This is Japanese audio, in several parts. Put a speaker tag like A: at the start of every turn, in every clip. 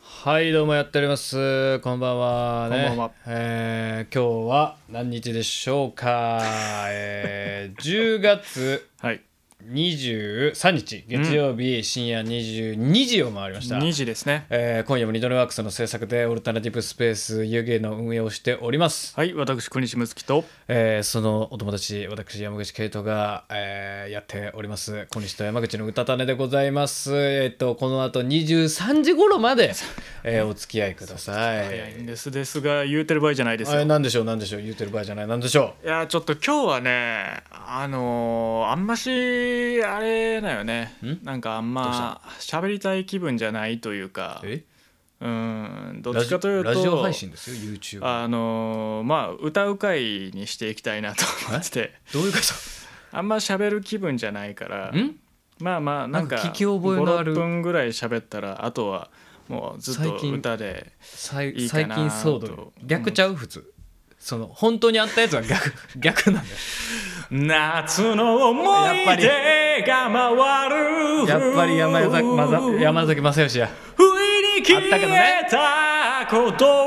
A: はいどうもやっておりますこんばんは、ね、
B: こんばんは
A: えー今日は何日でしょう か、えー10月
B: はい。
A: 23日月曜日深夜22時を回りました、
B: 2時ですね。
A: えー今夜もニドルワークスの制作でオルタナティブスペース湯気の運営をしております、
B: はい、私、国島月と。
A: えーそのお友達私山口圭人が、えーやっております小西と山口の歌種でございますえっ、とこの後23時頃ま で、えーお付き合いくださ
B: 早いん
A: い
B: ですですが、言うてる場合じゃないです
A: あ
B: よ。
A: れ
B: い
A: なんでしょうなんでしょう言うてる場合じゃないなんでしょ
B: や、ちょっと今日はね、あのーあんまし、あれだよね。
A: ん
B: なんかあんま、喋りたい気分じゃないというか
A: う、え
B: うーん、どっ
A: ラ
B: ち
A: ジ
B: かというと、
A: ラジオ配信ですよ YouTube
B: あのーまあ、歌う会にしていきたいなと思ってて、
A: どういうこ
B: あんま喋る気分じゃないから
A: と、ん
B: まあまあ、なんか、
A: なんか聞き覚えのある
B: 5 6分ぐらい喋ったら、あとは、もうずっと
A: 最近
B: 歌で。
A: さい
B: いいか
A: 最
B: な
A: 近騒
B: と思
A: 動
B: って
A: 逆ちゃう普通その本当にあったやつは逆 逆なんだよ
B: 夏の思い出が回る
A: やっぱり山崎まざ山崎正義や
B: 不意に消えたこと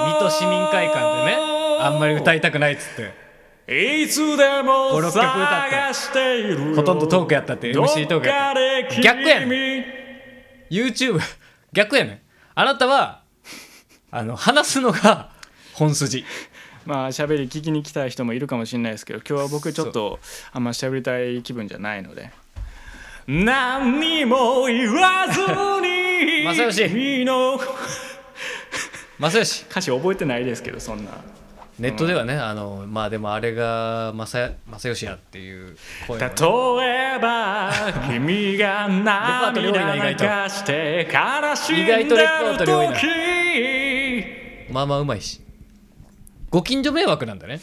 B: を
A: 水戸市民会館でねあんまり歌いたくないっつって
B: いつでも
A: 5 6曲歌って
B: 探している
A: ほとんどトークやったって MC トークや
B: どっかで君
A: 逆やね YouTube 逆やねんあなたはあの話すのが本筋
B: まあ喋り聞きに来た人もいるかもしれないですけど今日は僕ちょっとあんま喋りたい気分じゃないので何にも言わず に
A: 正義
B: 君の
A: 正義
B: 歌詞覚えてないですけどそんな
A: ネットではね、あのまあでもあれが正正義やっていう声もね、
B: 例え ば君が
A: レパートリー多いな
B: 涙
A: 意
B: 流
A: 外
B: して悲しん
A: 意外
B: でる
A: とレパートリー多いな
B: 時
A: まあまあうまいしご近所迷惑なんだね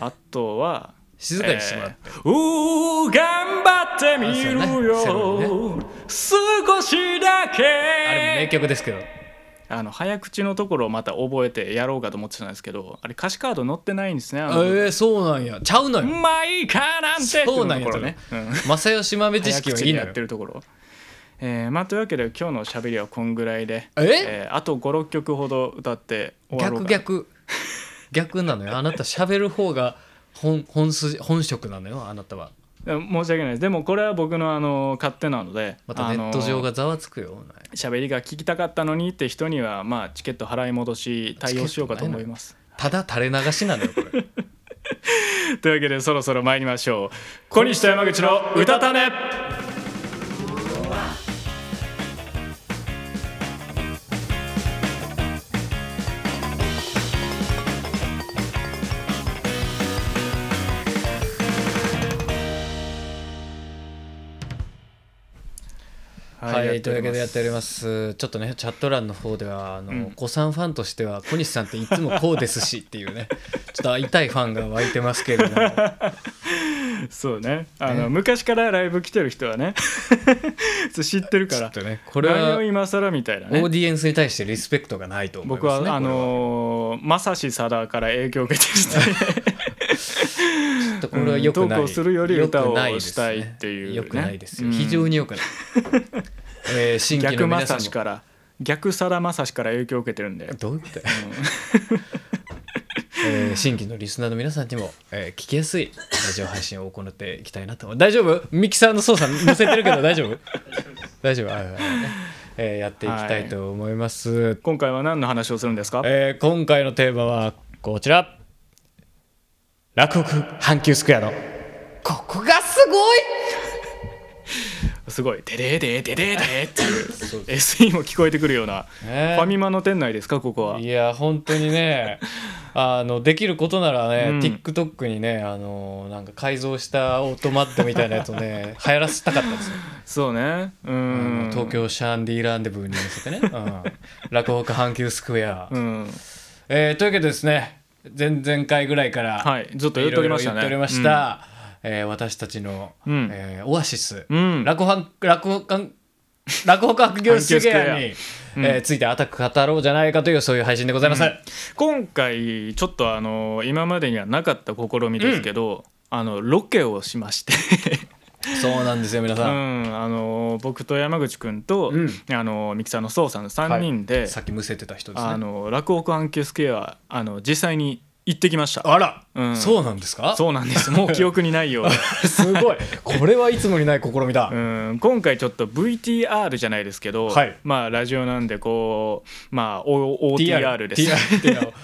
B: あとは
A: 静かにしてもらって、
B: えーうー頑張ってみ
A: あそう
B: る
A: ねセロ
B: よ、少しだけ
A: あれも名曲ですけど
B: あの早口のところをまた覚えてやろうかと思ってたんですけどあれ歌詞カード載ってないんですねあの部分
A: えー、そうなんやちゃうのよ
B: まあいいかなんて
A: そうなんや
B: って
A: と
B: いう
A: ね
B: ところね、うん
A: 正義豆知識はいいの
B: や
A: よ
B: ってるところ。えーまあ、というわけで今日のしゃべりはこんぐらいで、
A: え
B: えーあと56曲ほど歌って終わろう
A: 逆
B: か
A: 逆逆なのよあなた喋る方が本本筋本職なのよあなたは
B: 逆申し訳ないですでもこれは僕のあの勝手なので
A: またネット上が
B: あの
A: ざわつくよ、
B: 喋りが聞きたかったのにって人には、まあ、チケット払い戻し対応しようかと思います
A: ただ垂れ流しなのよこ れ
B: というわけでそろそろ参りましょう小西と山口の歌たね
A: はい、というわけでやっており
B: す
A: ますちょっとねチャット欄の方ではあの、
B: ん
A: 子さんファンとしては小西さんっていつもこうですしっていうねちょっと痛いファンが湧いてますけれども
B: そうねあの昔からライブ来てる人はね 知ってるか
A: ちょ
B: ら
A: っとねこれは
B: 何を今更みたいな
A: オー
B: ね
A: ディエンスに対してリスペクトがないと思い
B: 僕
A: ますね
B: はあのーまさしさだから影響を受けて きて
A: ちょっとこれは良くない、
B: うんトークをするより
A: 良くない
B: 歌をしたいっていうね
A: 良くないですよ、
B: うん
A: 非常に良く ない、えー、新規の
B: 逆ま
A: 皆さ
B: さ
A: ん
B: し
A: も
B: から逆さだまさしから影響を受けてるんで
A: どういうことや、 えー新規のリスナーの皆さんにも、えー聞きやすいラジオ配信を行っていきたいなと思う大丈夫ミキサーの操作載せてるけど大丈夫大丈夫あああねえーやっていきたいと思います、
B: 今回は何の話をするんですか
A: えー今回のテーマはこちら落北阪急スクエアのここがすごい
B: すごい「デレーデーデレーデー」っ ていう SE も聞こえてくるようなフ
A: ね
B: ァミマの店内ですかここはい
A: や本当にねあのできることならね、
B: うん
A: TikTok にねあのなんか改造したオートマットみたいなやつをね流行らせたかったんですよ、
B: そうねう
A: あの
B: ん
A: 東京シャンディーランデブーに乗せてね、うん、落北阪急スクエア、
B: うん
A: えーというわけでですね前々回ぐらいから、
B: はいずっと言っておりましたね
A: いろいろ言っておりましたえー私たちの、
B: うん
A: えーオアシス、
B: うん
A: 落北落北 落北阪急スクエアに、えーついてアタック語ろうじゃないかというそういう配信でございます、
B: 今回ちょっと あの今までにはなかった試みですけど、あのロケをしまして
A: そうなんですよ皆
B: う
A: さん、
B: ん、あの僕と山口君と、
A: うん
B: あのミキサーの宋さんの3人で、
A: さっきむせてた人ですね
B: あの洛北阪急スクエアあの実際に行ってきました
A: あら、
B: うん
A: そうなんですか
B: そうな んですもう記憶にないようで
A: すごいこれはいつもにない試みだ、
B: うん今回ちょっと VTR じゃないですけど、
A: はい
B: まあラジオなんでこうまあ O- OTR です
A: TR っていうのと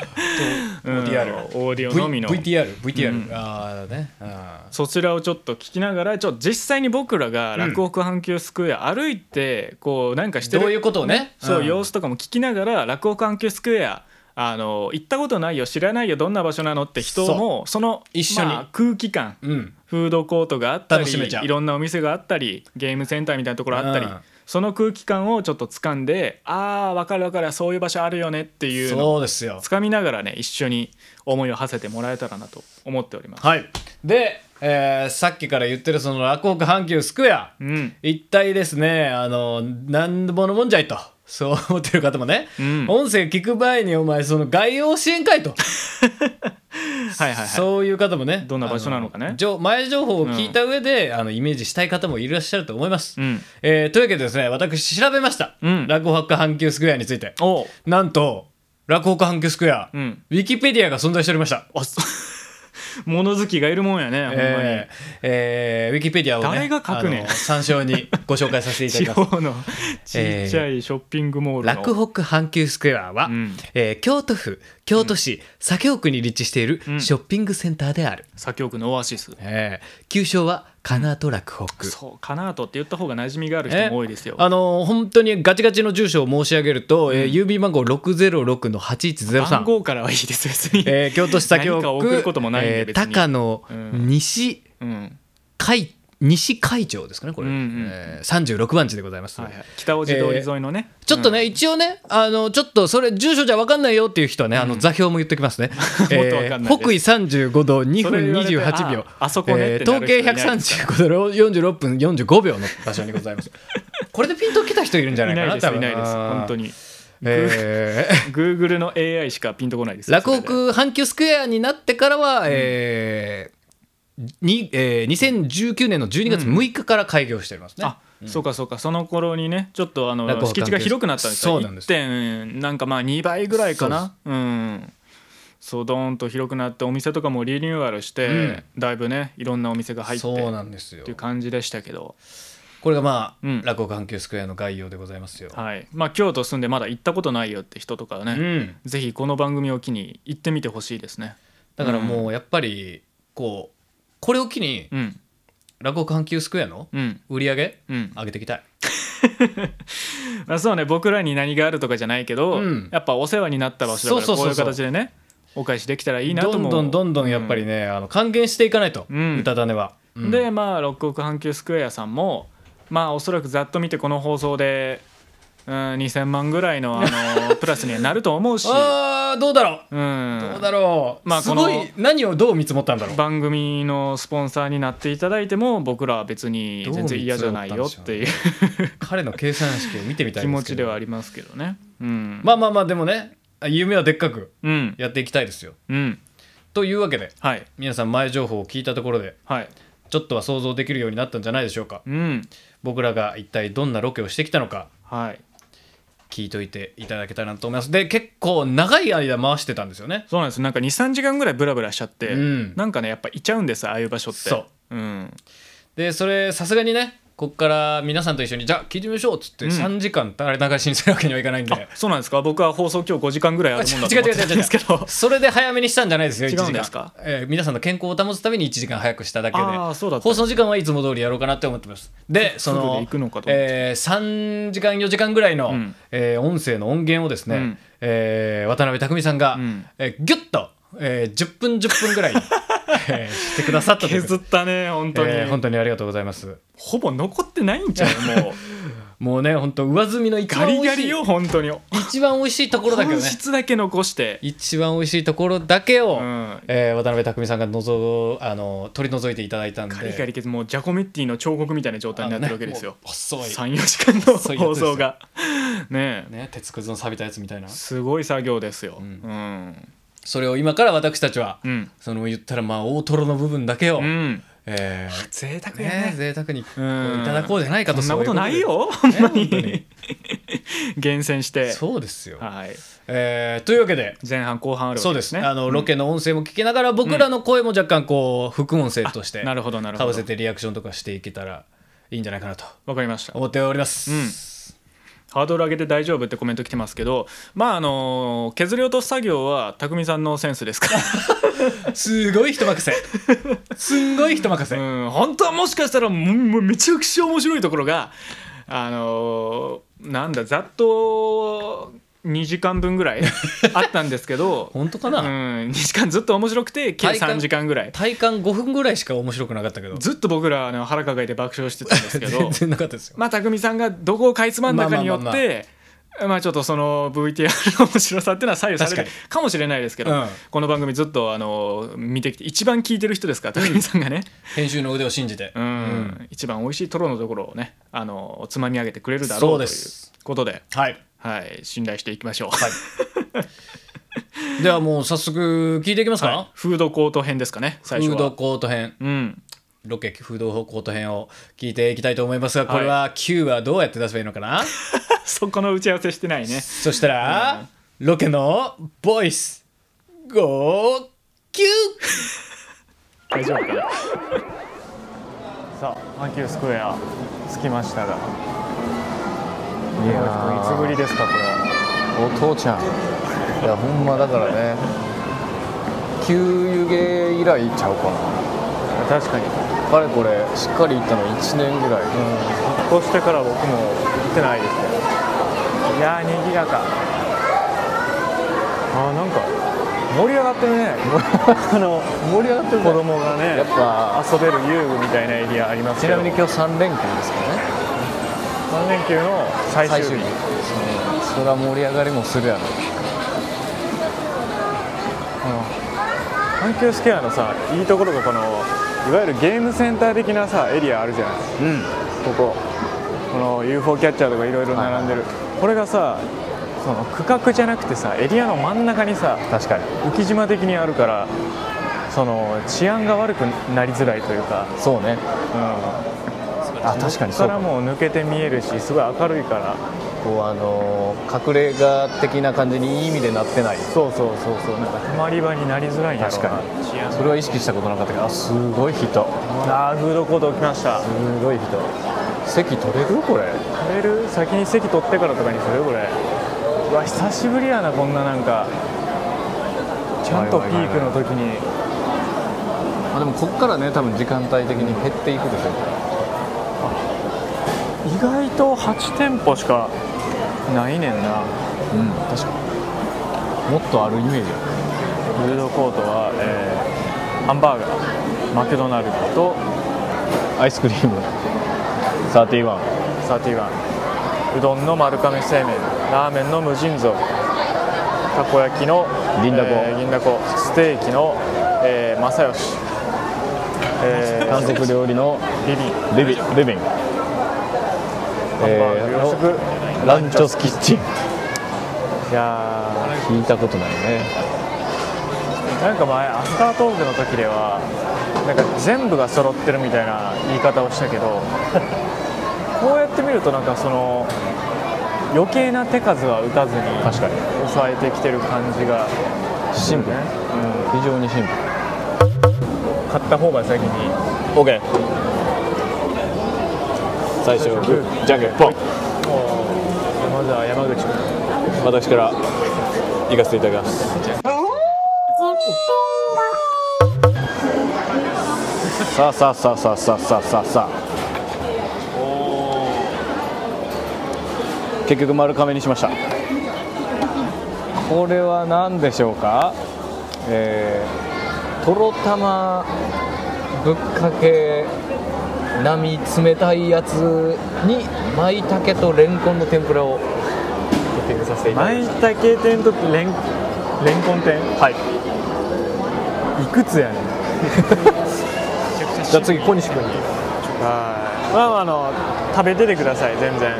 B: うん
A: OTR
B: オーディオのみの
A: VTR VTR、
B: うん
A: ああねあー
B: そちらをちょっと聞きながらちょっと実際に僕らが洛北阪急スクエア歩いてこうなんかしてる
A: どういうことをね
B: そう、
A: ん
B: 様子とかも聞きながら洛北阪急スクエアあの行ったことないよ知らないよどんな場所なのって人もその
A: 一緒に
B: まあ空気感
A: うん
B: フードコートがあったり
A: 楽しめちゃう
B: いろんなお店があったりゲームセンターみたいなところあったり、
A: うん
B: その空気感をちょっと掴んでああ分かる分かるそういう場所あるよねっていうのを
A: そうですよ
B: 掴みながらね一緒に思いを馳せてもらえたらなと思っております。
A: はいで、えーさっきから言ってるその落語阪急スクエア、
B: うん
A: 一体ですねあのなんぼのもんじゃいとそう思ってる方もね、
B: うん
A: 音声聞く前にお前その概要支援会と
B: はいはいはい
A: そういう方もね
B: どんな場所なのかね
A: あじょ前情報を聞いた上で、あのイメージしたい方もいらっしゃると思います、
B: うん
A: えーというわけでですね私調べました
B: うん
A: 落語ハ阪急スクエアについて
B: おう
A: なんと落語家阪急スクエア、
B: うん
A: ウィキペディアが存在しておりました
B: あそ 物好きがいるもんやね、ほんまに。
A: えーえーウィキペディアをね
B: 誰が書くねん
A: あの参照にご紹介させていただ
B: 地
A: きます
B: 方のちっちゃ いショッピングモールの、
A: 洛北阪急スクエアは、
B: うん
A: えー京都府京都市左京区に立地している
B: うん
A: ショッピングセンターである、
B: 左京区のオアシス
A: えー旧称は金戸洛北、
B: そうカナートって言った方が馴染みがある人も多いですよ、
A: あのー本当にガチガチの住所を申し上げると、えー郵便番号606の
B: 番
A: 8103、
B: 号からはいいです別に、
A: えー京都市左京
B: 何か送る
A: 区
B: こともないんで
A: えー
B: 別に
A: 高野
B: うん
A: 西
B: うん
A: 海西海町ですかねこれ、
B: うんうん
A: えー36番地でございます、
B: はいはい、北大路通り沿いのね、
A: ちょっとね、
B: うん
A: 一応ね、あのちょっとそれ、住所じゃ分かんないよっていう人はね、あの座標も言っておき ますね、
B: とわかんないです
A: 北緯35度2
B: それ
A: 分
B: 言われて
A: 28秒
B: あ、あそこねってな
A: 統
B: る人
A: 計
B: いないです
A: 135度46分45秒の場所にござい ます。これでピンときた人いるんじゃない
B: い
A: か
B: ない
A: な、
B: で
A: 多
B: す
A: 分
B: いないです本当。に
A: えー
B: Google の AI しかピンとこない です
A: 洛
B: それで
A: 北阪急スクエアになってからは、えーにえー2019年の12月6日から開業しておりますね。
B: あ、そうかそうかその頃にねちょっとあ
A: 洛北
B: の
A: 関係
B: 敷地が広くなったんですよ
A: そうなんです
B: 1. 点なんかまあ2倍ぐらいかなうんそうどーんと広くなってお店とかもリニューアルして、だいぶねいろんなお店が入って
A: そうな
B: っ
A: んですよ
B: ていう。感じでしたけど
A: これがまあ、
B: うん
A: 落語阪急スクエアの概要でございますよ。
B: はいまあ京都住んでまだ行ったことないよって人とかは
A: う
B: ね、
A: ん
B: ぜひこの番組を機に行ってみてほしいですね
A: だからもうやっぱりこうこれを機に
B: うん
A: 落語阪急スクエアの
B: うん
A: 売り上げ
B: うん
A: 上げていきたい
B: まあ、そうね僕らに何があるとかじゃないけ
A: う
B: ど、
A: ん
B: やっぱお世話になった場所
A: そう
B: だから
A: そう
B: こう
A: そ
B: いうう
A: そう
B: 形でねお返しできたらいいなと
A: どん
B: も
A: どんどんどんやっぱりね、あの還元していかないと、
B: うん
A: 歌種は、うん
B: でまあ六国阪急スクエアさんもまあおそらくざっと見てこの放送で、うん、2,000万ぐらいのあ のプラスにはなると思うし、
A: あーどうだろ
B: う、
A: う、どうんだろう、
B: まあ
A: すご
B: この
A: い何をどう見積もったんだろう
B: 番組のスポンサーになっていただいても僕らは別に全然嫌じゃないよっていう
A: 彼の計算式を見てみたい
B: 気
A: で
B: 持
A: すけ
B: ち
A: ど
B: ではありますけどね。うん、
A: まあまあまあでもね夢はでっかく
B: うん
A: やっていきたいですよ
B: うん
A: というわけで
B: はい
A: 皆さん前情報を聞いたところで
B: はい
A: ちょっとは想像できるようになったんじゃないでしょうか
B: うん
A: 僕らが一体どんなロケをしてきたのか
B: はい
A: 聞いといていただけたらなと思いますで結構長い間回してたんですよね
B: そうなんですなんか23時間ぐらいブラブラしちゃって、
A: うん
B: なんかねやっぱいちゃうんですああいう場所って、
A: そう
B: うん、
A: でそれさすがにねこっから皆さんと一緒にじゃあ聞いてみましょうっつって
B: うん
A: 3時間垂れ流しにするわけにはいかないんで、
B: そうなんですか僕は放送今日5時間ぐらいあるもんだと
A: 違う
B: 思
A: 違う
B: って
A: 違
B: た
A: うん違う
B: ですけど
A: それで早めにしたんじゃないですよ1時
B: 違
A: 間
B: うんですか
A: えー皆さんの健康を保つために1時間早くしただけで
B: あーそうだった
A: 放送時間はいつも通りやろうかなって思ってますでそ
B: フル
A: の
B: で行くのかと思って
A: えー3時間4時間ぐらいの、
B: うん
A: えー音声の音源をですね、
B: うん
A: えー渡辺匠さんが、
B: うん
A: えーギュッと、えー10分10分ぐ らいに、えーしてくださったということで
B: 削ったね本当に、
A: えー本当にありがとうございます
B: ほぼ残ってないんちゃ うもう
A: もうね本当上積みの一
B: ガ
A: 番美
B: リ
A: 味
B: ガ
A: し
B: リ
A: い
B: よ本当にと
A: 一番美味しいところだけどね
B: 本質だけ残して、
A: 一番美味しいところだけを、
B: うん、
A: えー渡辺匠さんがのぞあの取り除いていただいたんで
B: ガリガリけどもうジャコメッティの彫刻みたいな状態になってるわけですよ、
A: あのねもう細い
B: 34時間の
A: そういうやつ
B: 放
A: ですよ
B: 送がねえ
A: ね鉄くずの錆びたやつみたいな
B: すごい作業ですよ、うんん
A: それを今から私たちは、
B: うん
A: その言ったらまあ大トロの部分だけを、
B: うん
A: え
C: え
B: 贅沢
C: ー、
B: や
C: ね
B: ね
C: 贅沢にこ
B: うん
C: ういただこうじゃないかと
B: そんなことないよほ
C: そうんいう
B: ま
C: ことでね本当
B: に厳選して
C: そうですよ、
B: はい
C: えーというわけで
B: 前半後半あるわ
C: そ
B: け
C: うで
B: です
C: す
B: ね
C: ねあのロケの音声も聞きながら僕らの声も若干こう副音声として
B: なるほどなる
C: か
B: ほ
C: ぶ
B: ど
C: せてリアクションとかしていけたらいいんじゃないかなと
B: わかりました
C: 思っております、
B: ハードル上げて大丈夫ってコメント来てますけどまああの削り落とす作業は匠さんのセンスです から
C: すごい人任せすんごい人任せ、
B: うん、本当はもしかしたらもうもうめちゃくちゃ面白いところがあのーなんだざっと2時間分ぐらいあったんですけど、
C: 本当か
B: うん、
C: な、
B: 2時間ずっと面白くて計
C: 体感
B: 3時間ぐらい
C: 体感5分ぐらいしか面白くなかったけど
B: ずっと僕らあの腹抱えて爆笑してたんですけど
C: 全然なかったですよ
B: まあ匠さんがどこをかいつまんだかによって。
C: ま
B: ま
C: あ
B: あ
C: まあ
B: ちょっとその VTR の面白さっていうのは左右される
C: 確
B: かもしれないですけど、
C: うん
B: この番組ずっとあの見てきて一番聞いてる人ですから匠さんがね、
C: 編集の腕を信じて、
B: うん
C: うん
B: 一番美味しいトロのところをねあのつまみ上げてくれるだ
C: そ
B: ろ
C: う
B: う
C: で
B: という
C: す
B: ことで、
C: はい
B: はい、信頼していきましょう、
C: ではもう早速聞いていきますか、
B: はいフードコート編ですかね最初
C: フ
B: は
C: ードコート編
B: うん、
C: ロケフードコート編を聞いていきたいと思いますがこれは Q はどうやって出せばいいのかな、
B: そこの打ち合わせしてないね
C: そしたら、ロケのボイス5 9
B: 大丈夫かなさあ阪急スクエア着きましたが
A: いや
B: いつぶりですかこれは
A: ーお父ちゃんいやほんまだからね給油芸以来ちゃうかな
B: 確かに
A: かれこれしっかり行ったの1年ぐらい
B: 引っ越してから僕も行ってないですねいやーにぎやかあーなんか盛り上がって るねあの
A: 盛り上がってる
B: 子供が
A: や
B: ね
A: っぱ
B: 遊べる遊具みたいなエリアあります
A: ち
B: け
A: な
B: ど
A: みに今日3連休ですからね
B: 3連休の最終
A: 最終日う
B: 日
A: んそりゃ盛り上がりもするやろ
B: 阪急スケアのさいいところがこのいわゆるゲームセンター的なさエリアあるじゃない
A: うんここ
B: この UFO キャッチャーとかいろいろ並んでる、これがさその区画じゃなくてさエリアの真ん中にさ
A: 確かに
B: 浮島的にあるからその治安が悪くなりづらいというか、
A: そうね
B: う
A: あ確か
B: ん、
A: に
B: そ
A: そう
B: こから
A: かも
B: もう抜けて見えるしすごい明るいから
A: こうあのー隠れ家的な感じにいい意味でなってない
B: そうそうそうそうなんか泊まり場になりづらいんやろうな
A: 確か
B: 治安
A: それは意識したことなかったけどあすごい人す
B: あーフードコート来ました
A: ごい人席取れるこれ
B: 食べる先に席取ってからとかにするこれうわ久しぶりやなこんななんかちゃんとピークの時に
A: まあ、でもここからね多分時間帯的に減っていくでしょうから
B: 意外と8店舗しかないねんな
A: うん確かにもっとあるイメージあ
B: フードコートは、えーハンバーガーマクドナルドと
A: るアイスクリーム31
B: 31うどんの丸亀製麺ラーメンの無尽蔵たこ焼きの
A: 銀だこ
B: 銀だこステーキの、えー、正義、えー
A: 韓国料理の
B: ビビ
A: リ
B: ン
A: ビリビング、
B: ハンバーグ
A: えー
B: 洋食、
A: ランチョスキッチン
B: いやー
A: 聞いたことないね
B: なんか前アフタートークの時ではなんか全部が揃ってるみたいな言い方をした けどこうやって見るとなんかその余計な手数は打たずに
A: 確かに
B: 抑えてきてる感じが
A: シンプル非常にシンプ
B: 買った方が先に
A: ル OK 最初グーじゃんけんポン
B: まずは山口君
A: 私から行かせていただきますさあさあさあさあさあさあさあさあ結局丸亀にしましたこれは何でしょうかえー、とろたまぶっかけ並冷たいやつに舞茸とレンコンの天ぷらをトッピングさせていただきま
B: 舞
A: した
B: 茸店とレンレンコン店
A: はい
B: いくつやねん
A: じゃあ次小西君に
B: はいまああの食べててください全然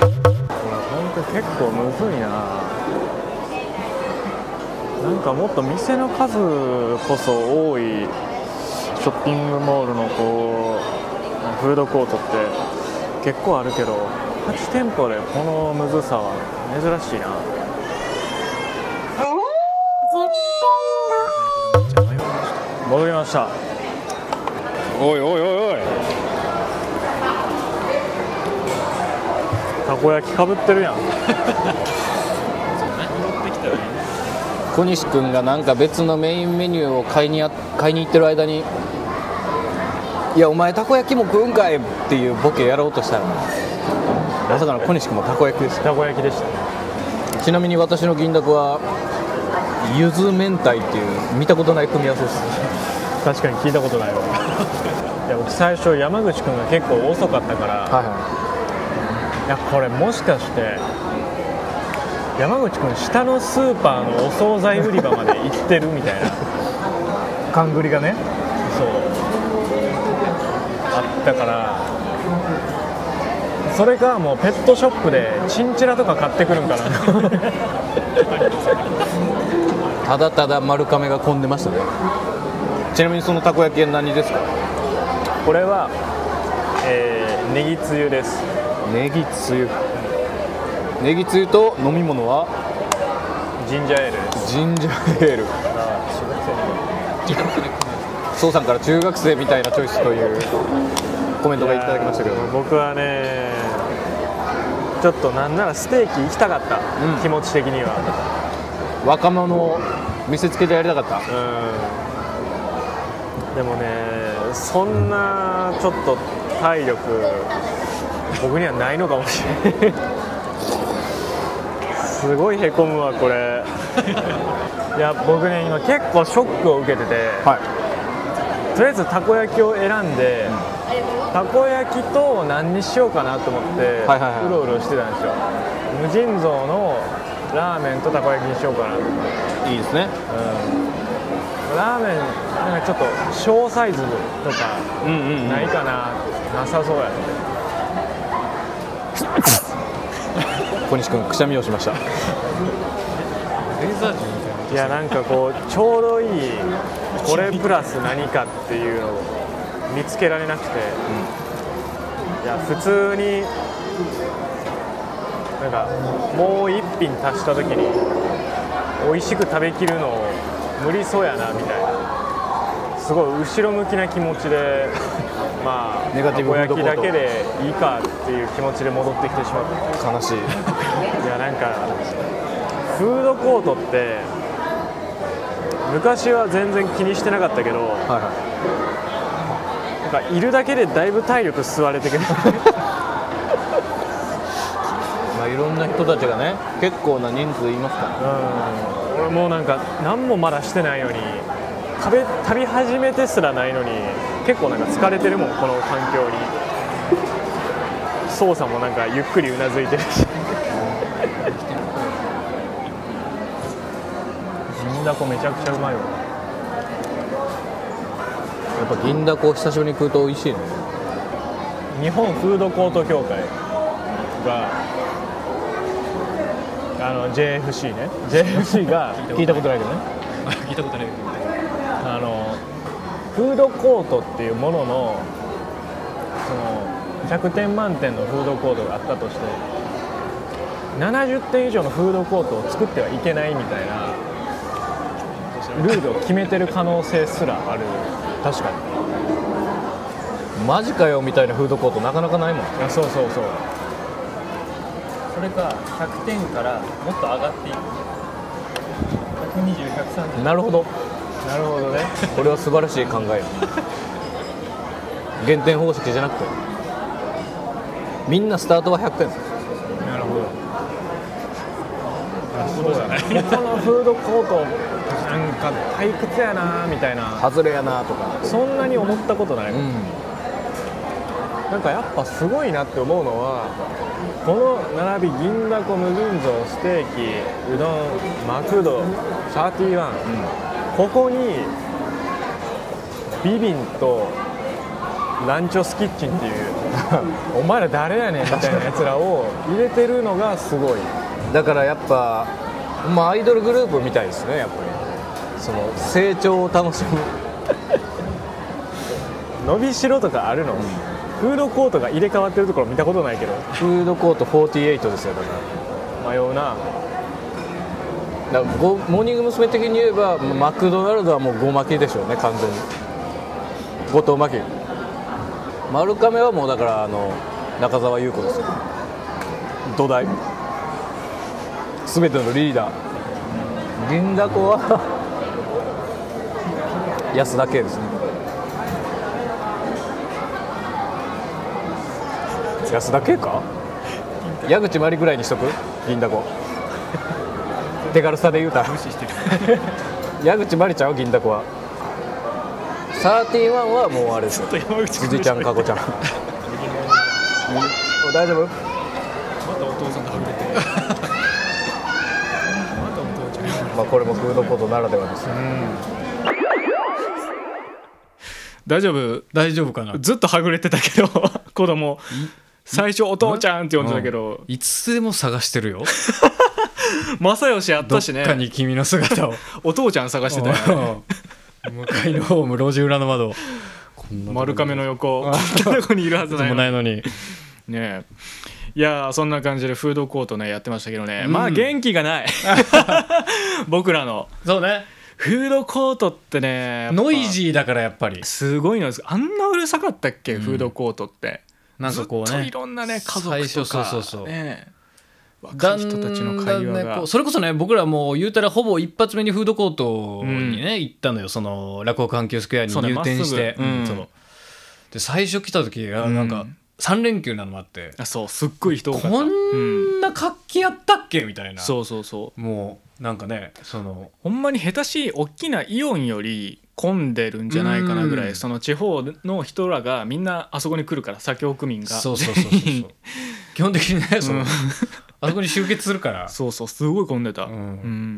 B: 本当結構むずいななんかもっと店の数こそ多いショッピングモールのこうフードコートって結構あるけど8店舗でこのむずさは珍しいな戻りました
D: おいおいおいおい
B: たこ焼きかぶってるやん
A: 小西君がなんか別のメインメニューを買いにや買いに行ってる間に「いやお前たこ焼きも食うんかい!」っていうボケやろうとしたらまさかの小西君もたこ焼きでした
B: たこ焼きでした
A: ちなみに私の銀だこはゆず明太っていう見たことない組み合わせです
B: 確かに聞いたことないわ いや僕最初山口君が結構遅かったから、、
A: はいはい
B: やこれもしかして山口君下のスーパーのお惣菜売り場まで行ってるみたいな
A: い 勘繰りがね
B: そうあったからそれかもうペットショップでチンチラとか買ってくるん かな
A: ただただ丸亀が混んでましたねちなみにそのたこ焼きは何ですか
B: これは、えー、ネギつゆです
A: ネギつゆネギつゆと飲み物は
B: ジンジャーエールです
A: ジンジャーエール宋さんから中学生みたいなチョイスというコメントがいただきましたけど
B: いやー僕はねちょっとなんならステーキ行きたかった、
A: うん
B: 気持ち的には
A: 若者を見せつけてやりたかった
B: うんでもねそんなちょっと体力僕にはないのかもしれないすごいへこむわ これいや僕ね今結構ショックを受けてて、
A: は
B: とりあえずたこ焼きを選んで、たこ焼きと何にしようかなと思って、
A: はいはいはいう
B: ろうろしてたんですよ無尽蔵のラーメンとたこ焼きにしようかな、うん、
A: いいいですね
B: ラーメンなんかちょっと小サイズとか
A: うんうん
B: ないかな、なさそうやね
A: 小西君くしゃみをしました
B: いやなんかこうちょうどいいこれプラス何かっていうのを見つけられなくて、いや普通になんかもう一品足した時に美味しく食べきるの無理そうやなみたいなすごい後ろ向きな気持ちで まあ
A: ネガティブフー
B: た
A: ド
B: こ
A: コ
B: 焼き
A: ート
B: だけでいいかっていう気持ちで戻ってきてしまった
A: 悲しい
B: いやなんかフードコートって昔は全然気にしてなかったけど
A: は
B: なんかいるだけでだいぶ体力吸われてくる
A: い、 まあ、いろんな人たちがね結構な人数いますから
B: 俺もうなんか何もまだしてないのに食べ食べ始めてすらないのに結構なんか疲れてるもんこの環境に操作もなんかゆっくりうなずいてるし銀だこめちゃくちゃうまいわ
A: やっぱ銀だこ久しぶりに食うと美味しいね
B: 日本フードコート協会があの JFC ね JFC が聞いたことないけどね
D: 聞いたことないけど
B: あのフードコートっていうもののその100点満点のフードコートがあったとして70点以上のフードコートを作ってはいけないみたいなルールを決めてる可能性すらある確かに
A: マジかよみたいなフードコートなかなかないもん
B: いやそうそうそう
E: それか100点からもっと上がっていく120130
A: なるほど
B: なるほどね
A: これは素晴らしい考えよ減点方式じゃなくてみんなスタートは100点
B: なるほど。そうだね。他のフードコートなんか退屈やなみたいな。
A: 外れやなとか
B: そんなに思ったことない。
A: うん
B: なんかやっぱすごいなって思うのは、この並び銀だこ無銀蔵ステーキうどんマクドサーティワン、ここにビビンとランチョスキッチンっ ていうお前ら誰やねんみたいなやつらを入れてるのがすごい。
A: だからやっぱまあアイドルグループみたいですねやっぱりその成長を楽しむ
B: 伸びしろとかあるの、フードコートが入れ替わってるところ見たことないけど
F: フードコート48ですよだか
B: 迷うな
F: らだからごモーニング娘。的に言えばマクドナルドはもう5巻きでしょうね完全に後藤巻き丸亀はもうだからあの中澤優子ですよ土台全てのリーダー銀だこは 安田圭ですね
B: 安田圭か
F: 矢口真理ぐらいにしとく銀だこ手軽さで言うたら無視してる矢口真理ちゃんは銀だこはサーティワンはもうあれですよ
B: 口
F: 辻ちゃんかこちゃんお大丈夫またお父さん倒れてまたお父ちゃんまあこれもフードコートならではですよ
B: 大丈夫
A: 大丈夫かな
B: ずっとはぐれてたけど 子供最初お父ちゃんって呼んでたけど
A: いつでも探してるよ
B: 正義あっ
A: ど
B: た
A: っ
B: し
A: か
B: ね
A: に君の姿を
B: お父ちゃん探してたよね
A: うん 向かいのホーム路地裏の窓こんなとこに
B: 丸亀の横こ んなとこにいるはず
A: で
B: ない
A: も
B: の
A: な
B: ね
A: いのに
B: えいやーそんな感じでフードコートねやってましたけどね、
A: うん
B: まあ元気が ない僕らの
A: そうね
B: フードコートってねやっぱ
A: ノイジーだからやっぱり
B: すごいのですあんなうるさかったっけ、
A: ん
B: フードコートって
A: なんかこう
B: ずっとい
A: ね
B: ろんなね家族とか
A: 最
B: ね
A: 初そうそうそう
B: 若い人たちの会
A: だ
B: 話
A: んだん
B: が
A: ねこうそれこそね僕らもう言うたらほぼ一発目にフードコートにね、行ったのよその落語環境スクエアに
B: そうね
A: 入店して、
B: まっすぐうん
A: そうで最初来た時あなんか
B: うん
A: 3連休なのもあって、
B: あそうすっごい人多かった
A: こ
B: うん
A: んな活気やったっけみたいな
B: そうそうそう
A: もうなんかねその
B: ほんまに下手しい大きなイオンより混んでるんじゃないかなぐらい、
A: うん
B: その地方の人らがみんなあそこに来るから左京区民が
A: そうそうそうそう
B: 全 員
A: 基本的にねその、
B: うん
A: あそこに集結するから
B: そうそうすごい混んでた、
A: う
B: うん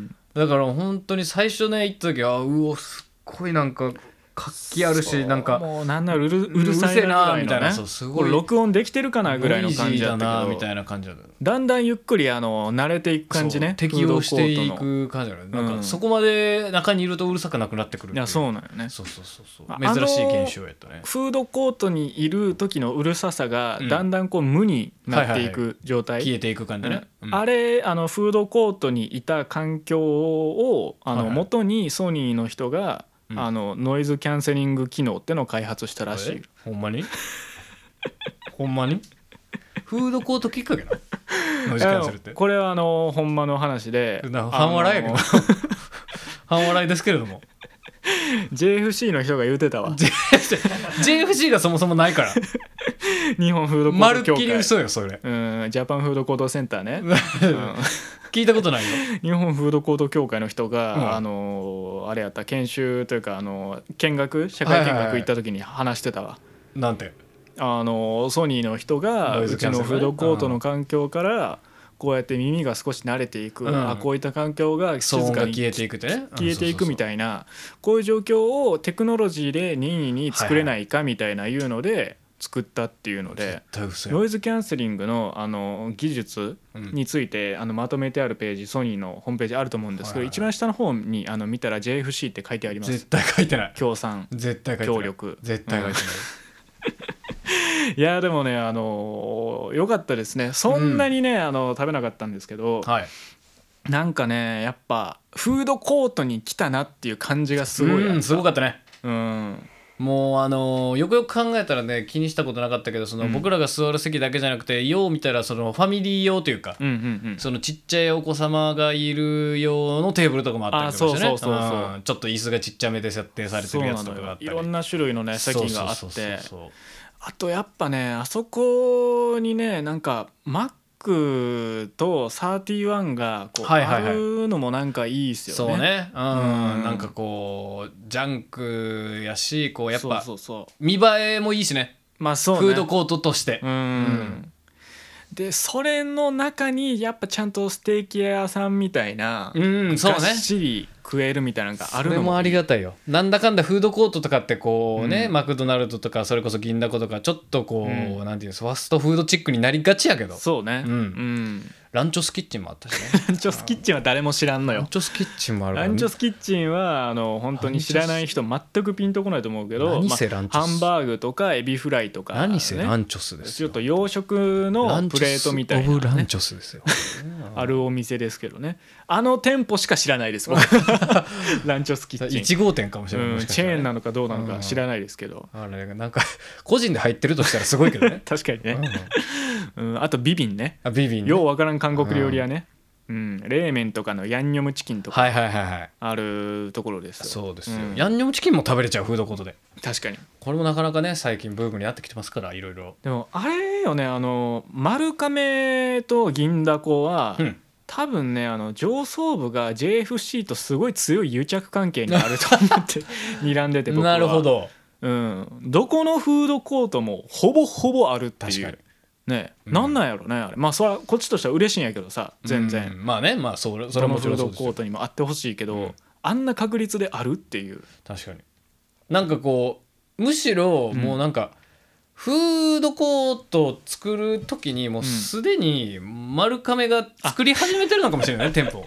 B: ん
A: だから本当に最初ね行った時あうおすっごいなんか活気あるしなんか
B: もうなんならうるうるさいな
A: うるせえなみ
B: み
A: た
B: た
A: い
B: い
A: な
B: な
A: そうすごい
B: これ録音できてるかなぐらいの感じだったけ
A: ノイジーだな
B: ど
A: みたいな感じだった
B: だんだんゆっくりあの慣れていく感じ
A: そ
B: ね
A: う適応してい
B: フードコー
A: く
B: ト
A: 感じだねなん
B: う
A: か
B: ん
A: そこまで中にいるとうるさくなくなってくるっ
B: のい
A: てい
B: やそううなんよね
A: そうそうそうそう
B: あ
A: 珍しい現象やったね
B: フードコートにいる時のうるささが
A: うん
B: だんだんこう無になってい
A: は
B: く状態、
A: 消えていく感じねうん
B: あれあのフードコートにいた環境をあ
A: はい
B: の
A: はい
B: 元にソニーの人が、
A: うん
B: あのノイズキャンセリング機能ってのを開発したらしい
A: えほんまに ほんまにフードコートきっかけなのノイズキャンセルっ
B: いや
A: て
B: これは あのほんまの話で
A: な半笑いやけど
B: あ
A: 半笑いですけれども
B: の JFC の人が言う てたわ
A: JFC がそもそもないから
B: 日本フードコ
A: まる
B: ー
A: っ
B: ト協
A: き
B: 会
A: り嘘よそれ
B: うんジャパンフードコートセンターね、うん
A: 聞いたことないよ
B: 日本フードコート協会の人が、
A: うん
B: あのーあれやった研修というかあのー見学社会見
A: はいはいは
B: 学
A: い
B: 行った時に話してたわ、
A: なんて
B: あのーソニーの人が
A: ノイ
B: う
A: ズキ
B: ち
A: ャンセ
B: の
A: ルね
B: フードコートの環境からこうやって耳が少し慣れていく、
A: うん
B: あこういった環境が静
A: 騒音
B: か
A: が
B: に
A: 消えていくってね
B: 消えていくみ
A: い
B: たいなこういう状況をテクノロジーで任意に作れないかみたいないうので作ったっていうので。
A: な嘘
B: ノ
A: よ
B: イズキャンセリングのあの技術について、あのまとめてあるページソニーのホームページあると思うんですけど、
A: はいはい
B: 一番下の方にあの見たら JFC って書いてありま
A: 絶
B: す
A: 対書いてない
B: 協賛
A: 絶対書いてない
B: 協力
A: 絶対書いてない
B: いやでもねあのよかったですねそんなにね、あの食べなかったんですけど、
A: はい
B: なんかねやっぱフードコートに来たなっていう感じがすごいあ
A: う
B: っ
A: んすごかったね
B: たうん
A: もうあのーよくよく考えたらね気にしたことなかったけどその
B: うん
A: 僕らが座る席だけじゃなくてよう見たらそのファミリー用というか
B: うんうんうん
A: そのちっちゃいお子様がいる用のテーブルとかもあったりとかして
B: あ
A: ね
B: そうそうそうそうん
A: ちょっと椅子がちっちゃめで設定されてるやつとかがあった
B: い
A: り
B: ろんな種類のね
A: そう
B: 席
A: そ
B: が
A: う
B: あって
A: そうそうそう
B: あとやっぱねあそこにねなんかマックと31がこう
A: はいはいはい
B: あるのもなんかいいですよ
A: そ
B: ね。
A: うねうん
B: うん
A: なんかこうジャンクやしこうやっ
B: そう
A: ぱ
B: そうそう
A: 見栄えもいいしね
B: まあそうね。
A: フードコートとして
B: うん、
A: ん
B: でそれの中にやっぱちゃんとステーキ屋さんみたいな、
A: うんそうね
B: がっしり食えるみたいなのがあ
A: そ
B: る
A: れ
B: の
A: もありがたいよなんだかんだフードコートとかってこうね、
B: うん
A: マクドナルドとかそれこそ銀だことかちょっとこう、
B: う
A: なんていうんですファストフードチックになりがちやけど
B: そうね
A: うん
B: うん
A: ランチョスキッチンもあったしね
B: ランチョスキッチンは誰も知らんの
A: ラン
B: よ
A: チョスキッチンもあるか
B: ラ
A: ら
B: ンチョスキッチンはあの本当に知らない人全くピンとこないと思うけど、
A: 何
B: ま
A: せランチョ
B: あ、
A: ス
B: ハンバーグとかエビフライとか、
A: 何せラ
B: ね
A: ンチョスです
B: ちょ
A: よ
B: っと洋食
A: ラ
B: の
A: ンチ
B: プ
A: ョス
B: レートみたい
A: オブ
B: な
A: ランチョスですよ
B: あるお店ですけどねあの店舗しか知らないで す僕ランチョスキッチン
A: 1号店かもしれない、
B: うん
A: もしかし
B: チ
A: たらね
B: ェーンなのかどうなのか知らないですけど、
A: あれなんか個人で入ってるとしたらすごいけど ね
B: 確かに
A: う
B: ね、
A: ん
B: うん、あとビビンね
A: あビビンね
B: ようわからん韓国料理屋ね、うん、冷麺とかのヤンニョムチキンとか
A: はいはいはいはい
B: あるところですよ
A: そうですよ、
B: うん
A: ヤンニョムチキンも食べれちゃうフードコートで
B: 確かに
A: これもなかなかね最近ブームになってきてますからいろいろ
B: でもあれよねあの丸亀と銀だこは、
A: うん
B: 多分ねあの上層部が JFC とすごい強い癒着関係にあると思って睨んでて僕 は
A: なるほ、ど
B: うん、どこのフードコートもほぼほぼあるってい
A: 確
B: う
A: かに
B: ね
A: うん
B: なんなんやろねあれまあそれはこっちとしては嬉しいんやけどさ全然、
A: うんまあねまあそれそ
B: そ
A: れ
B: れ
A: は
B: も
A: もち
B: フ
A: ろ
B: ー
A: んそ
B: ド
A: うです
B: コー
A: よ
B: トにもあってほしいけど、
A: うん
B: あんな確率であるっ ていう
A: 確かになんかこうむしろ
B: うん
A: もうなんか、フードコートを作る時にもうすでに丸亀が作り始めてるのかもしれない ね店舗を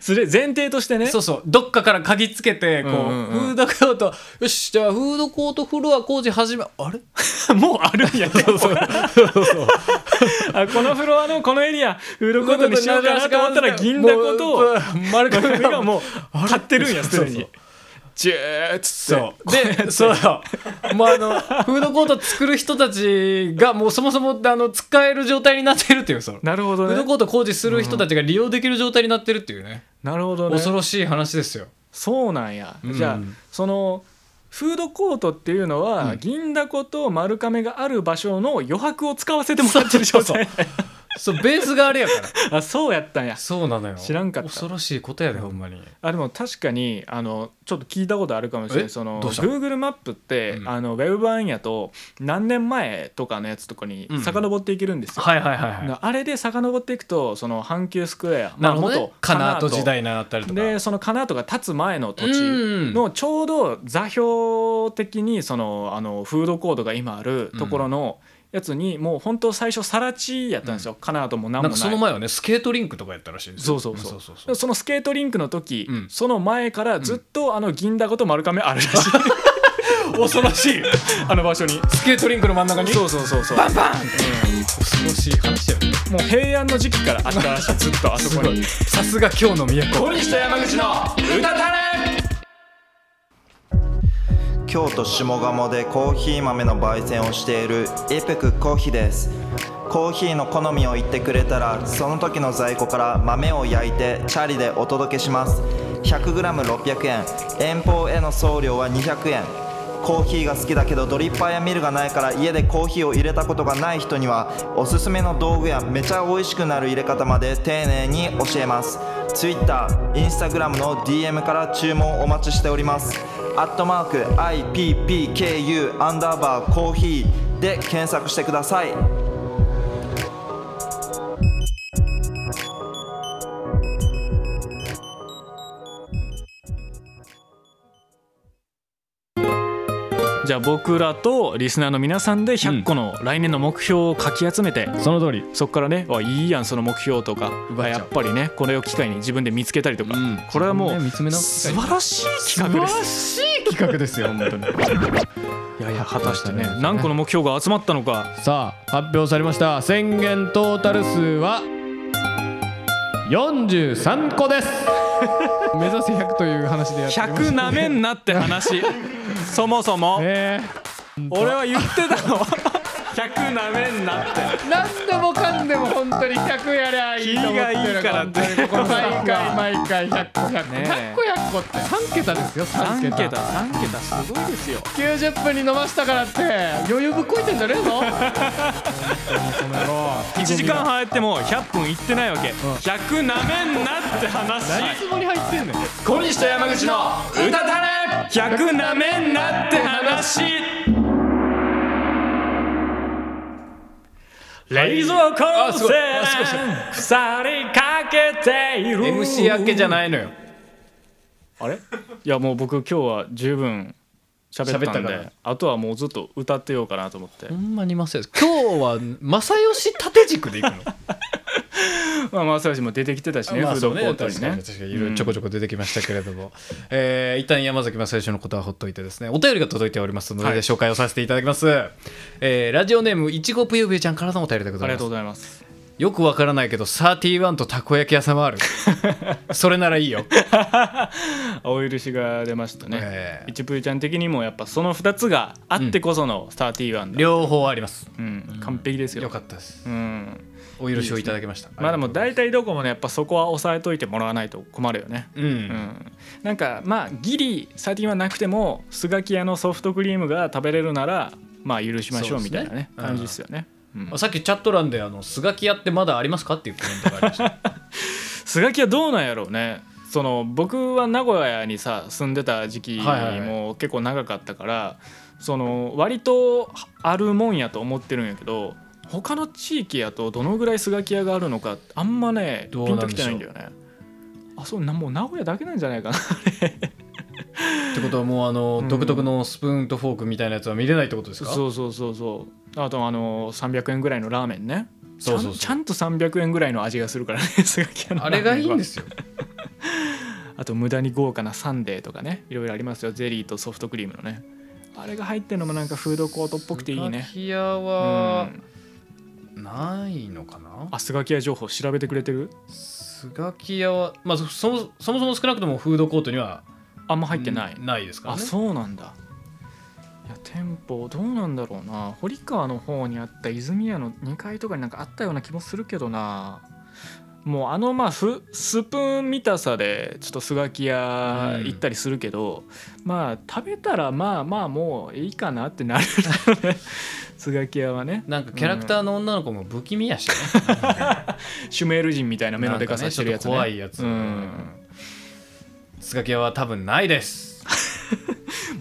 B: それ前提としてね
A: そうそうどっかから嗅ぎつけてこう、
B: うんうんうん
A: フードコートよしじゃあフードコートフロア工事始めあ れ
B: もうあるんやね
A: そうそうそう
B: あこのフロアのこのエリアフードコートにしようかなと思ったら銀だこと
A: もう丸亀
B: 丸亀
A: が
B: がもう 買ってるんやすで
A: そう
B: に
A: そう
B: ジェーっつって
A: そうでそうもうあのフードコート作る人たちがもうそもそもあの使える状態になってるっていうその
B: なるほど
A: フード
B: ね
A: コート工事する人たちが利用できる状態になってるっていうね、
B: なるほどね
A: 恐ろしい話ですよ
B: そうなんや、
A: うん
B: じゃあそのフードコートっていうのは、
A: うん
B: 銀だこと丸亀がある場所の余白を使わせてもらってる状態
A: そうそうベースがあれやから
B: あそうやったんや
A: そうなのよ
B: 知らんかった
A: 恐ろしいことやでほんまに
B: あでも確かにあのちょっと聞いたことあるかもしれな
A: え
B: いその
A: どうしたの
B: Google マップって、
A: うん
B: あのウェブ版やと何年前とかのやつとかに
A: うんうん
B: 遡っていけるんですよ、
A: はいはいはいはい
B: なあれで遡っていくとその阪急スクエア、
A: なるほど、
B: まあ
A: ね、カナート時代になったりとか
B: でそのカナートが建つ前の土地
A: 地
B: のちょうど座標的にそのあのフードコートが今あるところのやつにもう本当最初更地やったんですよ、カナートも何
A: な
B: も
A: ん
B: な
A: かそ
B: い
A: の前はねスケートリンクとかやったらしいですよ
B: そうそうそう
A: そう
B: でそのスケートリンクの時、
A: うん
B: その前からずっとあの銀だこと丸亀あるらしい、
A: 恐ろしい
B: あの場所に
A: スケートリンクの真ん中に
B: そうそうそうそう、
A: バンバン恐ろしい話やね
B: うんもう平安の時期からあったらしいずっとあそ こに
A: さすが今日の都
G: 京都下鴨でコーヒー豆の焙煎をしているエペクコーヒーですコーヒーの好みを言ってくれたらその時の在庫から豆を焼いてチャリでお届けします 100g600 円遠方への送料は200円コーヒーが好きだけどドリッパーやミルがないから家でコーヒーを入れたことがない人にはおすすめの道具やめちゃ美味しくなる入れ方まで丁寧に教えます TwitterInstagram の DM から注文お待ちしておりますアットマーク IPPKU アンダーバーコーヒーで検索してください
B: じゃあ僕らとリスナーの皆さんで100個の来年の目標をかき集めて、
A: その通り
B: そこからねあいいやんその目標とか
A: 奪っちゃう
B: やっぱりねこれを機会に自分で見つけたりと
A: う
B: か、
A: ん
B: これは
A: 自分
B: もう
A: で見つめ直す
B: 素晴らしい企画です
A: 素晴らしい企画ですよ本当に
B: いやいや果たして
A: そう
B: ね
A: ですね
B: 何個の目標が集まったのか
A: さあ発表されました宣言トータル数は43個です 目指せ100という話でやっておりま
B: 100
A: した
B: なめんなっ て話そもそも
A: え
B: 俺は言ってた の100なめんなって
A: ー、何でもかんでも本当に100やりゃいいと思ってる
B: キリがいいからって
A: 本当にここ毎回毎回100個100個、
B: ね
A: 100
B: え
A: 個100個って3桁ですよ3
B: 3
A: 桁
B: 桁3桁すごいですよ
A: 90分に伸ばしたからって余裕ぶっこいてんじゃねえぞ
B: 1時間入っても100分いってないわけ100なめんなって
A: 何
B: 話
A: つもり入ってんねん
B: 小西と山口の歌たれ100なめんなって話冷蔵庫
A: あすごい
B: で
A: あすごいす
B: 鎖かけている
A: MC 明けじゃないのよ
B: あれいやもう僕今日は十分喋っ
A: 喋
B: たん
A: ったか
B: で
A: ら
B: あとはもうずっと歌ってようかなと思って
A: ほんまにまさです今日は正義縦軸でいくの
B: まあマーサージも出てきてたしね、
A: まあ
B: フー
A: そ
B: ド
A: う
B: コ
A: ね
B: ートにね
A: 確かに確かにいろいろちょこちょこ出てきましたけれども、 えー一旦山崎正義のことはほっといてですねお便りが届いておりますので、
B: はい
A: 紹介をさせていただきます、えーラジオネームいちごぷよぷよちゃんからのお便りでご
B: あ
A: ざ
B: り
A: いま
B: がとう
A: す
B: ございます
A: よくわからないけど31とたこ焼き屋さんはあるそれならいいよ
B: 青漆が出ましたね、
A: ええ
B: いちぷーちゃん的にもやっぱその2つがあってこそのスターティーワンだ、
A: 両方あり ます
B: うん、完璧ですよ
A: よかったです
B: うん
A: お許しをいただきました
B: まあでも大体どこもねやっぱそこは抑えといてもらわないと困るよね
A: うん、
B: うん、なんかまあギリ最近はなくてもスガキ屋のソフトクリームが食べれるならまあ許しましょうみたいなね
A: そうですねうん
B: 感じですよね、うん
A: さっきチャット欄であの「スガキ屋ってまだありますか?」っていうコメントがありま した
B: スガキ屋どうなんやろうねその僕は名古屋にさ住んでた時期
A: はいはいはい
B: も結構長かったから、その割とあるもんやと思ってるんやけど他の地域やとどのぐらいスガキ屋があるのかあんまね
A: どう
B: ピン
A: な
B: と
A: ん
B: き
A: で
B: て
A: しょ
B: な
A: う
B: いんだよねあそうなもう名古屋だけなんじゃないかな
A: ってことはもうあの、
B: うん
A: 独特のスプーンとフォークみたいなやつは見れないってことですか
B: そうそうそうそうあとあの300円ぐらいのラーメンね
A: そうそうそう
B: ちゃんちゃんと300円ぐらいの味がするからねスガキ屋の
A: あれがいいんですすよ
B: あと無駄に豪華なサンデーとかねいろいろありますよゼリーとソフトクリームのねあれが入ってるのもなんかフードコートっぽくていい
A: ス
B: ね
A: ガキ屋
B: う
A: は
B: ん
A: ないのかな
B: あスガキ屋情報調べてくれてる
A: スガキ屋は、まあ、そそもそもそも少なくともフードコートには
B: あんま入ってない、
A: うんないですから
B: あ
A: ね
B: そうなんだいや店舗どうなんだろうな堀川の方にあった泉屋の2階とかになんかあったような気もするけどなもうあのまあふスプーン見たさでちょっとスガキ屋行ったりするけど、まあ食べたらまあまあもういいかなって なるよねスガキ屋はね
A: なんかキャラクターの女の子も不気味やしね、
B: シュメール人みたいな目のでかさしてるやつね
A: なんかねちょっと怖いやつ
B: うん
A: スガキ屋は多分ないです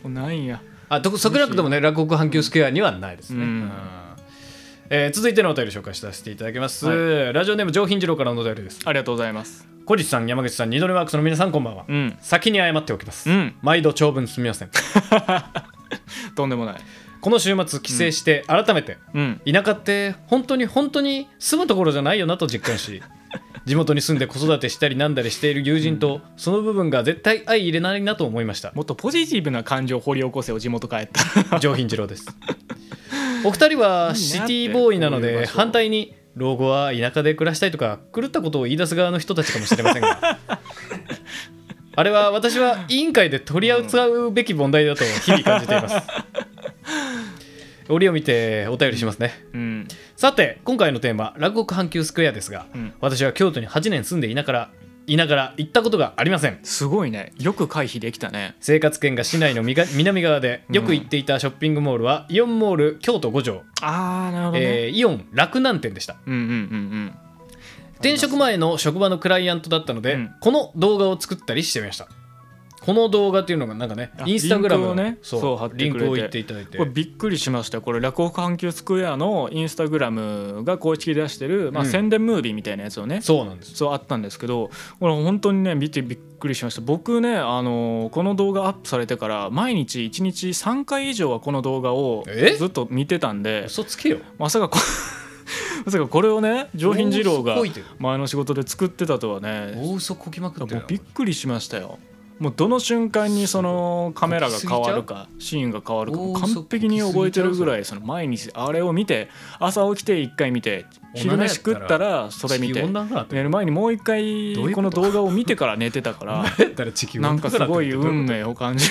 B: もうないんや
A: あどこ少なくともね落国阪急スクエアにはないですね、
B: うん
A: うんえー続いてのお便り紹介させていただきます、ラジオネーム上品次郎からのお便りです
B: ありがとうございます
A: 小西さん山口さん二度寝ワークスの皆さんこんばんは、
B: うん
A: 先に謝っておきます、
B: うん
A: 毎度長文すみません
B: とんでもない
A: この週末帰省して改めて
B: うん
A: 田舎って本当に本当に住むところじゃないよなと実感 し地元に住んで子育てしたりなんだりしている友人とその部分が絶対相入れないなと思いました
B: もっとポジティブな感情を掘り起こせよ地元帰ったら
A: 上品次郎 ですお二人はい
B: いなって
A: シティボーイなの
B: こういう
A: で
B: 場所
A: 反対に老後は田舎で暮らしたいとか狂ったことを言い出す側の人たちかもしれませんがあれは私は委員会で取り扱うべき問題だと日々感じてい ます折を見てお便りしますね
B: うん
A: さて今回のテーマ「落語阪急スクエア」ですが、
B: うん
A: 私は京都に8年住んでいながらいながら行ったことがありません
B: すごいねよく回避できたね
A: 生活圏が市内のみ が南側でよく行っていたショッピングモールはイオンモール京都五条
B: ああなるほどね、
A: えーイオン洛南店でした
B: うんうんうん
A: 転職前の職場のクライアントだったので、
B: うん
A: この動画を作ったりしてみましたこの動画っていうのがなんかね
B: あ
A: インスタグラムの
B: リンクをね
A: そう
B: そう貼ってくれ
A: リ
B: て
A: ンクを言っていただいて
B: これびっくりしましたよこれ落語阪急スクエアのインスタグラムが公式で出してる、まあ、
A: うん
B: 宣伝ムービーみたいなやつをね、
A: そうなんです
B: そうあったんですけどこれ本当にね見てびっくりしました僕ねあのこの動画アップされてから毎日1日3回以上はこの動画を
A: え
B: ずっと見てたんで
A: 嘘つけよ
B: まさかこ まさかこれをね上品二郎が
A: 大嘘こいてる
B: 前の仕事で作ってたとはね
A: 大嘘こきまくってる
B: も
A: な
B: うびっくりしましたよもうどの瞬間にそのカメラが変わるかシーンが変わるかもう
A: おー
B: 完璧に覚えてるぐらいその毎日あれを見て朝起きて1回見て
A: お腹
B: 昼飯食ったらそれ見
A: 地球
B: て
A: 温暖化な って
B: 寝る前にもう一回
A: どういう
B: こ
A: こ
B: の
A: と
B: 動画を見てから寝てたから
A: だったら地球
B: なんかすごい
A: どううこと
B: 運命を感じ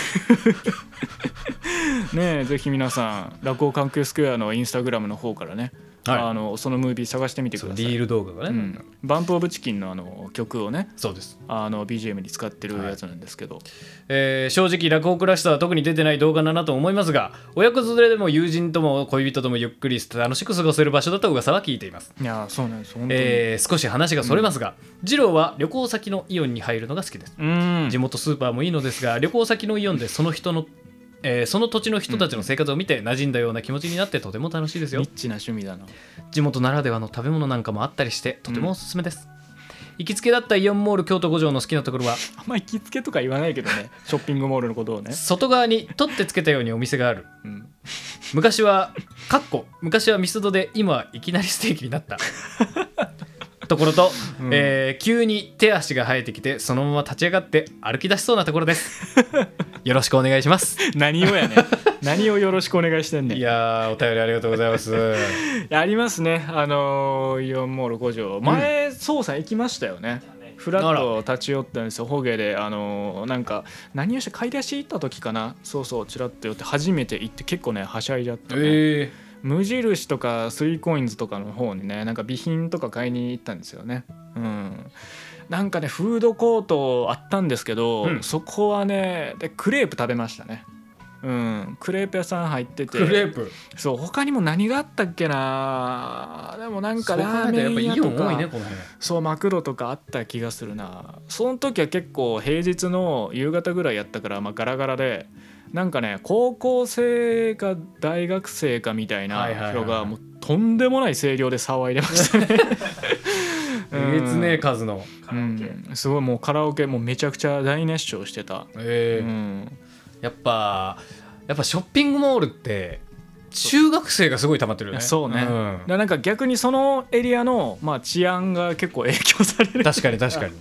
B: るねえぜひ皆さん落語関係スクエアのインスタグラムの方からね、
A: はい
B: あのそのムービー探してみてくださ
A: リー
B: い。
A: ル動画が
B: う
A: ね、
B: ん、バンプ・オブ・チキンのあの曲をね
A: そうです、
B: あの BGM に使ってるやつなんですけど、
A: えー正直落語クラスターは特に出てない動画だなと思いますが親子連れでも友人とも恋人ともゆっくり楽しく過ごせる場所だと噂は聞いています
B: い、やーそうなんです本当に、
A: えー少し話がそれますが、二郎は旅行先のイオンに入るのが好きです、
B: うん
A: 地元スーパーもいいのですが旅行先のイオンでその人の、えーその土地の人たちの生活を見て馴染んだような気持ちになってとても楽しいですよ
B: ニッチな趣味だな
A: 地元ならではの食べ物なんかもあったりしてとてもおすすめです、行きつけだったイオンモール京都五条の好きなところは
B: あんまり行きつけとか言わないけどねショッピングモールのこと をね、
A: 外側に取ってつけたようにお店がある
B: うん、
A: 昔はかっこ昔はミスドで今はいきなりステーキになったところと、
B: うん
A: えー急に手足が生えてきてそのまま立ち上がって歩き出しそうなところです よろしくお願いします
B: 何をやねん何をよろしくお願いしてんねん
A: い
B: いや
A: やーお便りありがとうございます
B: ありますねあのー、4も6条前捜査行きましたよねフラッと立ち寄ったんですよホゲであのー、なんか何をして買い出し行った時かなそうそうチラッと寄って初めて行って結構ねはしゃいじゃったね、
A: え
B: 無印とかスイコインズとかの方にねなんか備品とか買いに行ったんですよねうんなんかねフードコートあったんですけど、
A: うん
B: そこはねでクレープ食べましたねうんクレープ屋さん入ってて
A: クレープ
B: そう他にも何があったっけなでもなんかラー
A: そう考えたらやっ
B: メ
A: ぱ
B: ン
A: イ
B: 屋
A: オ
B: と
A: ン多い
B: か
A: ねこの辺
B: そうマクロとかあった気がするなその時は結構平日の夕方ぐらいやったから、まあ、ガラガラでなんかね高校生か大学生かみたい
A: はいはいはいは
B: ない人がもうとんでもない声量で騒いでまし たねうん
A: えげつねえ数の
H: カラオケ
B: うんすごいもうカラオケもうめちゃくちゃ大熱唱してた、
A: えー
B: うん
A: やっぱやっぱショッピングモールって中学生がすごい溜まってるよね
B: そうね
A: ん
B: だなんか逆にそのエリアの、まあ、治安が結構影響される
A: 確かに確かに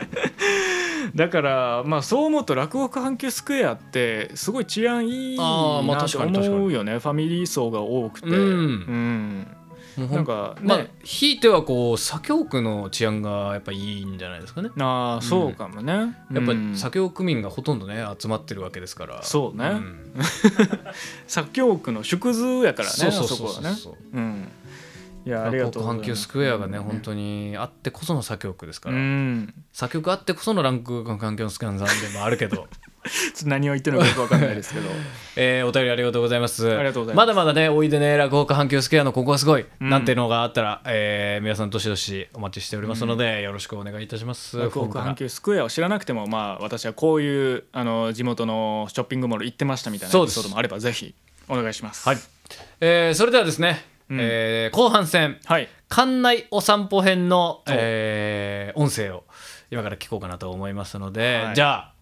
B: だからまあそう思うと落語家阪急スクエアってすごい治安いい
A: あーまあ
B: なと
A: 確かに確かに
B: 思うよねファミリー層が多くて、
A: うん
B: うん
A: な
B: なんん
A: か
B: かね、
A: まあひいてはこう左京区の治安がやっぱいいんじゃないですかね
B: あーそうかもね、
A: やっぱ
B: うん
A: 左京区民がほとんどね集まってるわけですから
B: そうね
A: ん
B: 左京区の縮図やからね
A: そうそうそう
B: あ
A: そ
B: こ
A: う
B: はね
A: そう
B: うんいやありが
A: 左京
B: と
A: 区
B: うござ
A: 阪
B: います
A: 急スクエアがね本
B: に
A: 当にあってこその左京区ですか
B: う
A: ら
B: ん
A: 左京区あってこそのランク環境スキャンさんでもあるけど
B: ちょっと何を言ってるのかよくわかんないですけど
A: えーお便りありがとうございます。
B: ありがとうござい
A: ま
B: ます
A: だまだね、おいでね、落語家、阪急スケアのここはすごい、
B: うん
A: なんていうのがあったら、えー皆さん、どしどしお待ちしておりますので、よろしくお願いいたします。
B: 落語
A: フォーム
B: 家
A: から
B: 阪急スクエアを知らなくてもまあ私はこういうあの地元のショッピングモール行ってましたみたいなエ
A: そう
B: ピ
A: です
B: ソードもあればぜひお願いします
A: はいえーそれではですね、
B: うん
A: えー後半戦、
B: はい
A: 館内お散歩編の、
B: お
A: えー音声を今から聞こうかなと思いますので、
B: はい
A: じゃあ、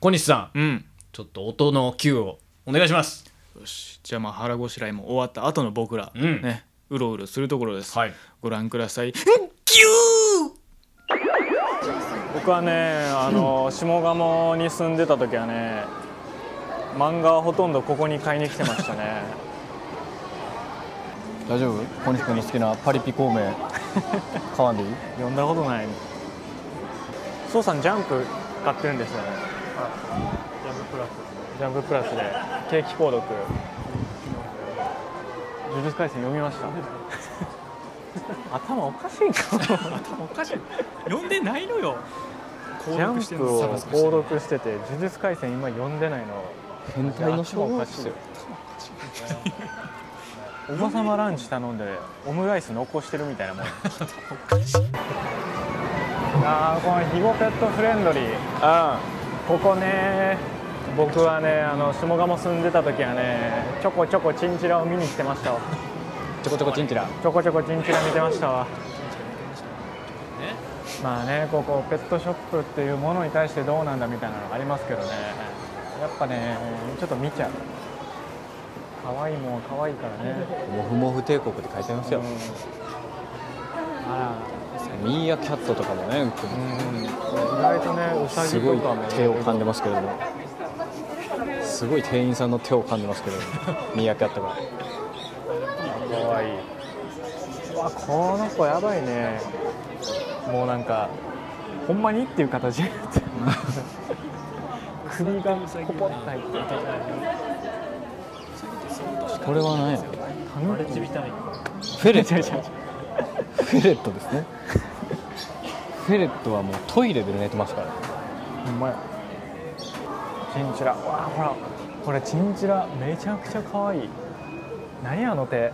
A: 小西さん、
B: うん
A: ちょっと音の Q をお願いします。
B: よしじゃあまあ腹ごしらえも終わった後の僕ら、
A: うん
B: ねうろうろするところです、
A: はい、
B: ご覧ください
I: 僕はねあの下鴨に住んでた時はね漫画はほとんどここに買いに来てましたね
J: 大丈夫小西君の好きなパリピ孔 明買わんでいい
I: 読んだことないそうさんジャンプ買ってるんですよねジャンププラス ジャンププラスで定期購読呪術廻戦読み ました頭おかしいんかも
B: 頭おかしい呼んでないのよ
I: ジャンプを購読してて呪術廻戦今読んでないの
J: 変態の小学生
I: おばさまランチ頼んでオムライス残してるみたいなもんああこの肥後ペットフレンドリーうんここね僕はねあの下鴨住んでた時はねちょこちょこチンチラを見に来てましたわ
J: ちょこちょこチンチラ
I: ちょこちょこチンチラ見てましたわまあねここペットショップっていうものに対してどうなんだみたいなのありますけどねやっぱねちょっと見ちゃう可愛いもんは可愛いからね
J: モフモフ帝国って書いてますよ、
I: あ
J: ミーアキャットとかもね売ってます
I: ら、うん、意外とね、うさぎ
J: すごい
I: とかも、ね、
J: 手を噛んでますけれどもすごい店員さんの手を噛んでます けれどもミーアキャットが
I: 可愛い。うわ、この子やばいね。もうなんか、ほんまにっていう形。 首がポポッと入ってる。
J: これは何やろ
H: バレッジみたい
J: フェレットフェレットですねフェレットはもうトイレで寝てますから
I: ほんまや。チンチラ、わあ、ほら、これチンチラ、めちゃくちゃ可愛い。何あの手。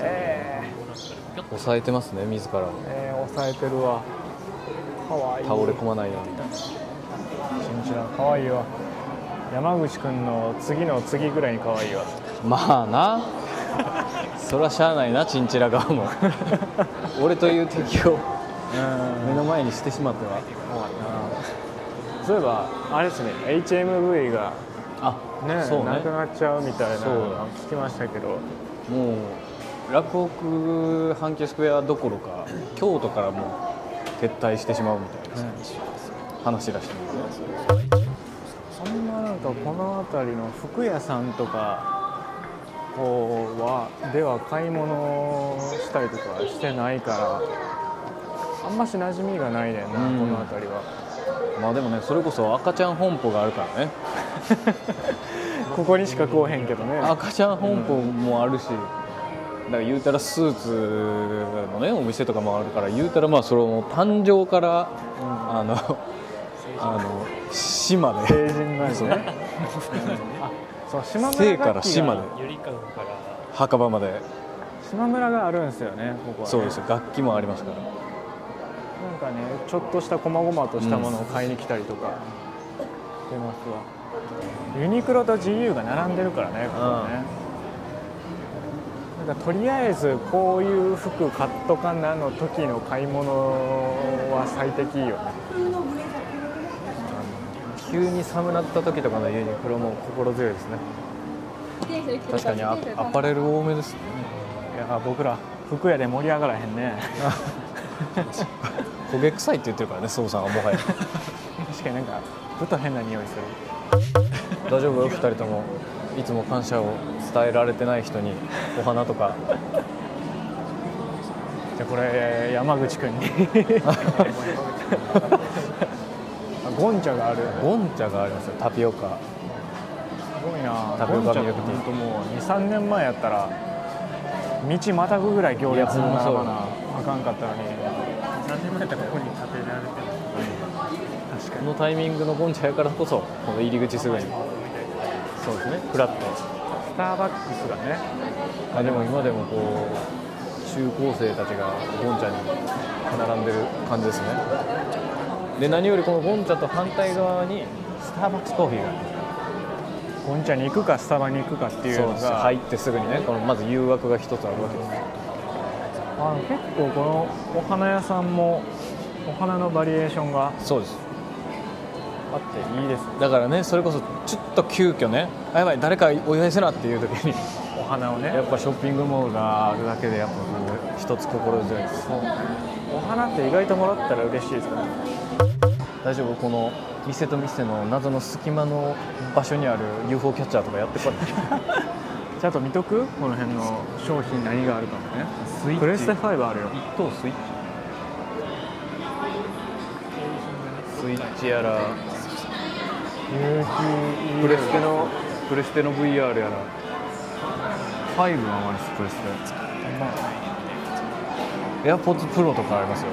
I: えー
J: 抑えてますね自らを
I: えー、抑えてるわかわいい
J: 倒れ込まないように
I: チンチラかわいいわ山口くんの次の次ぐらいにかわいいわ
J: まあなそりゃしゃあないなチンチラ側も俺という敵を目の前にしてしまっては
I: そういえばあれですね HMV が
J: あ
I: ね
J: そう
I: な
J: ね
I: くなっちゃうみたいな
J: そう
I: の聞きましたけど
J: もう
A: 洛北阪急スクエアどころか京都からもう撤退してしまうみたいな話らしいんですね
I: そんななんかこの辺りの服屋さんとかこうはでは買い物したりとかはしてないからあんまし馴染みがないねんな、
A: うん
I: この辺りは
A: まあでもねそれこそ赤ちゃん本舗があるからね
I: ここにしか来おへんけどね
A: 赤ちゃん本舗もあるし、だから言うたらスーツのねお店とかもあるから言うたらまあそれも誕生から、あのあの市まで
I: 成人なんで
A: そう
I: ねあそう島村
A: 生
I: 楽器
A: から
I: が
A: 市まで
K: ゆりかごから
A: 墓場まで
I: 島村があるんですよねここはね
A: そうですよ楽器もありますから
I: なんかねちょっとした細々としたものを買いに来たりとかしてますわ、ユニクロと GU が並んでるからねここね、なんかとりあえずこういう服買っとかなの時の買い物は最適よね
L: 急に寒なった時とかのユニクロも心強いですね
A: 確かにアアパレル多めですね
I: いや僕ら服屋で盛り上がらへんね
A: 焦げ臭いって言ってるからね宋さんはもはや
I: 確かになんかふと変な匂いする
A: 大丈夫2人ともいつも感謝を伝えられてない人にお花とか
I: じゃあこれ山口くん にあゴンチャがある
A: ゴンチャがありますよタピオカ
I: すごいな
A: タピオカミルクティー
I: 本当もう23年前やったら道またぐぐらい行列
A: いやほ
I: に
A: んまそ
I: 並
A: う
I: ば
A: だ
I: な
A: な
I: あかんかったのに
K: 何年前だったらここに建てられてる
A: このタイミングのゴンチャやからこそこの入り口すぐにそうですねフラット
I: スターバックスがね
A: あでも今でもこう中高生たちがゴンチャに並んでる感じですねで何よりこのゴンチャと反対側にスターバックスコーヒーが
I: ゴンチャに行くかスタバに行くかっていう
A: そう
I: の
A: です
I: が
A: 入ってすぐにねこのまず誘惑が一つあるわけです
I: あの結構このお花屋さんもお花のバリエーションが
A: そうです
I: あっていいですね
A: だからねそれこそちょっと急遽ねあやばい誰かお祝いせなっていう時に
I: お花を
A: や
I: ね
A: っぱショッピングモールがあるだけでやっぱこう一つ心強いです
I: お花って意外ともらったら嬉しいですからね
A: 大丈夫この店と店の謎の隙間の場所にある UFO キャッチャーとかや ってこい
I: ちゃんと見とくこの辺の商品何があるかもね
A: スイ
I: プレステ5あるよ
A: 一等スイッチスイッチやら
I: 有機
A: プレステのプレステの VR やら5はありますプレステエアポッ d プロとかありますよ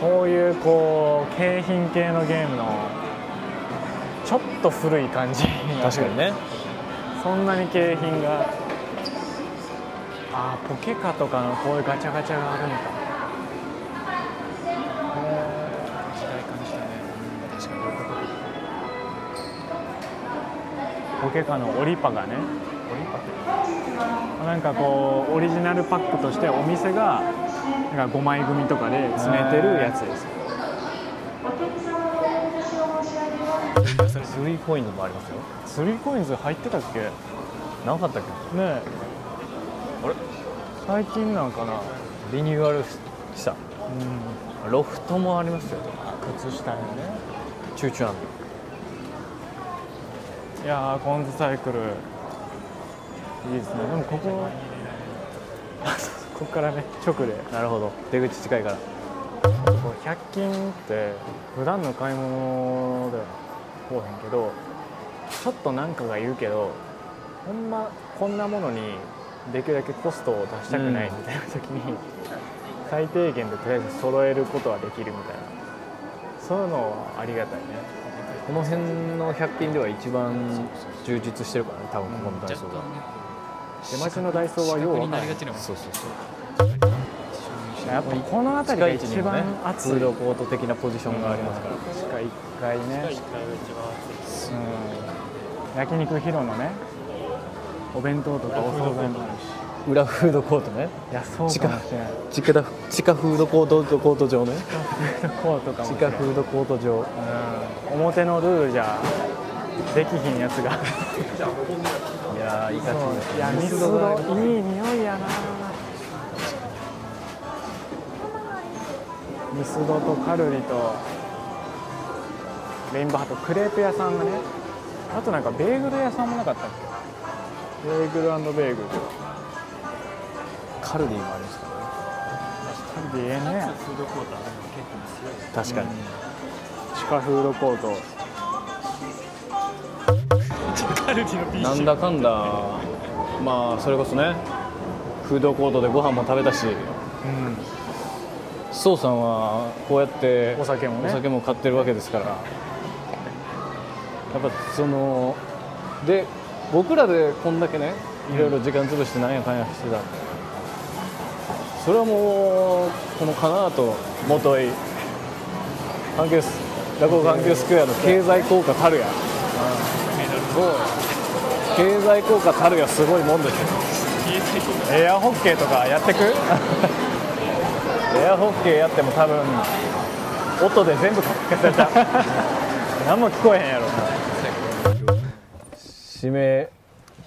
I: こういうこう景品系のゲームのちょっと古い感じ
A: 確かにね
I: そんなに景品があーポケカとかのこういうガチャガチャがあるのかへー時代感じたねポケカのオリパがねなんかこうオリジナルパックとしてお店がなんか5枚組とかで詰めてるやつです
A: スリーコインもありますよ
I: スリーコインズ入ってたっけね
A: なかったっけ
I: えあれ最近なんかな
A: リニューアルした
I: うん
A: ロフトもありますよ
I: 靴下にね
A: チューチューアン
I: いやーコンズサイクルいいですねでもここあそうそうここからね直で
A: なるほど出口近いから
I: ここ100均って普段の買い物ではこうへんけどちょっとなんかが言うけどほんまこんなものにできるだけコストを出したくないみたいな時に、最低限でとりあえず揃えることはできるみたいなそういうのはありがたいね
A: この辺の100均では一番充実してるからね多分ここのダイ
K: 若
A: ソー
K: 干
A: が
K: ね
I: 出待ちのダイソーはよう
K: こ
I: わ
K: にな
I: から
K: り
I: ん
K: がちなもん
A: そうそうそう
I: やっぱこの辺
A: 近
I: りが
A: い位置に
I: 一
A: もね
I: 番暑い
A: フードコート的なポジションがありますから
I: しか1階ね、
K: 一回が一番暑い
I: うん、焼肉ヒロのねお弁当とかお惣菜もあるし
A: 裏フードコートね
I: いやそうかもしれない
A: 地下だ地下フードコートコート上ね
I: こうとかも
A: 地
I: しれ
A: 下
I: ない
A: フードコート上
I: うん表のルールじゃできひんやつが
A: い
M: やーいい感じです
I: いやミスドいい匂いやなミスドとカルリとレインボーハートクレープ屋さんがねあとなんかベーグル屋さんもなかったっけベーグルベーグル
M: カルディもありますからね
I: カルディええね
H: フードコートあるの結構強い
M: 確かに、
I: 地下フードコート
H: カルディの BG
M: なんだかんだまあそれこそねフードコートでご飯も食べたし、ソウさんはこうやって
I: お酒もね
M: お酒も買ってるわけですからやっぱそので僕らでこんだけねいろいろ時間潰してなんやかんやしてたんでそれはもうこのかなと元井環境ス落語環境スクエアの経済効果たるや経済効果たるやすごいもんですよ
I: エアホッケーとかやってく
M: エアホッケーやっても多分音で全部かき消された
I: 何も聞こえへんやろ
M: 締め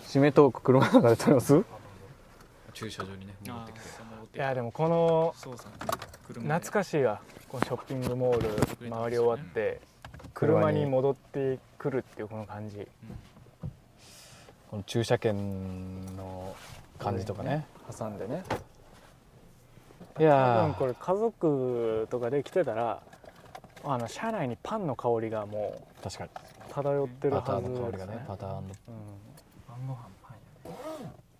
M: 締めトーク車の中で撮ります
A: 駐車場にね戻ってきて
I: いやでもこの
B: そうさん車
I: 懐
B: で
I: かしいわこのショッピングモール回り終わって車に戻ってくるっていうこの感じ
M: この駐車券の感じとかね
I: 挟んでね
M: い
I: 多分
M: や
I: これ家族とかで来てたらあの車内にパンの香りがも
M: ー確かに
I: う漂ってる
M: バ
I: は
M: ター
I: ず
M: の香り
I: で
M: が
I: す
M: ね
I: ね
M: バターの
I: うん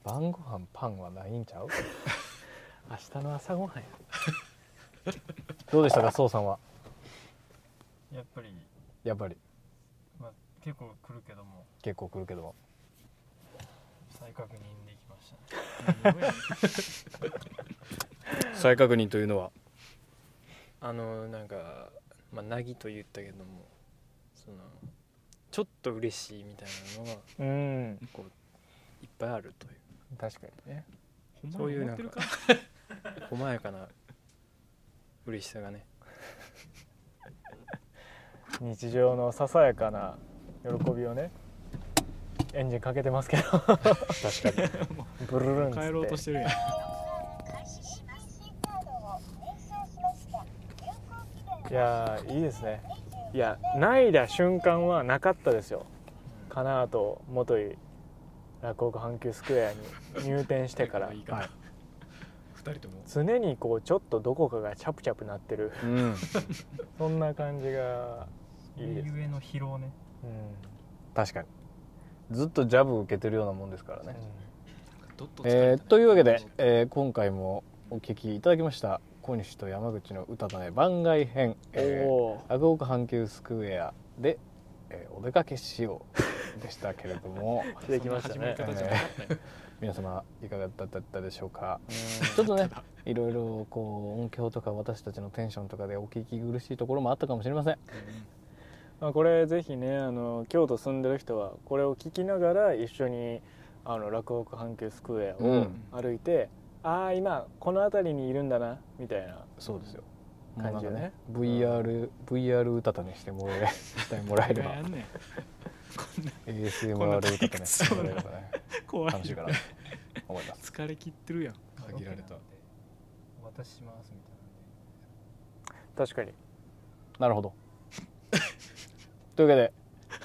H: 晩ご飯パンや
M: 晩ご飯パンはないんちゃう
I: 明日の朝ごはんや
M: どうでしたかそうさんは
H: やっぱり、
M: やっぱり
H: まあ、結構来るけども
M: 結構来るけど
H: 再確認できましたね
M: 再確認というのは
H: あのなんかまあなぎと言ったけどもそのちょっと嬉しいみたいなのが
I: うん
H: いっぱいあるという
I: 確かにね
H: そういうなん
B: 思ってる
H: か 細やかな嬉しさがね
I: 日常のささやかな喜びをねエンジンかけてますけど確かに ブルルンっつって
B: 帰ろうとしてるやん
I: いやーいいですねいやないだ瞬間はなかったですよかなと元井落語家阪急スクエアに入店してから
A: いいかな二人とも
I: 常にこうちょっとどこかがチャプチャプなってる
M: うん
I: そんな感じがいいです、
H: ゆえの疲労ね
I: う
M: 確かにずっとジャブ受けてるようなもんですからね
I: ん、
B: どっと疲れたね
M: えーというわけで、えー今回もお聞きいただきました小西と山口の歌だね番外編、えー
I: おー
M: アグオク阪急スクエアで、えーお出かけしようでしたけれど も
I: できましたね
M: えー皆様いかがだったでしょうかちょっとねいろいろこう音響とか私たちのテンションとかでお聞き苦しいところもあったかもしれません
I: まあ、これぜひねあの京都住んでる人はこれを聞きながら一緒にあの落北阪急スクエア
M: う
I: を
M: ん
I: 歩いて、ああ今この辺りにいるんだなみたいな
M: そうですよもうな
I: 感
M: ん
I: じ
M: か
I: よ
M: ね
I: ね
M: VR, VR 歌だねしてもらえしてもらえれば
B: やんねんこんな退
M: ASMR 歌だね
B: 屈
M: して
B: そう
M: も
B: な
M: らえれ ばね
B: 怖い
M: 楽しいかなと思います
B: 疲れ切ってるやん
A: 限られた
H: お渡ししますみたいな
I: 確かに
M: なるほどというわけ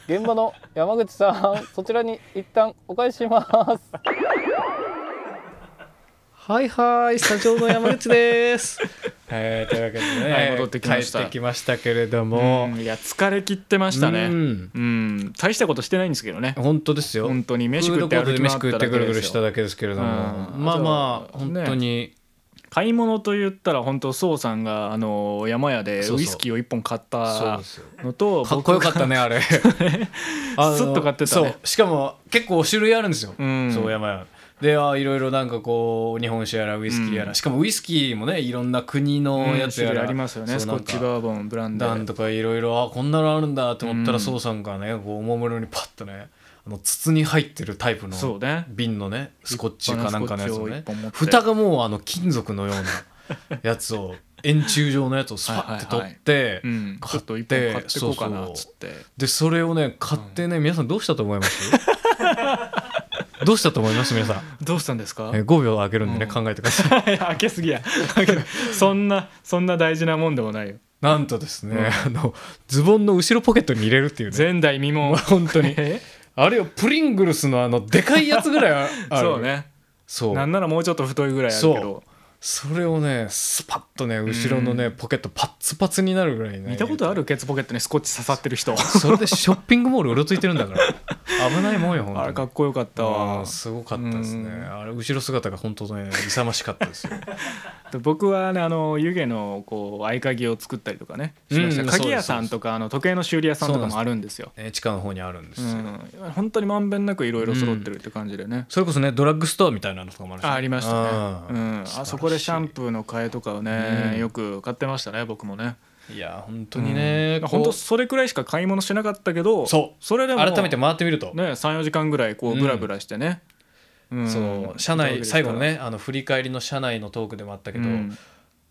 M: で現場の山口さんそちらに一旦お返しします
A: はいはいスタジオの山口です、えー、というわけでね、
B: はい戻ってきました
A: 帰ってきましたけれども、
B: うんいや疲れ切ってました
A: う
B: ね
A: ん
B: うん大したことしてないんですけどね
A: 本当ですよ
B: 本当に飯
A: フー
B: 食
A: ド
B: っ
A: コ
B: て
A: ート
B: 歩
A: で
B: き回
A: 飯食
B: った
A: っ
B: だけ
A: てぐるぐる
B: で
A: し
B: す
A: た
B: よ
A: だけですけれども、
B: うん
A: まあまあ
B: あと
A: 本当に、
B: 買い物と言ったら本当宋さんがあの山屋で
A: そうそう
B: ウイスキーを一本買っ
A: そう
B: た
A: ですよ
B: のと
A: かっこよかったねあれ あの
B: スッと買ってたね
A: そうしかも結構種類あるんですよ、
B: うん
A: そう山々であいろいろなんかこう日本酒やらウイスキーやら、
B: うん
A: しかもウイスキーもねいろんな国のやつやら、
B: ありますよね
A: そ
B: ス
A: う
B: コ
A: なん
B: ッ
A: か
B: チバーボンブランダ
A: な
B: ー
A: んとかいろいろあこんなのあるんだと思ったら、
B: うん
A: そうさんがねこうおもむろにパッとねあの筒に入ってるタイプの
B: そうね
A: 瓶のねスコッチかなんかのやつをね
B: 立派なスコッチを一本持って
A: 蓋がもうあの金属のようなやつを円柱状のやつをスパッて取って、
B: うんち
A: 買っ
B: ょってと一本買ってこうかなっつって
A: でそれをね買ってね、皆さんどうしたと思います どうしたと思います皆さん、
B: どうしたんですか
A: えー、5秒開けるんでね、考えてくだ さい
B: 開けすぎや開けそんなそんな大事なもんでもないよ
A: なんとですね、あのズボンの後ろポケットに入れるっていうね
B: 前代未聞本当に
A: あれよプリングルスのあのでかいやつぐらいある
B: そうね
A: そう
B: なんならもうちょっと太いぐらいあるけど
A: そそれをねスパッとね後ろのね、ポケットパッツパツになるぐらいね
B: 見たことあるケツポケットにスコッチ刺さってる人
A: それでショッピングモールうろついてるんだから危ないもんよ本当に
B: あれかっこよかった
A: うん
B: わ
A: すごかったですね
B: うん
A: あれ後ろ姿が本当ね勇ましかったです よ
B: で僕はねあの湯気のこう合鍵を作ったりとかねしました
A: うん
B: 鍵屋さんとかあの時計の修理屋さんとかもあるんですよ
A: ね地下の方にあるんですよ、
B: うん本当にまんべんなくいろいろ揃ってるって感じでね
A: それこそねドラッグストアみたいなのとかもあるし
B: あありましたね、う
A: うん
B: ん、あそこでシャン
A: ー
B: プーの替えとかをね、よく買ってましたね僕もね
A: いや本当にね、
B: うん
A: こう
B: 本当それくらいしか買い物しなかったけど
A: そう
B: れでも
A: 改めて回ってみると、
B: ね34時間ぐらいこうブラブラしてね、うん
A: そう社内最後の、ねあの振り返りの社内のトークでもあったけ
B: う
A: ど、
B: ん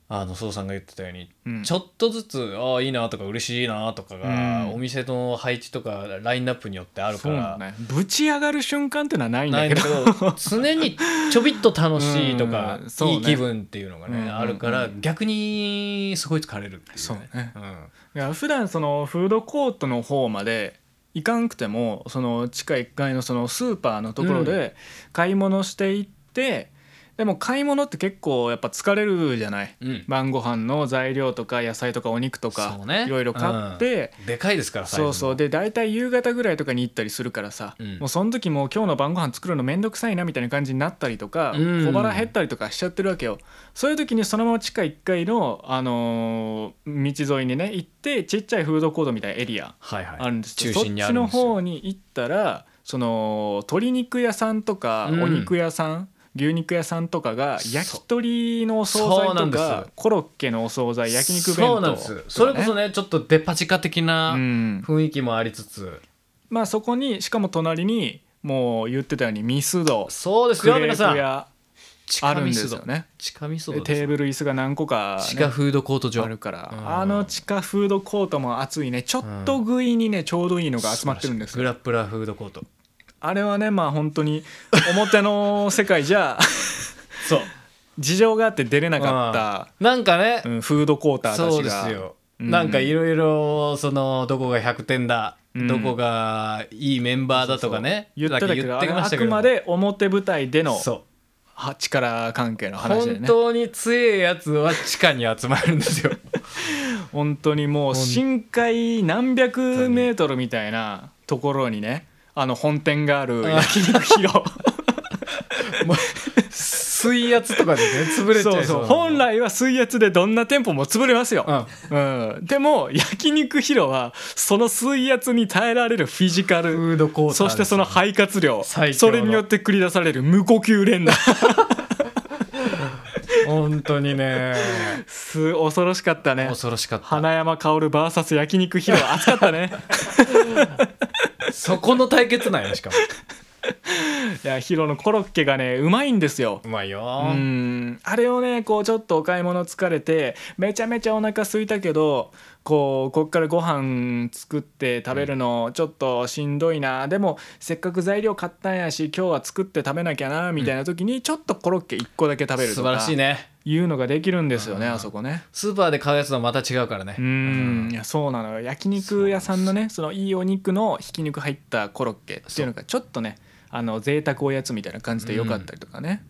A: あの蒼さんが言ってたように、
B: うん
A: ちょっとずつああいいなとか嬉しいなとかが、
B: うん
A: お店の配置とかラインナップによってある
B: そ
A: か
B: うな
A: ら
B: んだねぶち上がる瞬間っていうのはないん
A: な
B: だ
A: い
B: け
A: んだ
B: ど
A: けど常にちょびっと楽しいとか、
B: うんそうね
A: いい気分っていうのがね、
B: うんうんうん
A: あるから逆にすごい疲れるっていう、ね、
B: そうね
A: ん
B: いや普段そのフードコートの方まで行かんくてもその地下1階のそのスーパーのところで買い物していって、でも買い物って結構やっぱ疲れるじゃない
A: うん
B: 晩ご飯の材料とか野菜とかお肉とか
A: そうね
B: いろいろ買って、
A: でかいですからサイズ
B: そ
A: も
B: うそうで大体夕方ぐらいとかに行ったりするからさ、
A: うん
B: もうその時もう今日の晩ご飯作るのめんどくさいなみたいな感じになったりとか、
A: うん
B: 小腹減ったりとかしちゃってるわけよそういう時にそのまま地下1階の、あのー道沿いにね行ってちっちゃいフードコートみたいなエリア
A: はいはい
B: あるんですけど、
A: 中心にあるんです
B: そっ
A: よ
B: ちの方に行ったらその鶏肉屋さんとか
A: うん
B: お肉屋さん、牛肉屋さんとかが
A: そう
B: 焼き鳥のお惣
A: そうな
B: 菜
A: ん
B: と
A: です
B: かコロッケのお惣菜焼肉弁当
A: そうなんですそれこそ
B: ね、
A: ねちょっとデパ地下的
B: う、
A: なん雰囲気もありつつ、
B: まあそこにしかも隣にもう言ってたようにミスド
A: そうです
B: クレ
A: よ
B: ー
A: 皆
B: プ
A: さん
B: 屋あるんですよね
A: 地下味噌
B: で
A: だ
B: テーブル椅子が何個か、
A: 地下
B: ね、
A: フードコート上
B: あるから
A: うん
B: あの地下フードコートも熱いねちょっと食いにねちょうどいいのが集まってるんです
A: グ
B: よ
A: ラプラフードコート
B: あれはねまあ本当に表の世界じゃ
A: そう
B: 事情があって出れなか
A: なんかね
B: った、うんフードコーターたちが
A: そうですよ
B: うん
A: なんかいろいろそのどこが100点だ
B: うん
A: どこがいいメンバーだとかね
B: 言ってたけど
A: 言
B: あ
A: ってき
B: れは
A: ま
B: あ
A: した
B: く
A: けど
B: まで表舞台での
A: そう
B: は力関係の話で
A: 本
B: ね
A: 当に強いやつは地下に集まるん ですよ
B: 本当にもう深海何百メートルみたいなところにねあの本店がある焼肉 広
A: 水圧とかでね潰れち
B: そ
A: ゃ
B: う
A: いそ
B: そうう
A: な
B: 本来は水圧でどんな店舗も潰れますよ、うんでも焼肉広はその水圧に耐えられるフィジカル
A: フードコート
B: そしてその肺活量
A: 最強
B: そ
A: の
B: れによって繰り出される無呼吸連 打
A: 本当にね
B: す恐ろしかったね
A: 恐ろしかった
B: 花山薫 VS 焼肉広熱かった ね
A: そこの対決なんやしかも
B: いや広のコロッケがねうまいんですよ
A: うまいよ
B: うんあれをねこうちょっとお買い物疲れてめちゃめちゃお腹空いたけどこうこっからご飯作って食べるのちょっとしんどいな、でもせっかく材料買ったんやし今日は作って食べなきゃなみたいな時にちょっとコロッケ1個だけ食べる
A: 素
B: と
A: 晴
B: から
A: しいね
B: いうのができるんですよね、あそこね。
A: スーパーで買うやつとはまた違うからね
B: うんいやそうなのよ焼肉屋さんのねそのいいお肉のひき肉入ったコロッケっていうのがちょっとねあの贅沢おやつみたいな感じでよかったりとかね、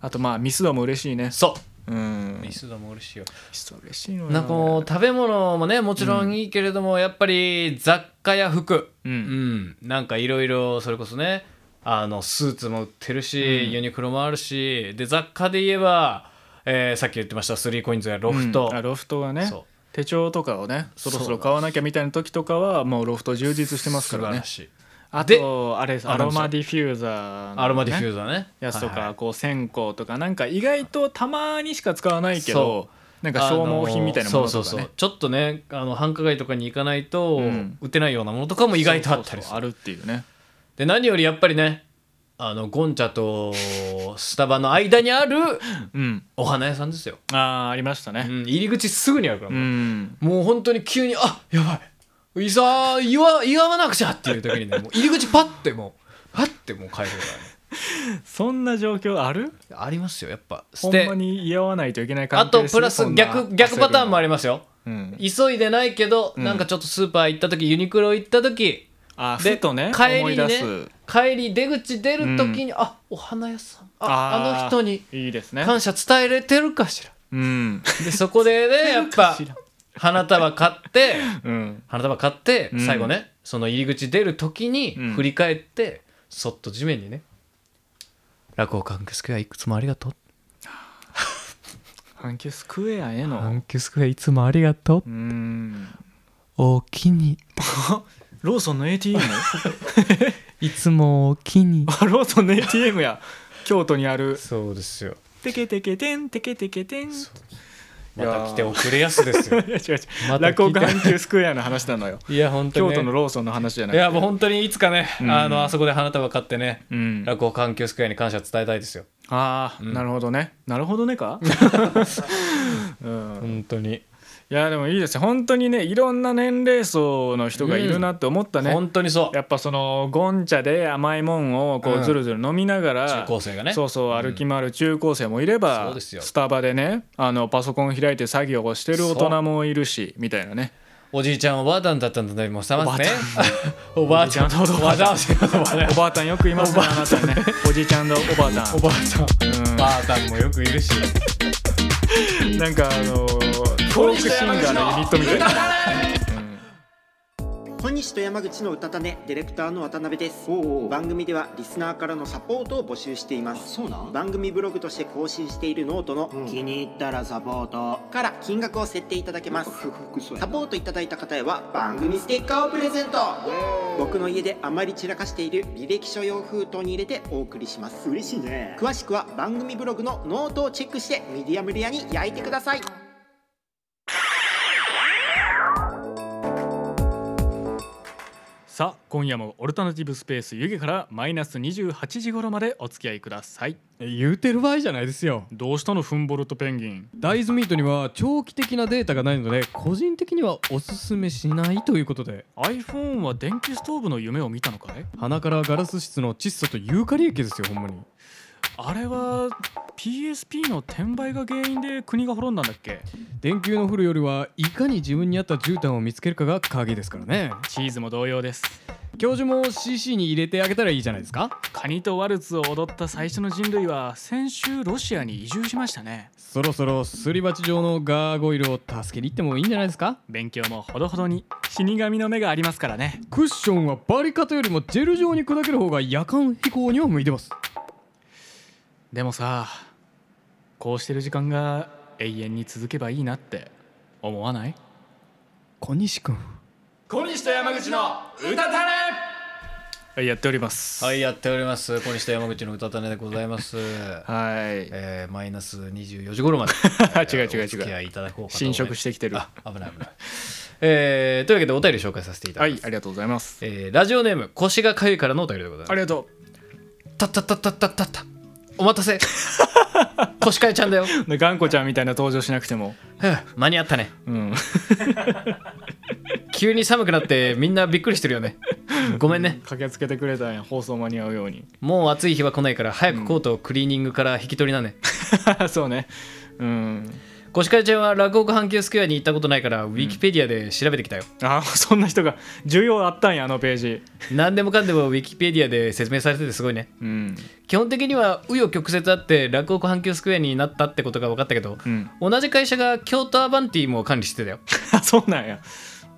B: あとまあミスドも嬉しいね
A: そ
B: うん
A: うミスドも嬉しいよ
B: そう嬉しいのよ
A: なんかこう食べ物もねもちろんいいけれども、やっぱり雑貨や服、う
B: う
A: んん、なんかいろいろそれこそねあのスーツも売ってるし、ユニクロもあるしで雑貨で言えば、えーさっき言ってました 3COINS やロフト、
B: うんあロフトはね
A: そう
B: 手帳とかをねそろそろ買わなきゃみたいな時とかはもうロフト充実してますか
A: 素
B: ら
A: 晴
B: ね
A: らしい
B: あ
A: で
B: とあれアロマディフューザーのね
A: アロマディフューザーね
B: やつと
A: はいは
B: か
A: い
B: こう線香とかなんか意外とたまにしか使わないけど
A: そ
B: なんか消耗品みたいなものと
A: あのーそう
B: か
A: そうそ
B: ね
A: うちょっとねあの繁華街とかに行かないと、
B: うん
A: 売ってないようなものとかも意外とあったりする
B: そうそうそうあるっていうね
A: で何よりやっぱりねあのゴンチャとスタバの間にある
B: うん
A: お花屋さんですよ、
B: ああありました
A: う
B: ね
A: ん、入り口すぐにあるから、
B: う
A: もうんもう本当に急にあやばい いざ言わ言わなくちゃっていう時にねもう入り口パッてもうパッてもう帰るからね
B: そんな状況ある
A: ありますよやっぱ
B: ほ
A: 捨
B: ん
A: て
B: まに居合わないといけない
A: あ
B: 関係
A: と
B: です
A: プ
B: よ
A: ラ
B: そ
A: ス
B: んな
A: 逆逆パターンもありますよ
B: うん
A: 急いでないけど、
B: うん
A: なんかちょっとスーパー行った時ユニクロ行った時
B: あ
A: で
B: ふとね
A: 帰り
B: 思
A: に
B: い
A: ね
B: 出す
A: 帰り出口出る時に、あお花屋さんああの
B: ー
A: 人に
B: いいですね
A: 感謝伝えれてるかしら
B: うん
A: でそこで ねやっぱ花束買 って
B: うん
A: 花束買って
B: うん
A: 最後ね、その入り口出る時に
B: うん
A: 振り返って、そっと地面にね「落語関係スクエアいくつもありがとう」
B: 阪急スクエア
A: 「
B: への
A: 関係スクエアいつもありがとう
B: うん」
A: 「おきに」
B: ローソンの ATM
A: 「 いつもおきに
B: あローソンの ATM や京都にあ」る
A: そうですよ
B: テケテケテンテケテケテン
A: また来ておくれやすですよ
B: いや違う違う
A: また聞
B: 落語
A: いて
B: 阪急スクエアの話なのよ
A: いや本当に、
B: 京
A: ね、
B: 都のローソンの話じゃないい
A: やもう本当にいつかね、
B: うん
A: あのあそこで花束買ってね
B: うん
A: 落語環境スクエアに感謝伝えたいですよ
B: ああ、
A: うん
B: なるほどねなるほど ねか、うん、
A: 本当に、
B: いやでもいいですね本当にねいろんな年齢層の人がいるなって思ったね、
A: 本当にそう
B: やっぱそのゴンチャで甘いもんをこ
A: うん
B: うずるずる飲みながら、
A: 中高生がね
B: そうそう
A: うん
B: 歩き回る中高生もいれば、
A: そうですよ
B: スタバでねあのパソコン開いて作業をしてる大人もいるしみたいなね
A: おじいちゃんおばあちゃんだったんだねもうさますね おばあちゃん
B: おばあちゃんおばあたんよくいますねあなたねおじいちゃんとおばあたん
A: おばあちゃん
B: うん
A: おばあちゃんもよくいるし
B: なんかあのーフォークシンガーのユニットみたいな。うん
N: 小西と山口の歌種ディレクターの渡辺です番組ではリスナーからのサポートを募集しています番組ブログとして更新しているノートの、気に入ったらサポートから金額を設定いただけますサポートいただいた方へは番組ステッカーをプレゼント僕の家であまり散らかしている履歴書用封筒に入れてお送りします嬉しいね詳しくは番組ブログのノートをチェックしてミディアムレアに焼いてください
B: さあ今夜もオルタナティブスペース湯気からマイナス28時頃までお付き合いください
O: 言うてる場合じゃないですよ
B: どうしたのフンボルトペンギン
O: 大豆ミートには長期的なデータがないので個人的にはおすすめしないということで
B: iPhone は電気ストーブの夢を見たのかい
O: 鼻からガラス質の窒素とユーカリ液ですよほんまに
B: あれは PSP の転売が原因で国が滅んだんだっけ
O: 電球の降るよりはいかに自分に合った絨毯を見つけるかが鍵ですからね
B: チーズも同様です
O: 教授も CC に入れてあげたらいいじゃないですか
B: カニとワルツを踊った最初の人類は先週ロシアに移住しましたね
O: そろそろすり鉢状のガーゴイルを助けに行ってもいいんじゃないですか
B: 勉強もほどほどに死神の目がありますからね
O: クッションはバリカタよりもジェル状に砕ける方が夜間飛行には向いてます
B: でもさこうしてる時間が永遠に続けばいいなって思わない
O: 小西君
B: 小西と山口の歌たねやっております
A: はいやっております小西と山口の歌種でございます
B: はい
A: えーマイナス24時頃まで
B: 違う違う違う
A: お付き合いいただこうかと
B: 侵食してきてるは
A: あ危ない危ないえーというわけでお便り紹介させていただきま
B: い
A: す、
B: ありがとうございます
A: えーラジオネーム腰がかゆいからのお便りでございます
B: ありがと
A: たったったったったったったお待たせ 腰かえちゃんだよ
B: う頑固ちゃんみたいな登場しなくても
A: ふう間に合ったね
B: うん
A: 急に寒くなってみんなびっくりしてるよねごめんね
B: 駆けつけてくれたんや放送間に合うように
A: もう暑い日は来ないから早くコートをクリーニングから引き取りなね、
B: そうねうん
A: コシカイちゃんは落語阪急スクエアに行ったことないからウィキペディアで調べてきたよ、
B: あ そんな人が需要あったんやあのページ
A: 何でもかんでもウィキペディアで説明されててすごいね
B: うん
A: 基本的には紆余曲折あって落語阪急スクエアになったってことが分かったけど、
B: うん
A: 同じ会社が京都アバンティも管理してたよ
B: あそうなんや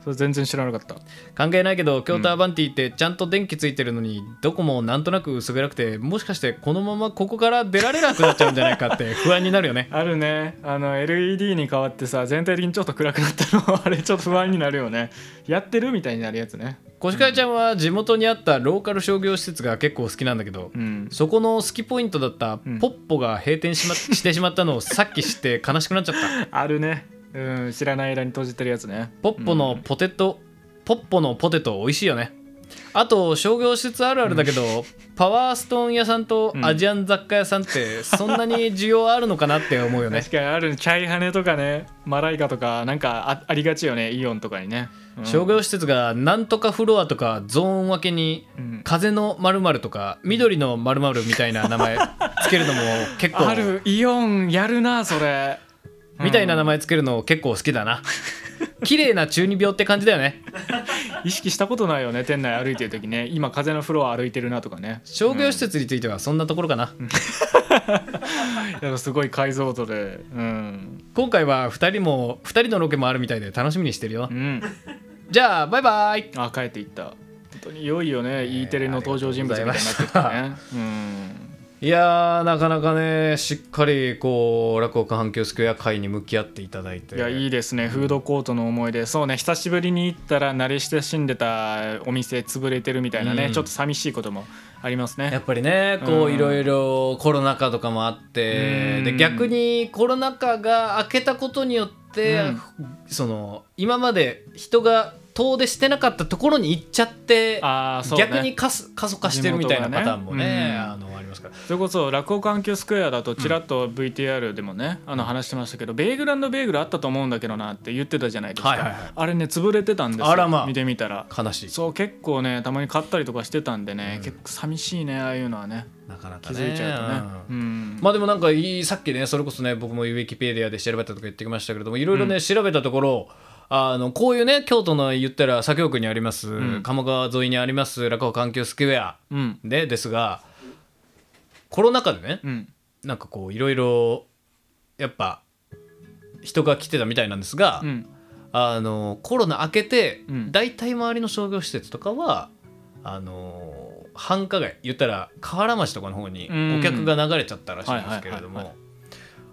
B: それ全然知らなかった
A: 関係ないけど京都アバンティってちゃんと電気ついてるのに、どこもなんとなく薄暗くてもしかしてこのままここから出られなくなっちゃうんじゃないかって不安になるよね
B: あるねあの LED に変わってさ全体的にちょっと暗くなったの あれちょっと不安になるよねやってるみたいになるやつね
A: コシカイちゃんは地元にあったローカル商業施設が結構好きなんだけど、
B: うん
A: そこの好きポイントだった
B: うん
A: ポッポが閉店 し,、ま、してしまったのをさっき知って悲しくなっちゃった
B: あるねうん知らない間に閉じてるやつね
A: ポッポのポテト、ポッポのポテト美味しいよねあと商業施設あるあるだけど、パワーストーン屋さんと
B: うん
A: アジアン雑貨屋さんってそんなに需要あるのかなって思うよね
B: 確かにあるチャイハネとかねマライカとかなんかあありがちよねイオンとかにね、うん
A: 商業施設がなんとかフロアとかゾーン分けに
B: うん
A: 風のまるとか緑のまるみたいな名前つけるのも結構
B: あるイオンやるなそれ
A: みたいな名前つけるの結構好きだ な綺麗な中二病って感じだよね
B: 意識したことないよね店内歩いてる時ね今風のフロア歩いてるなとかね
A: 商業施設についてはそんなところかな、
B: やっぱすごい解像度でうん
A: 今回は2人も2人のロケもあるみたいで楽しみにしてるよ、
B: うん
A: じゃあバイバイ
B: あ帰っていった本当にいよいよね E テレの登場人物みたいになってきたねうん
A: いやーなかなかねしっかりこう落語家反響スクエア会に向き合っていただいて
B: いやいいですねフードコートの思い出そうね久しぶりに行ったら慣れ親しんでたお店潰れてるみたいなね、
A: うん
B: ちょっと寂しいこともあります
A: や
B: ね
A: っぱりねこ
B: う
A: うんいろいろコロナ禍とかもあって、
B: うん
A: で逆にコロナ禍が明けたことによって、
B: うん
A: その今まで人が遠出してなかったところに行っちゃって、
B: ああそうね
A: 逆に過疎過疎化してるみたいなパターンもね
B: 地元がねうん
A: あのありますから
B: それこそ落語環境スクエアだとちらっと VTR でもね、あの話してましたけどベーグルベーグルあったと思うんだけどなって言ってたじゃないですか、
A: はいはいはい
B: あれね潰れてたんですよ
A: あらまあ
B: 見てみたら
A: 悲しい
B: そう結構ねたまに買ったりとかしてたんでね、
A: うん
B: 結構寂しいねああいうのはね
A: なかなか
B: 気
A: ね
B: づいちゃうとね
A: うん
B: うん
A: まあでもなんかいいさっきねそれこそね僕もウィキペディアで調べたとか言ってきましたけれどもいろいろね、
B: う
A: 調べたところあのこういうね京都の言ったら左京区にあります、
B: ん
A: 鴨川沿いにあります落語環境スクエア
B: うん
A: でですがコロナ禍でね
B: うん
A: なんかこういろいろやっぱ人が来てたみたいなんですが、
B: うん
A: あのコロナ明けて、
B: うん
A: 大体周りの商業施設とかはあの繁華街言ったら河原町とかの方に
B: うん
A: お客が流れちゃったらしいんですけれど
B: はいは
A: も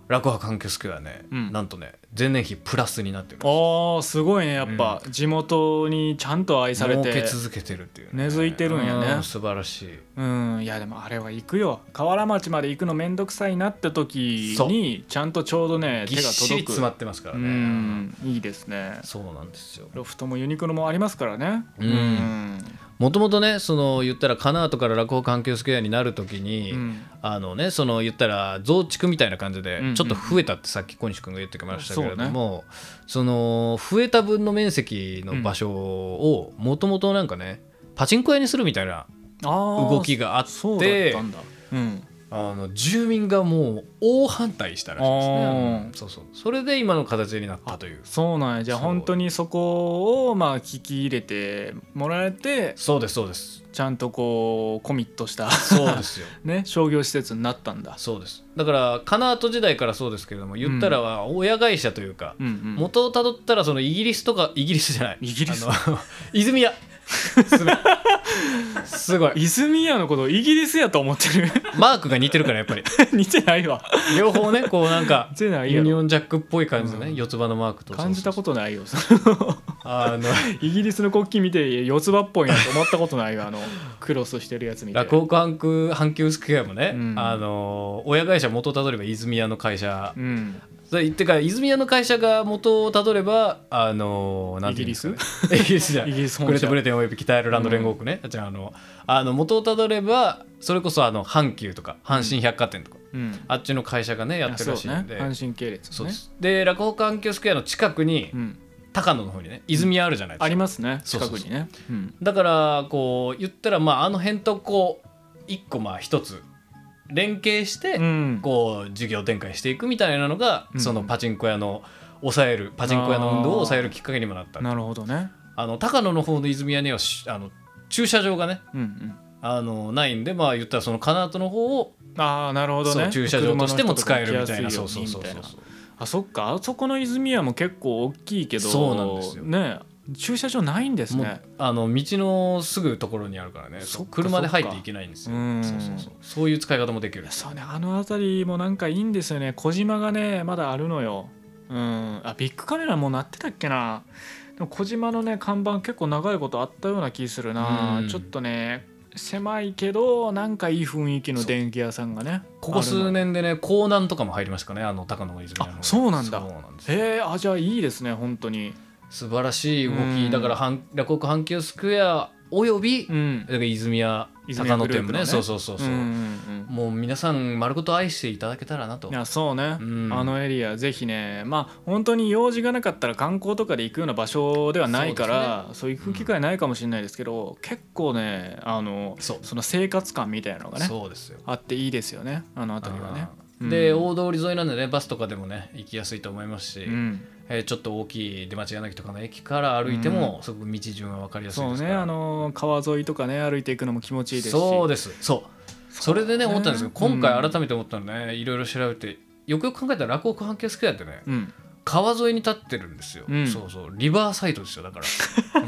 A: 楽波環境スクエアね、
B: うん
A: なんとね前年比プラスになってる
B: ああすごいねやっぱ、地元にちゃんと愛され
A: 儲
B: て
A: け続けてるっていう、
B: 根付いてるんやね
A: う素晴らしい
B: うんいやでもあれは行くよ河原町まで行くの面倒くさいなって時にちゃんとちょうどね手
A: ぎっ
B: が
A: しり
B: 届く
A: 詰まってますから
B: う
A: ね、
B: んいいですね
A: そうなんですよ
B: ロフトもユニクロもありますからね
A: うんもともとねその言ったらカナートから落語環境スクエアになる時に、
B: うん
A: あのねその言ったら増築みたいな感じで
B: うんうん
A: ちょっと増えたってさっき小西君が言ってきましたけれども、その増えた分の面積の場所をもともとなんかねパチンコ屋にするみたいな
B: ああ
A: 動きがあっ
B: そうだ
A: て
B: ったんだうん
A: あの住民がもう大反対したらしいです
B: あ
A: ね
B: ー
A: うんそうそうそれで今の形になったという
B: そうなんやじゃあ
A: そう
B: 本当にそこをまあ聞き入れてもらえて
A: そうですそうです
B: ちゃんとこうコミットした
A: そうですよ
B: ね商業施設になったんだ
A: そうですだからカナート時代からそうですけれども言ったらは親会社というか、
B: うんうん
A: 元をたどったらそのイギリスとかイギリスじゃない
B: イギリス
A: あの 泉屋すごいすごい
B: 泉屋のことをイギリスやと思ってる
A: マークが似てるからやっぱり
B: 似てないわ
A: 両方ねこうなんか
B: 似てない
A: ユ
B: や
A: ニ
B: ろ
A: オンジャックっぽい感じのね、四つ葉のマークと
B: 感じた
A: そう
B: ことないよ
A: そうそうあの
B: イギリスの国旗見て四つ葉っぽいなと思ったことないよあのクロスしてるやつ見て
A: 落語家阪急阪急スクエアもね、
B: うん
A: あの親会社元をたどれば泉屋の会社
B: う、ん
A: それ言ってから泉屋の会社が元をたどればあのなんていうんですかねイギリスじゃない
B: イギリス
A: グ
B: 本
A: レート
B: 社
A: ブレテンおよび北アイルランド連合国ね、じゃああのあの元をたどればそれこそあの阪急とか阪神百貨店とか、
B: うん
A: あっちの会社がねやってるらしいんで
B: あそうね阪神系列
A: そう
B: ね
A: ですで落語環境スクエアの近くに、
B: うん
A: 高野の方にね泉屋あるじゃないですか、
B: ありますね
A: そう
B: 近
A: そう
B: く
A: そう
B: にねうん
A: だからこう言ったらまああの辺とこう一個まあ一つ連携して、
B: うん
A: こう授業展開していくみたいなのが、
B: うん
A: そのパチンコ屋の抑えるパチンコ屋の運動を抑えるきっかけにもなった
B: なるほどね
A: あの高野の方の泉屋にはしあの駐車場がね
B: うんうん
A: あのないんでまあ言ったらそのカナートの方を、
B: ああなるほど
A: そ
B: ね
A: う駐車場としても使えるみたい
B: 車の
A: な
B: 人
A: そう
B: と
A: そう
B: か行き
A: そう
B: やすいようにみたい
A: そ
B: な
A: うそう
B: あそっかあそこの泉屋も結構大きいけど
A: そうなんですよ
B: ね駐車場ないんです
A: もう
B: ね
A: あの道のすぐところにあるからね
B: そっか
A: 車で入っていけないんですよ
B: そっ
A: そ
B: か
A: うそうそうそういう使い方もできる
B: そうねあの辺りもなんかいいんですよね小島がねまだあるのようんあビッグカメラもうなってたっけなでも小島のね看板結構長いことあったような気するな
A: うん
B: ちょっとね狭いけどなんかいい雰囲気の電気屋さんがね
A: ここ数年でね江南とかも入りましたかねあの高野の泉屋の
B: あそうなんだ
A: そうなんですよ
B: へえー、あじゃあいいですね本当に
A: 素晴らしい動
B: うん
A: きだから反落語環球スクエアおよび、
B: うん
A: だから泉屋
B: 泉
A: 高
B: 屋
A: 野店
B: グルー
A: も
B: プの
A: ね
B: ね
A: そうそうそうそう、
B: うんうん
A: もう皆さん丸ごと愛していただけたらなと
B: うんいやそうね、
A: うん
B: あのエリアぜひねまあ本当に用事がなかったら観光とかで行くような場所ではないからそう,、行く機会ないかもしれないですけど、結構ねあの
A: そう
B: の生活感みたいなのがね
A: そうですよ
B: あっていいですよねあの辺りはね。
A: うんで
B: うん
A: 大通り沿いなんでねバスとかでもね行きやすいと思いますし、
B: うん、
A: えーちょっと大きい出町柳とかの駅から歩いても、すごく道順は分かりやすい
B: そ
A: で
B: う
A: すか
B: ね
A: ら
B: あの川沿いとかね歩いていくのも気持ちいいですし
A: そうですそうそれでね
B: そうね
A: 思ったんですけど今回改めて思ったのね、いろいろ調べてよくよく考えたら落語関係スクエアってね
B: うん、
A: 川沿いに立ってるんですよ、
B: うん
A: そうそうリバーサイドですよだからうん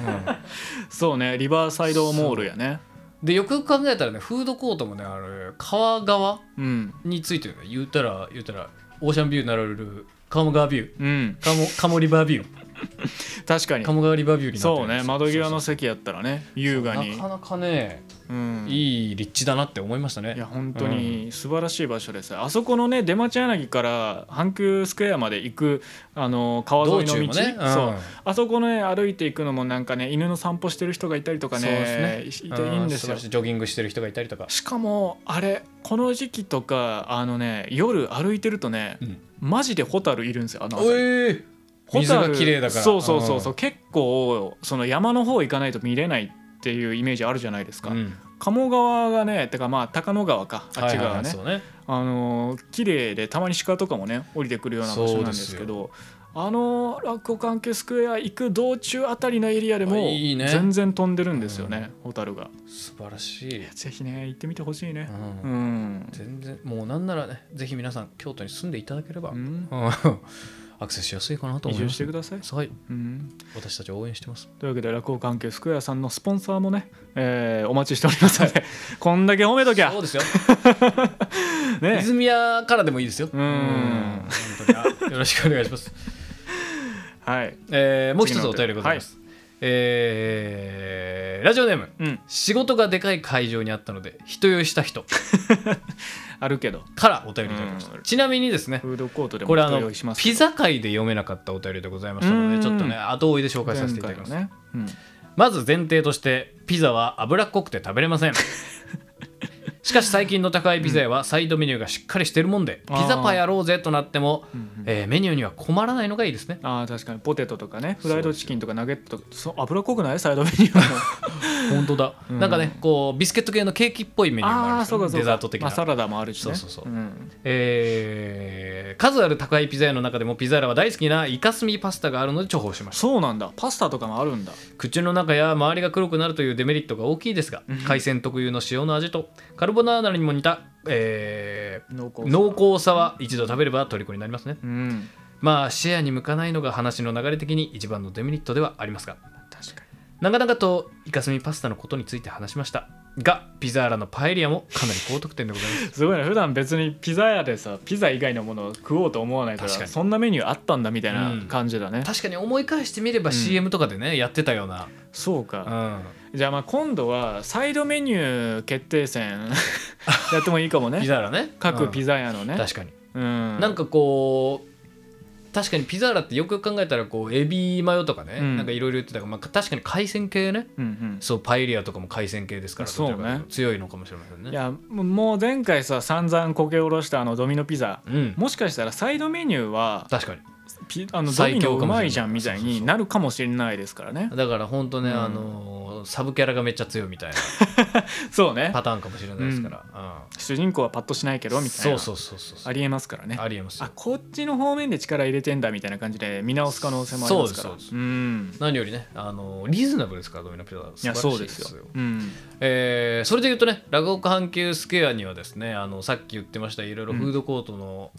B: そうねリバーサイドモールやね
A: でよくよく考えたらねフードコートもねあれ川側
B: うん
A: についてるね言うたら言うたらオーシャンビューなられる鴨川ビュー
B: うん
A: 鴨鴨リバービュー
B: 確かに
A: 鴨川リバービューになってる
B: そうん
A: です
B: ね
A: よ
B: 窓際の
A: そう
B: 席やったらね優雅
A: そう
B: に
A: なかなかね
B: うん
A: いい立地だなって思いましたね
B: いや本当に素晴らしい場所です、あそこのね出町柳から阪急スクエアまで行くあの川沿いの
A: 道中
B: 道、
A: もねうん
B: そうあそこのね歩いていくのもなんかね犬の散歩してる人がいたりとか
A: そう
B: ね
A: です
B: い
A: ね
B: ていいんです
A: う素晴
B: よ
A: らしいジョギングしてる人がいたりとか
B: しかもあれこの時期とかあのね夜歩いてるとね、
A: うん
B: マジでホタルいるんですよあの辺り
A: ええ
B: ホタル
A: 水が綺麗だから
B: そうそうそうそう結構その山の方行かないと見れないっていうイメージあるじゃないですか、
A: うん
B: 鴨川がねてかまあ高野川かあっ
A: はいは
B: ち
A: い
B: 側
A: はい
B: ね
A: そうね
B: あのー綺麗でたまに鹿とかもね降りてくるような場所なんですけどあのー落語関係スクエア行く道中あたりのエリアでも
A: あいいね
B: 全然飛んでるんですよねホタルが
A: 素晴らしい、
B: ぜひね行ってみてほしいね
A: うん
B: うん、
A: 全然もうなんならねぜひ皆さん京都に住んでいただければ、
B: う
A: うん
B: ん、
A: アクセスしやすいかなと
B: 移
A: 思いま
B: 住
A: す
B: してください、
A: はい
B: うん、
A: 私たち応援してます
B: というわけで落語関係スクエアさんのスポンサーもね、えーお待ちしておりますのでこんだけ褒めときゃ
A: そうですよ
B: ね
A: 泉谷からでもいいですよ
B: うん
A: 本当にあよろしくお願いします、
B: はい
A: えーもう一つお便りございます、えーラジオネーム
B: うん
A: 仕事がでかい会場にあったので人酔いした人
B: あるけど
A: からお便りいただきました、
B: うん
A: ちなみにですね
B: フードコートでも
A: これあ
B: ご
A: の
B: 用意します
A: ピザ界で読めなかったお便りでございましたの
B: うん
A: でちょっとね後追いで紹介させていただきます、
B: 前回のね、
A: まず前提としてピザは脂っこくて食べれませ んしかし最近の宅配ピザ屋はサイドメニューがしっかりしてるもんで、
B: あー
A: ピザパやろうぜとなっても、
B: うんうん
A: えーメニューには困らないのがいいですね
B: あー確かにポテトとかねフライドチキンとかナゲットとかそう脂っこくないサイドメニューも
A: 本当だ、
B: うん
A: なんかねこうビスケット系のケーキっぽい メニューもあるん
B: あ
A: で
B: あ
A: す
B: そ
A: よ
B: う
A: ね
B: かそうか
A: デザート的な、
B: まあ、サラダもあるしね
A: そうそうそうんえー数ある宅配ピザ屋の中でもピザーラは大好きなイカスミパスタがあるので重宝しました
B: そうなんだパスタとかもあるんだ
A: 口の中や周りが黒くなるというデメリットが大きいですが海鮮特有の塩の味とカルボナーラにも似た、えー
B: 濃厚さ
A: 濃厚さは一度食べれば虜になりますね
B: うん
A: まあシェアに向かないのが話の流れ的に一番のデメリットではありますが
B: 確か
A: 長々とイカスミパスタのことについて話しましたがピザーラのパエリアもかなり高得点でございます
B: にすごいね普段別にピザ屋でさピザ以外のものを食おうと思わないから
A: 確かに
B: そんなメニューあったんだみたいな
A: うん
B: 感じだね、
A: 確かに思い返してみれば CM とかでね、やってたような、
B: そう
A: う
B: か、
A: ん、
B: じゃあまあ今度はサイドメニュー決定戦 やってもいいか も
A: ピ
B: ね
A: ザーラね
B: 各ピ
A: ザ、
B: ザ屋の
A: う
B: ね
A: ん、確かに、
B: うん
A: なんかこう確かにピザーラってよく考えたらこうエビマヨとかね、
B: うん
A: なんかいろいろ言ってたから、まあ、確かに海鮮系ね
B: うんうん
A: そうパエリアとかも海鮮系ですから
B: そ
A: ど
B: うね
A: ちらかというと強いのかもしれませんね
B: いやもうもう前回さ散々こけおろしたあのドミノピザ
A: うん
B: もしかしたらサイドメニューは
A: 確かに
B: ピあのド
A: 最
B: ミ
A: 強
B: ノう
A: かもしれない
B: まいじゃんみたいになるかもしれないですからね
A: だから本当ね、
B: うん
A: あのーサブキャラがめっちゃ強いみたい
B: そう
A: な
B: ね
A: パターンかもしれないですから、
B: 主人公はパッとしないけ
A: う
B: ど
A: ん
B: みたい
A: そう
B: な
A: そうそうそう
B: ありえますからね
A: ありえますよ
B: あこっちの方面で力入れてんだみたいな感じで見直す可能性もありますから
A: そうですそうです
B: ん
A: 何よりね、あのーリーズナブルですからドミノピザはい
B: やそうですよ、うん、
A: えーそれで言うとね落語家阪急スクエアにはですねあのさっき言ってましたいろいろフードコートの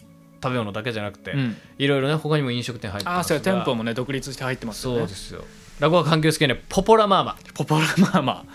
A: 食べ物だけじゃなくて、
B: うん、
A: いろいろね他にも飲食店入って
B: ああ
A: ます
B: そう
A: が
B: や店舗もね独立して入ってますよ
A: そう
B: ね
A: ですよ落語家阪急スクエアにはポポラマーマ
B: ポポラママ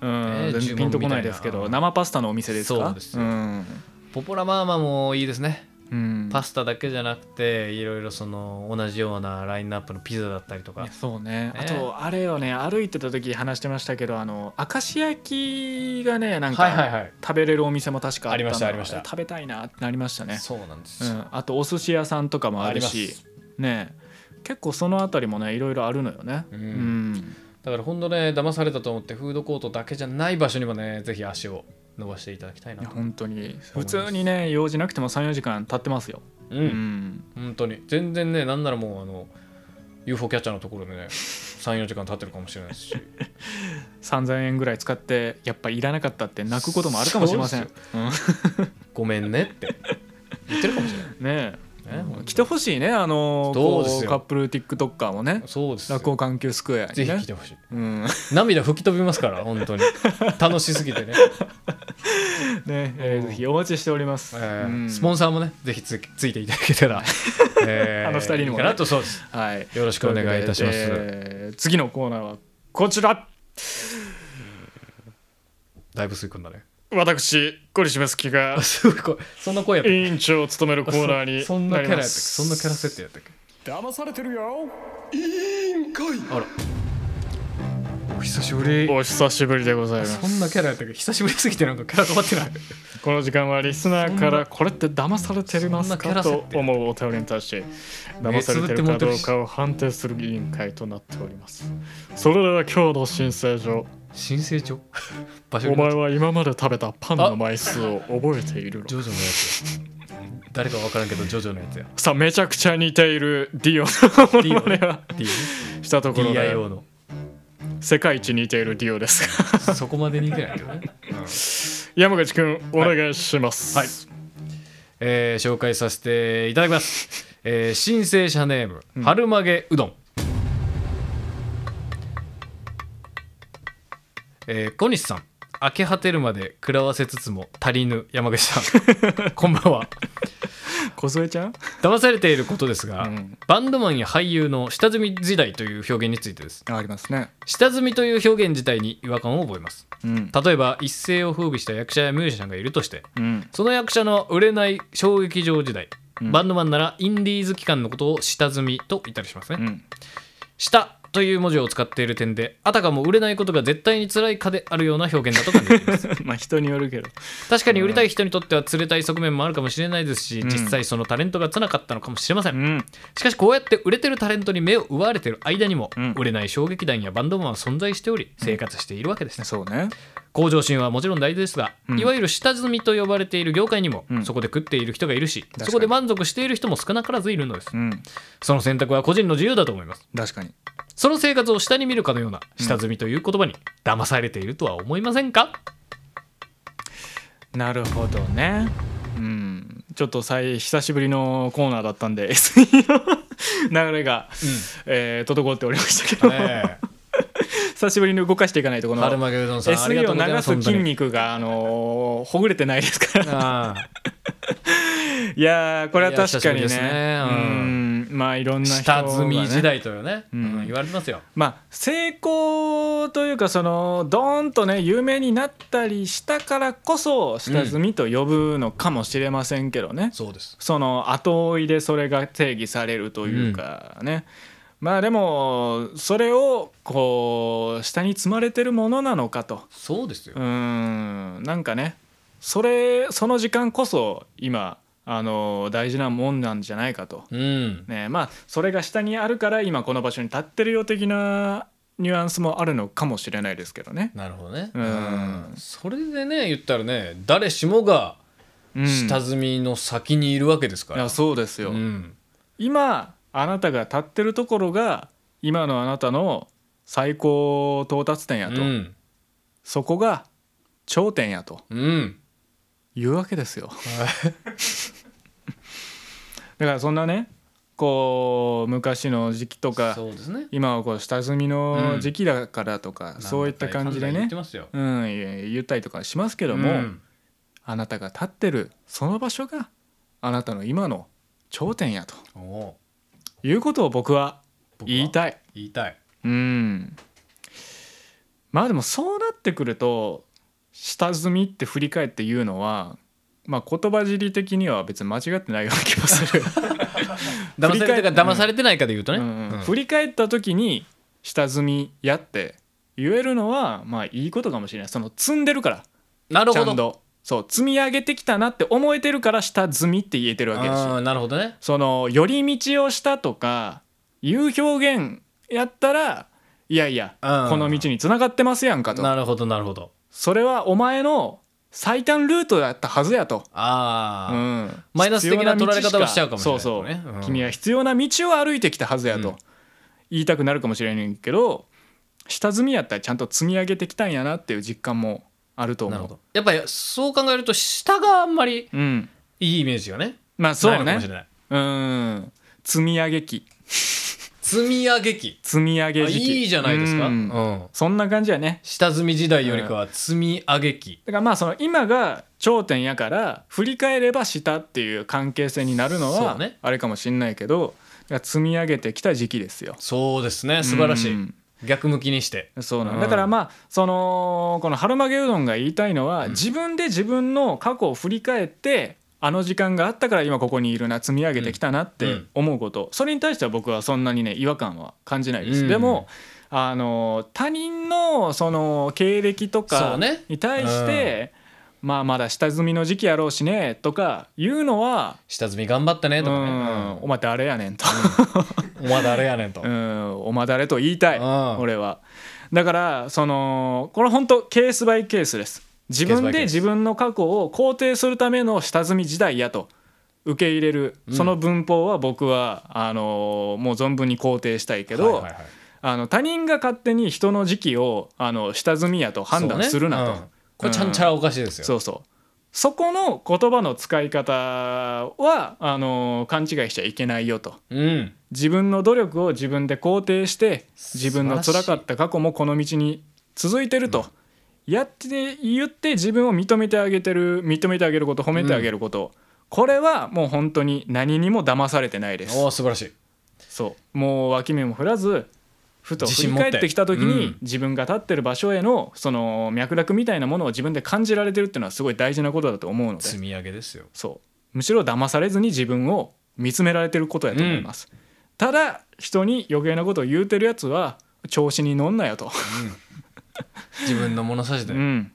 B: うん、
A: ね
B: 全然ピンとこないですけ
A: 注文
B: ど
A: みたい
B: 生パスタのお店ですか
A: そうですよ
B: ん
A: ポポラマーマもいいですね
B: うん、
A: パスタだけじゃなくていろいろその同じようなラインナップのピザだったりとか
B: いやそうね
A: ね
B: あとあれをね歩いてた時話してましたけどあの明石焼きがねなんか、
A: はい
B: 食べれるお店も確かあった
A: ありました
B: な
A: ありました
B: 食べたいなってなりましたね
A: そうなんです
B: う、
A: よ
B: ん、あとお寿司屋さんとかもある
A: あり
B: しね結構そのあたりもねいろいろあるのよね
A: うん
B: うん
A: だから本当ね騙されたと思ってフードコートだけじゃない場所にもねぜひ足を伸ばしていただきたいない
B: や
A: と
B: 本当に普通にね用事なくても34時間経ってますよ
A: う
B: うんん
A: 本当に全然ねなんならもうあの UFO キャッチャーのところでね34時間経ってるかもしれないですし
B: 3000円ぐらい使ってやっぱいらなかったって泣くこともあるかもしれません
A: そう
B: ね
A: ごめんねって言ってるかもしれない
B: え
A: ね本当に
B: 来てほしいねあの
A: そう
B: こ
A: です
B: う
A: よ
B: カップル TikToker もね
A: そうですよ
B: 落語環球スクエアにね
A: ぜひ来てほしい
B: うん
A: 涙吹き飛びますから本当に楽しすぎてね、
B: ねえーぜひお待ちしております
A: えー
B: うん
A: スポンサーもねぜひつついていただけた ら、えー
B: あの二人にもね
A: いいかなとそうです
B: はい
A: よろしくお願いいたします
B: ということでえー次のコーナーはこちら
A: だいぶ吸い込んだね
B: 私ゴリシメスキが
A: すごい声そんな声やったっ
B: 委員長を務めるコ
A: け
B: ーナーに
A: そそんなキャラやったっけそんなキャラ
B: 設
A: 設定やったっけ
B: 定騙されてるよ
A: お久しぶり
B: お久しぶりでございます
A: そんなキャラやったっけ久しぶりすぎてなんかキャラ変わってない
B: この時間はリスナーからこれって騙されてます
A: そんなキャラ
B: か
A: 設
B: と
A: 定
B: 思うお便りに対して騙されてるかどう かを判定する委員会となっておりますそれでは今日の申請状
A: 申請帳場所
B: お
A: になっ
B: 前
A: ちゃう
B: は今まで食べたパンの枚数を覚えているの
A: ジョジョのやつや誰かわからんけどジョジョのやつや
B: さあめちゃくちゃ似ているディオの
A: ディオ
B: モノマネは
A: ディ
B: したところで
A: DIO の
B: 世界一似ているディオです が
A: そこまで似てないけどね
B: 山口くんお願いします
A: はいえー紹介させていただきます、えー申請者ネーム、春曲げうどん、えー小西さん明け果てるまで食らわせつつも足りぬ山口さんこんばんは
B: 小添ちゃん
A: 騙されていることですが、
B: うん
A: バンドマンや俳優の下積み時代という表現についてです
B: ありますね
A: 下積みという表現自体に違和感を覚えます
B: うん
A: 例えば一世を風靡した役者やミュージシャンがいるとして
B: うん
A: その役者の売れない小劇場時代、
B: ん
A: バンドマンならインディーズ期間のことを下積みと言ったりしますね、
B: うん
A: 下という文字を使っている点であたかも売れないことが絶対に辛いかであるような表現だと感じて います
B: まあ人によるけど
A: 確かに売りたい人にとっては釣れたい側面もあるかもしれないですし、
B: ん
A: 実際そのタレントがつなかったのかもしれません、
B: うん
A: しかしこうやって売れてるタレントに目を奪われてる間にも、
B: うん
A: 売れない小劇団やバンドマンは存在しており生活しているわけですね、
B: そうね
A: 向上心はもちろん大事ですが、
B: ん
A: いわゆる下積みと呼ばれている業界にも、
B: ん
A: そこで食っている人がいるし
B: かに
A: そこで満足している人も少なからずいるのです、
B: うん
A: その選択は個人の自由だと思います
B: 確かに
A: その生活を下に見るかのような下積みという言葉に騙されているとは思いませんか、
B: なるほどねうんちょっと最久しぶりのコーナーだったんで SE の流れが、えー滞っておりましたけど、
A: ええ
B: 久しぶりに動かしていかないとこの
A: 春巻きう どんさんありが
B: SE
A: とうござい
B: を
A: ます
B: 流す筋肉が、あのーほぐれてないですから
A: ああ
B: いやーこれはい
A: や
B: 確か
A: 久
B: に
A: しぶりです
B: ね
A: ね
B: うんまあいろんな人
A: 下
B: がね
A: 積み時代というね、
B: ん
A: うん言われてますよ
B: まあ成功というかそのドーンとね有名になったりしたからこそ下積みと呼ぶのかもしれませんけどね、
A: そうです
B: その後追いでそれが定義されるというかね、まあでもそれをこう下に積まれてるものなのかと
A: そうですよ、
B: うーんなんかねそれその時間こそ今あの大事なもんなんじゃないかと、
A: うん
B: ね、まあそれが下にあるから今この場所に立ってるよ的なニュアンスもあるのかもしれないですけどね。
A: なるほどね、
B: うん
A: それでね言ったらね誰しもが
B: うん
A: 下積みの先にいるわけですか
B: い
A: ら、
B: やそうですよ、
A: うん
B: 今あなたが立ってるところが今のあなたの最高到達点やと、
A: うん
B: そこが頂点やと
A: うん
B: いうわけですよ。 だからそんなねこう昔の時期とか
A: そうですね
B: 今はこう下積みの時期だからとか、そういった感じで
A: なんだか言っ
B: ね
A: て、ますよ
B: うん、言ったりとかしますけども、
A: うん
B: あなたが立ってるその場所があなたの今の頂点やと
A: おう
B: いうことを僕は言いたい。
A: 言いたい
B: うんまあでもそうなってくると下積みって振り返って言うのは、まあ、言葉尻的には別に間違ってないような気がす る、
A: 騙されてるか
B: うん
A: 騙されてないかで言うとね、
B: うん
A: うん
B: 振り返った時に下積みやって言えるのはまあいいことかもしれないその積んでるから
A: なる
B: ちゃ
A: ほ
B: ん
A: ど
B: とそう積み上げてきたなって思えてるから下積みって言えてるわけですよ
A: あーなるほどね
B: その寄り道をしたとかいう表現やったらいやいや、
A: うん
B: この道に繋がってますやんかと
A: なるほどなるほど
B: それはお前の最短ルートだったはずやと、
A: あ
B: う
A: あ、
B: ん、
A: マイナス的な取られ方をしちゃうかもしれない
B: 必要な道かそうそう、
A: うん
B: 君は必要な道を歩いてきたはずやと、
A: うん
B: 言いたくなるかもしれないけど下積みやったらちゃんと積み上げてきたんやなっていう実感もあると
A: なる
B: 思
A: ほ
B: う
A: どやっぱりそう考えると下があんまり
B: うん
A: いいイメージよね
B: まあそう
A: ないのか
B: ね
A: もしれない
B: うん積み上げ期
A: 積み上げ期
B: 積み上
A: あ
B: げ時期
A: いいじゃないですか、
B: う
A: うんん
B: そんな感じやね
A: 下積み時代よりかは積み上げ期、
B: だからまあその今が頂点やから振り返れば下っていう関係性になるの
A: そ
B: は
A: うね
B: あれかもしんないけど、だから積み上げてきた時期ですよ
A: そうですね素晴らしい、
B: うん
A: 逆向きにして
B: そうなん
A: うん
B: だからまあそのこの「春曲げうどん」が言いたいのは
A: うん
B: 自分で自分の過去を振り返ってあの時間があったから今ここにいるな積み上げてきたなっ
A: う
B: て
A: ん
B: 思うことそれに対しては僕はそんなにね違和感は感じないで
A: う
B: す。
A: ん
B: でもあの他人のその経歴と
A: そ
B: か
A: うね
B: に対してまあまだ下積みの時期やろうしねとかいうのは
A: 下積み頑張った
B: 「う
A: ねとかね、
B: んお前誰やねん」と。
A: お前誰やねんと、
B: うん、おまだれと言いたい
A: うん
B: 俺はだからそのこれ本当ケースバイケースです自
A: ケースバ
B: 分
A: イケー
B: で
A: ス
B: 自分の過去を肯定するための下積み時代やと受け入れる、
A: うん
B: その文法は僕はあのもう存分に肯定したいけど、
A: はいはいはい
B: あの他人が勝手に人の時期をあの下積みやと判断するなと
A: そ
B: そうう,、
A: ねうんこれちゃんちゃらおかしいですよ、
B: そうそうこの言葉の使い方はあの勘違いしちゃいけないよと。
A: うん
B: 自分の努力を自分で肯定して
A: 素晴らしい
B: 自分の辛かった過去もこの道に続いてると、やって言って自分を認めてあげてる認めてあげること褒めてあげること、これはもう本当に何にも騙されてないです
A: おお素晴らしい
B: そうもう脇目も振らずふと
A: 自信
B: 振
A: 持
B: り
A: って
B: 返ってきた時に、
A: うん
B: 自分が立ってる場所へのその脈絡みたいなものを自分で感じられてるっていうのはすごい大事なことだと思うので
A: 積み上げですよ
B: そうむしろ騙されずに自分を見つめられてることやと思います、ただ人に余計なことを言うてるやつは調子に乗んなよと、
A: 自分の物差し
B: う
A: で、
B: ん、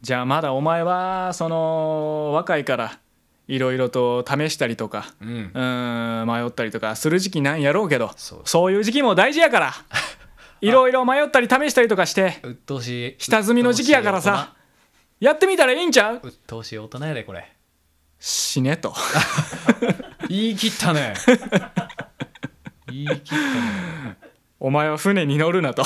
B: じゃあまだお前はその若いからいろいろと試したりとか
A: うん
B: うーん迷ったりとかする時期なんやろうけど
A: そうです
B: そういう時期も大事や からいろいろ迷ったり試したりとかして
A: うっとうしい
B: 下積みの時期やからさやってみたらいいんちゃう
A: うっとうしい大人うっとうしい大人やでこれ
B: 死ね と。
A: 言い切った ね言い切ったね
B: お前は船に乗るなと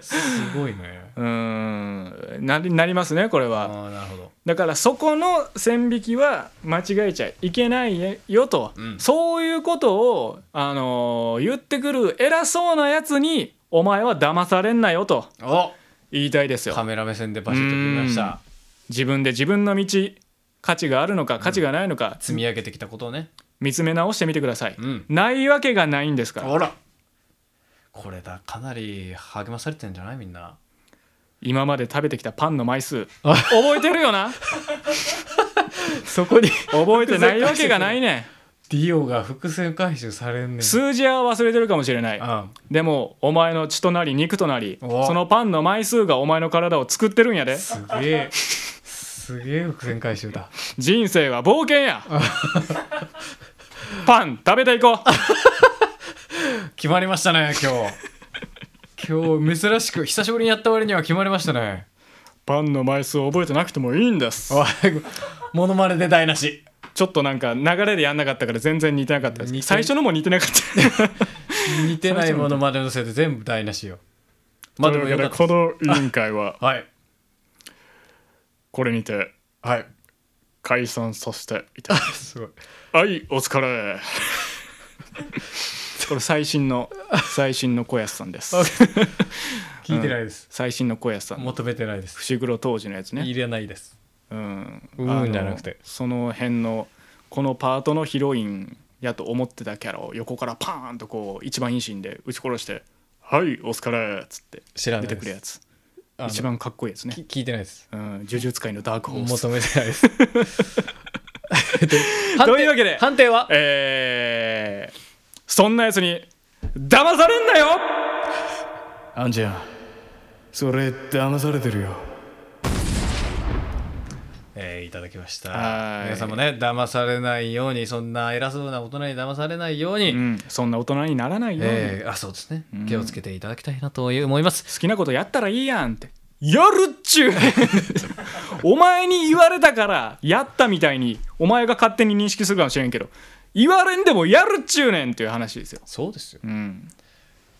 A: すごいね
B: うーんなりなりますねこれ
A: あ
B: は
A: あなるほど
B: だからそこの線引きは間違えちゃいけないよと、
A: うん
B: そういうことを、あのー言ってくる偉そうなやつにお前は騙されんなよと
A: お
B: 言いたいです
A: カ
B: よ
A: メラ目線でバシッと決めました
B: 自分で自分の道価値があるのか価値がないのか、
A: 積み上げてきたことをね
B: 見つめ直してみてください、
A: うん
B: ないわけがないんですから
A: ほらこれだかなり励まされてんじゃないみんな
B: 今まで食べてきたパンの 枚数覚えてるよなそこに覚えてないわけがないねん
A: ディオが伏線回収されんねん
B: 数字は忘れてるかもしれない
A: あ
B: でもお前の血となり肉となり
A: お
B: そのパンの枚数がお前の体を作ってるんやで
A: すげえすげえ伏線回収だ
B: 人生は冒険 やパン食べていこう
A: 決まりましたね今 日今日珍しく久しぶりにやった割には決まりました ね
B: パンの枚数覚えてなくてもいいんです
A: おいモノマネで台無し
B: ちょっとなんか流れでやんなかったから全然似てなかったで
A: 似てる
B: す最初のも似てなかった
A: 似てないモノマネのせいで全部台無しよまあでもよかった
B: この委員会は
A: はい
B: これにて
A: はい
B: 解散させていただきます
A: ごい
B: はいお疲れ これ最新の最新の小安さん です
A: 聞いてないです、
B: 最新の小安さん
A: 求めてないです
B: 伏黒当時のやつね
A: 入れないです
B: うん
A: うん
B: あの
A: じゃなくて
B: その辺のこのパートのヒロインやと思ってたキャラを横からパーンとこう一番い心で撃ち殺して「はいお疲れ」っつって
A: 知らな
B: 出
A: い
B: て
A: です
B: くるやつ
A: あの
B: 一番かっこいいやつね
A: き聞いてないです
B: うん呪術界のダークホース
A: 求めてないです で判定
B: というわけで
A: 判定は
B: えー、そんなやつに騙されんなよ
I: あんちゃんそれ騙されてるよ
A: えーいただきました
B: はい
A: 皆さんもね騙されないようにそんな偉そうな大人に騙されないように、
B: うん、そんな大人にならないように、
A: えーあそうですね
B: うん
A: 気をつけていただきたいなという思います、
B: 好きなことやったらいいやんってやるっちゅう お前に言われたからやったみたいにお前が勝手に認識するかもしれんけど言われんでもやるっちゅうねんっていう話ですよ、
A: そうですよ
B: うん、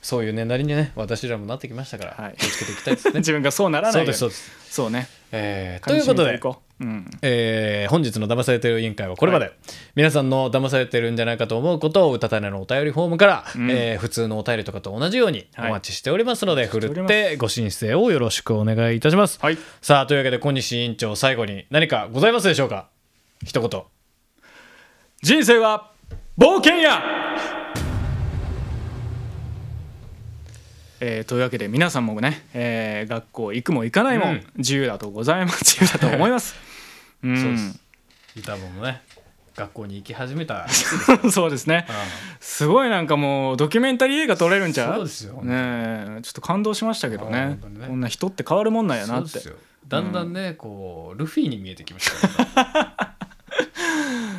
A: そういうねなりにね私らもなってきましたから、
B: はい
A: 気をつけていきたいです ね
B: 自分がそうならな
A: そ
B: いう
A: で
B: ように
A: すそうです、
B: そうね
A: えーということ
B: 噛み締めて
A: で
B: いこう、うん、
A: えー本日の騙されてる委員会はこれまで、皆さんの騙されてるんじゃないかと思うことをうたたねのお便りフォームから、
B: うん
A: えー普通のお便りとかと同じようにお
B: はい
A: 待ちしておりますので、振
B: おり
A: るっ
B: ます
A: てご申請をよろしくお願いいたします、
B: はい
A: さあというわけで小西委員長最後に何かございますでしょうか一言
B: 人生は冒険やえーというわけで皆さんもね、えー学校行くも行かないも、
A: うん
B: 自由だとございます自由だと思います、うん、
A: そうです歌もね学校に行き始めた
B: そうですね。すごいなんかもうドキュメンタリー映画撮れるんちゃう
A: そうですよ本当に
B: ねえちょっと感動しましたけど
A: ああ
B: ね
A: 本当にね
B: こんな人って変わるもんなんや
A: そ
B: な
A: う
B: っ
A: で
B: て
A: すよだんだんね、こうルフィに見えてきましたか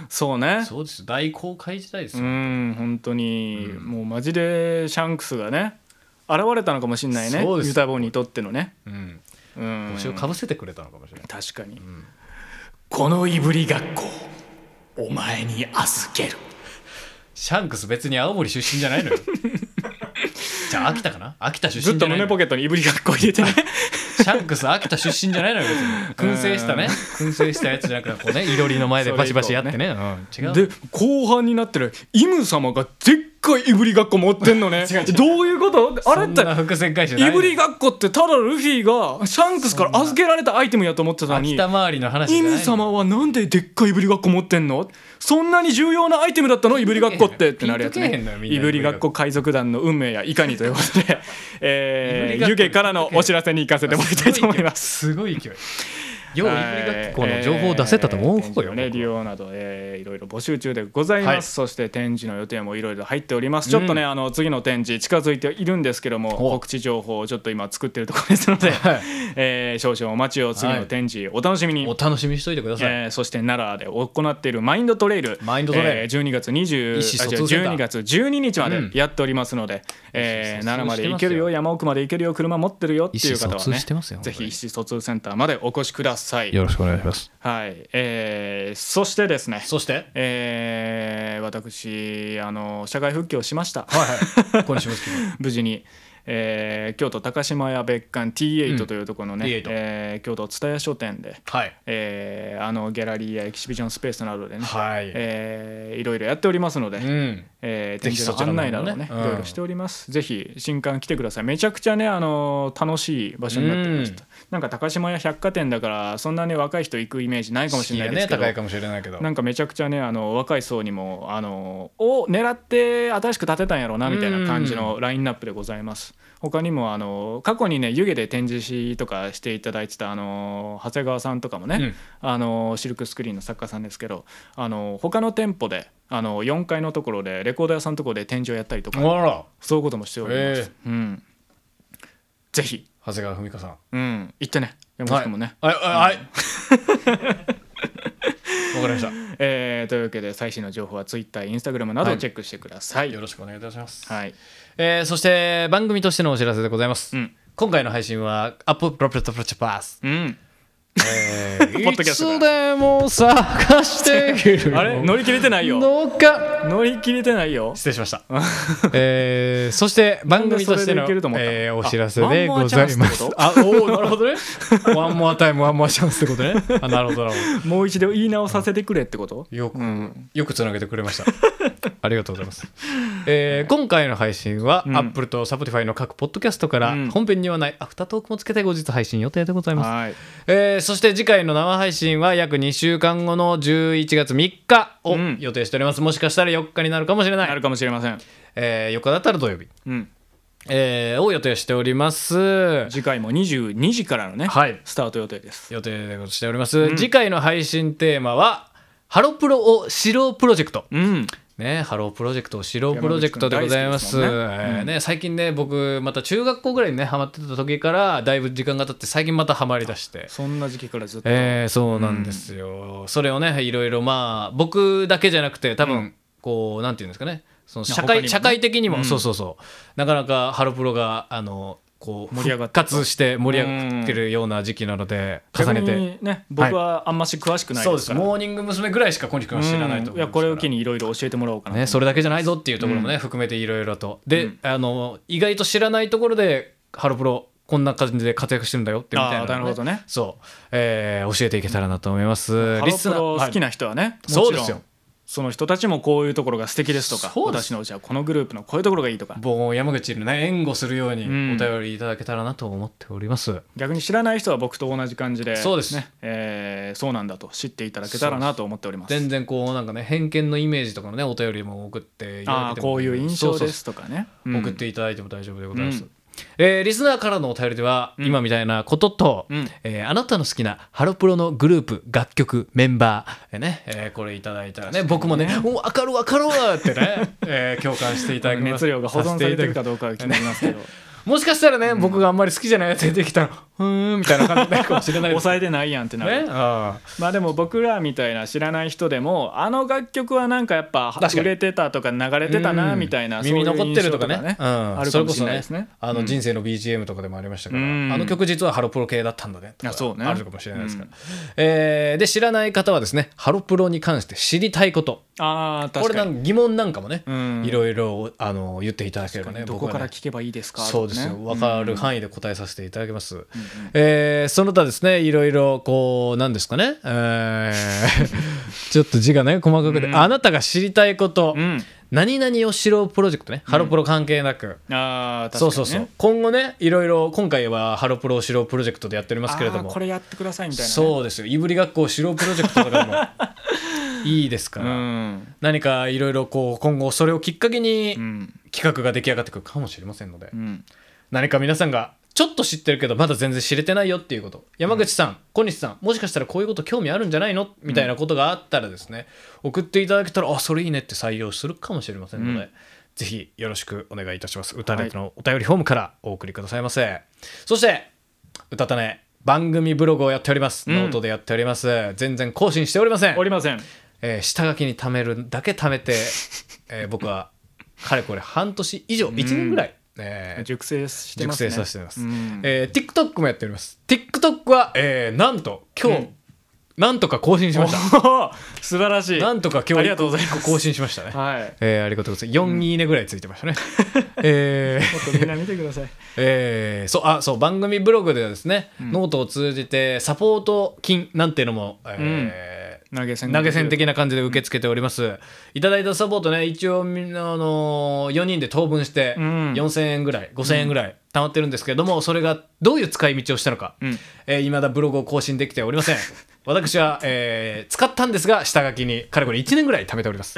B: そう
A: ら
B: ね
A: そうですよ大航海時代です
B: う
A: よ、
B: ん本当に、
A: うん
B: もうマジでシャンクスがね現れたのかもしれないね
A: そうですよ
B: ユタボーにとってのね、
A: うん、
B: うん、
A: 星をかぶせてくれたのかもしれない
B: 確かに、
A: ん
B: このいぶり学校お前に預ける
A: シャンクス別に青森出身じゃ ないのよ。じゃあ秋田かな秋田出
B: ずっ
A: 身じ
B: と
A: ゃない
B: 胸
A: の
B: ポケットにいぶり学校入れてね
A: シャンクス秋田出身じゃないのよ別に。燻製したね。燻製したやつじゃなくてこう ね、いろりの前でバシバシやってね。うん、違う。
B: で後半になってるイム様がでっかいいぶり学校持ってん のねどういうことあ
A: そ
B: れっ
A: ん
B: て
A: な伏線回収ないの
B: い
A: よ
B: ぶり学校ってただルフィがシャンクスから預けられたアイテムやと思ってたのに
A: 秋田周りの話じ
B: イ
A: ゃないの
B: ム様はなんででっかいいぶり学校持ってんのそんなに重要なアイテムだったのいぶり学校ってってなるやつ
A: ピンとけえへ
B: ね
A: んのよみんない
B: ぶり学校海賊団の運命やいかにということで、えー、湯気からのお知らせに行かせてもらいたいと思います
A: すごい勢い。よういぶり学校の情報を出せたと思
B: えー
A: う
B: 展
A: よ。
B: 示のね、利用など、えーいろいろ募集中でございます、
A: はい
B: そして展示の予定もいろいろ入っております、ちょっとねあの次の展示近づいているんですけども
A: お
B: 告知情報をちょっと今作ってるところですので、
A: はい
B: えー少々お待ちを次の展示、お楽しみに
A: お楽しみにしといてください。
B: えーそして奈良で行っているマインドトレイル
A: マインドトレイル
B: えー12月20
A: 意思疎
B: あ違
A: 通
B: う
A: センター
B: 12月12日ま
A: うん
B: でやっておりますので、
A: 意思疎
B: えー
A: 通
B: 奈良まで行ける
A: してま
B: よ
A: す
B: 山奥まで行けるよ車持ってるよっていう方
A: 意思
B: は
A: 疎通
B: ね
A: してますよ
B: ぜひ意思疎通センターまでお越しください
A: よろしくお願いします。
B: はいえーそしてですね
A: そして、
B: えー私あの社会復帰をしました、
A: はいはい。今週も好きな
B: 無事に、えー京都高島屋別館 T8 というところのね、
A: T8
B: えー京都蔦屋書店で、
A: はい。
B: えーあのギャラリーやエキシビジョンスペースなどでね、
A: はい。
B: えーいろいろやっておりますので、
A: うん。
B: え
A: ぜ
B: ー展
A: ひ
B: 示
A: そち
B: の
A: らの
B: 案
A: 方もね
B: 内などね、
A: うん
B: いろいろしております。ぜひ新館来てください。めちゃくちゃね、あの楽しい場所になっておりました。なんか高島屋百貨店だから、そんなに若い人行くイメージないかもしれないです
A: 敷
B: け
A: 居
B: ど。
A: がね、高いかもしれないけど。
B: なんかめちゃくちゃねあの若い層にもあのを狙って新しく建てたんやろうなみたいな感じのラインナップでございます他にもあの過去にね湯気で展示しとかしていただいてたあの長谷川さんとかもね、
A: うん
B: あのシルクスクリーンの作家さんですけどあの他の店舗であの4階のところでレコード屋さんのところで展示をやったりと
A: あ、
B: からそういうこともしております、うん、ぜひ、
A: 長谷川文香さん。
B: うん、行ってね山口君もね、
A: はいはいはい。 わかりました。
B: えーというわけで最新の情報は Twitter、Instagram などをチェックしてください、
A: よろしくお願いいたします。
B: はい、
A: えーそして番組としてのお知らせでございます。
B: うん
A: 今回の配信はアッププロプレットプロチャパー ス。
B: うん、
A: え
B: ポ
A: ー、
B: ッ
A: い
B: ドキャスト
A: つでも探している
B: あれ乗り切れてないよ
A: のか。
B: 乗り切れてないよ
A: 失礼しま した。えー、そして番組としての
B: なんでそれでいけると思ったの
A: えーお知らせでございます。
B: あ
A: あ、おお、なるほどね。ワンモアタイム、ワンモアチャンスってことね。あ、なるほどなるほど。
B: もう一度言い直させてくれってこと
A: よ く、
B: ん
A: よくつなげてくれました。 ありがとうございます。えー今回の配信は、
B: ん
A: Apple と Spotify の各ポッドキャストから、
B: うん
A: 本編にはないアフタートークもつけて後日配信予定でございます。
B: はい
A: えーそして次回の生配信は約2週間後の11月3日を
B: うん
A: 予定しております。もしかしたら4日になるかもしれない。
B: なるかもしれません、
A: えー4日だったら土曜日、
B: うん、
A: えーを予定しております。
B: 次回も22時からのね、
A: はい
B: スタート予定です
A: 予定でしております。次回の配信テーマは、ハロプロを知ろうプロジェクト。
B: うん
A: ね、ハロープロジェクト、シロープロジェクトでございます。
B: 山口君大好きですもんね
A: えーね最近ね、僕、また中学校ぐらいにね、ハマってた時から、だいぶ時間が経って、最近またハマりだして。
B: そんな時期からずっと、
A: えー、そうなんですよ、それをねいろいろまあ僕だけじゃなくて多分、こうなんていうんですかねその社
B: 他に
A: 会
B: もね
A: 社会的にも、
B: うん
A: そうそうそうなかなかハロプロがあのこう
B: 盛り上がって
A: 復活して盛り上がってるような時期なので重
B: 逆
A: ねて
B: にね僕はあんまし詳しくない
A: そう
B: で
A: ですす
B: から、
A: モーニング娘。ぐらいしか小西君は知らないと思
B: うんいやこれを機にいろいろ教えてもらおうかなと思
A: ね、それだけじゃないぞっていうところもね、含めていろいろとで、
B: うん
A: あの意外と知らないところでハロプロこんな感じで活躍してるんだよってみたいなの
B: あ
A: を
B: ー
A: ね
B: なるほどね
A: そう、えー教えていけたらなと思います
B: ハロプロ好きな人はね、もちろん
A: そうですよ
B: その人たちもこういうところが素敵ですとか
A: そうです
B: 私のうちはこのグループのこういうところがいいとか
A: もう山口にね援護するように
B: うん
A: お便りいただけたらなと思っております、
B: 逆に知らない人は僕と同じ感じで
A: そうです
B: ねえーそうなんだと知っていただけたらなと思っております
A: 全然こうなんかね偏見のイメージとかのねお便りも送っていただけ
B: ああ
A: ても
B: こういう印
A: そ
B: 象
A: そ
B: ですとかね
A: 送っていただいても大丈夫でございます、
B: うん
A: えーリスナーからのお便りでは、今みたいなことと、
B: うん
A: えーあなたの好きなハロプロのグループ楽曲メンバー、えーねえーこれいただいたらね僕もね「お分かる分かるわ」って ね、えー共感していただきます
B: 熱量が保存されてるか
A: させいただき
B: どうかは気になります けど
A: もしかしたらね、僕があんまり好きじゃないやつ出てきたら「うーん」みたいな感じになるかもしれ ないです
B: 抑えてないやんってなる
A: ねあー
B: まあでも僕らみたいな知らない人でもあの楽曲はなんかやっぱ
A: 確かに
B: 売れてたとか流れてたなみたいな
A: うん
B: そういう
A: 耳残ってるとか
B: 印象
A: ねうん
B: あるかもしれないです
A: そ
B: ね
A: れこそあ
B: う
A: の
B: ん
A: 人生の BGM とかでもありましたから、
B: うん
A: あの曲実はハロプロ系だったんだねとか
B: あそうね
A: あるかもしれないですから、えーで知らない方はですねハロプロに関して知りたいこと
B: ああ
A: こ
B: 確
A: れな
B: かに
A: ん疑問なんかもね、
B: うん
A: いろいろあの言っていただければね
B: どこ
A: 僕
B: か
A: はね
B: ら聞けばいいですか
A: そうですよ、
B: と
A: 分
B: ね
A: かる範囲で答えさせていただきます、えーその他ですねいろいろこう何ですかね、えー ちょっと字がね細かくて、あなたが知りたいこと、
B: うん
A: 何々を知ろうプロジェクトね、ハロプロ関係なく、
B: ああ確か
A: そう
B: にね
A: そうそう今後ねいろいろ今回はハロプロを知ろうプロジェクトでやっておりますけれど
B: あ
A: も
B: ーこれやってくださいみたいなね
A: そうですよいぶりがっこを知ろうプロジェクトとか でもいいですから、
B: うん
A: 何かいろいろこう今後それをきっかけに
B: うん
A: 企画が出来上がってくるかもしれませんので、
B: うん
A: 何か皆さんがちょっと知ってるけどまだ全然知れてないよっていうこと山口さん、小西さんもしかしたらこういうこと興味あるんじゃないのみたいなことがあったらですね、送っていただけたらあそれいいねって採用するかもしれませんので、ぜひよろしくお願いいたします歌ネタのお便りフォームからお送りくださいませ、そして歌たね番組ブログをやっております、ノートでやっております全然更新しておりません
B: おりません
A: えー下書きに貯めるだけ貯めて、えー僕はかれこれ半年以上1年ぐらい、えー
B: 熟成してま
A: 熟
B: すね
A: 成させてます、
B: うん
A: えー TikTok もやっております TikTok は、えーなんと今日、なんとか更新しました
B: おー 素晴らし い
A: なんとか今日
B: ありがとうございます
A: 一個更新しましたね、
B: はい
A: えーありがとうございます4いいねぐらいついてました ね、えー
B: もっとみんな見てください
A: えーそうあそう番組ブログではですね、ノートを通じてサポート金なんていうのも、えー
B: 投げ 銭
A: 投げ銭的な感じで受け付けております。いただいたサポートね、一応みんな、あのー、4人で当分して、
B: ん
A: 4000円ぐらい、5000円ぐらい溜まってるんですけども、それがどういう使い道をしたのか、
B: ん
A: えー未だブログを更新できており ません。私は、えー使ったんですが、下書きに、かれこれ1年ぐらい貯めております。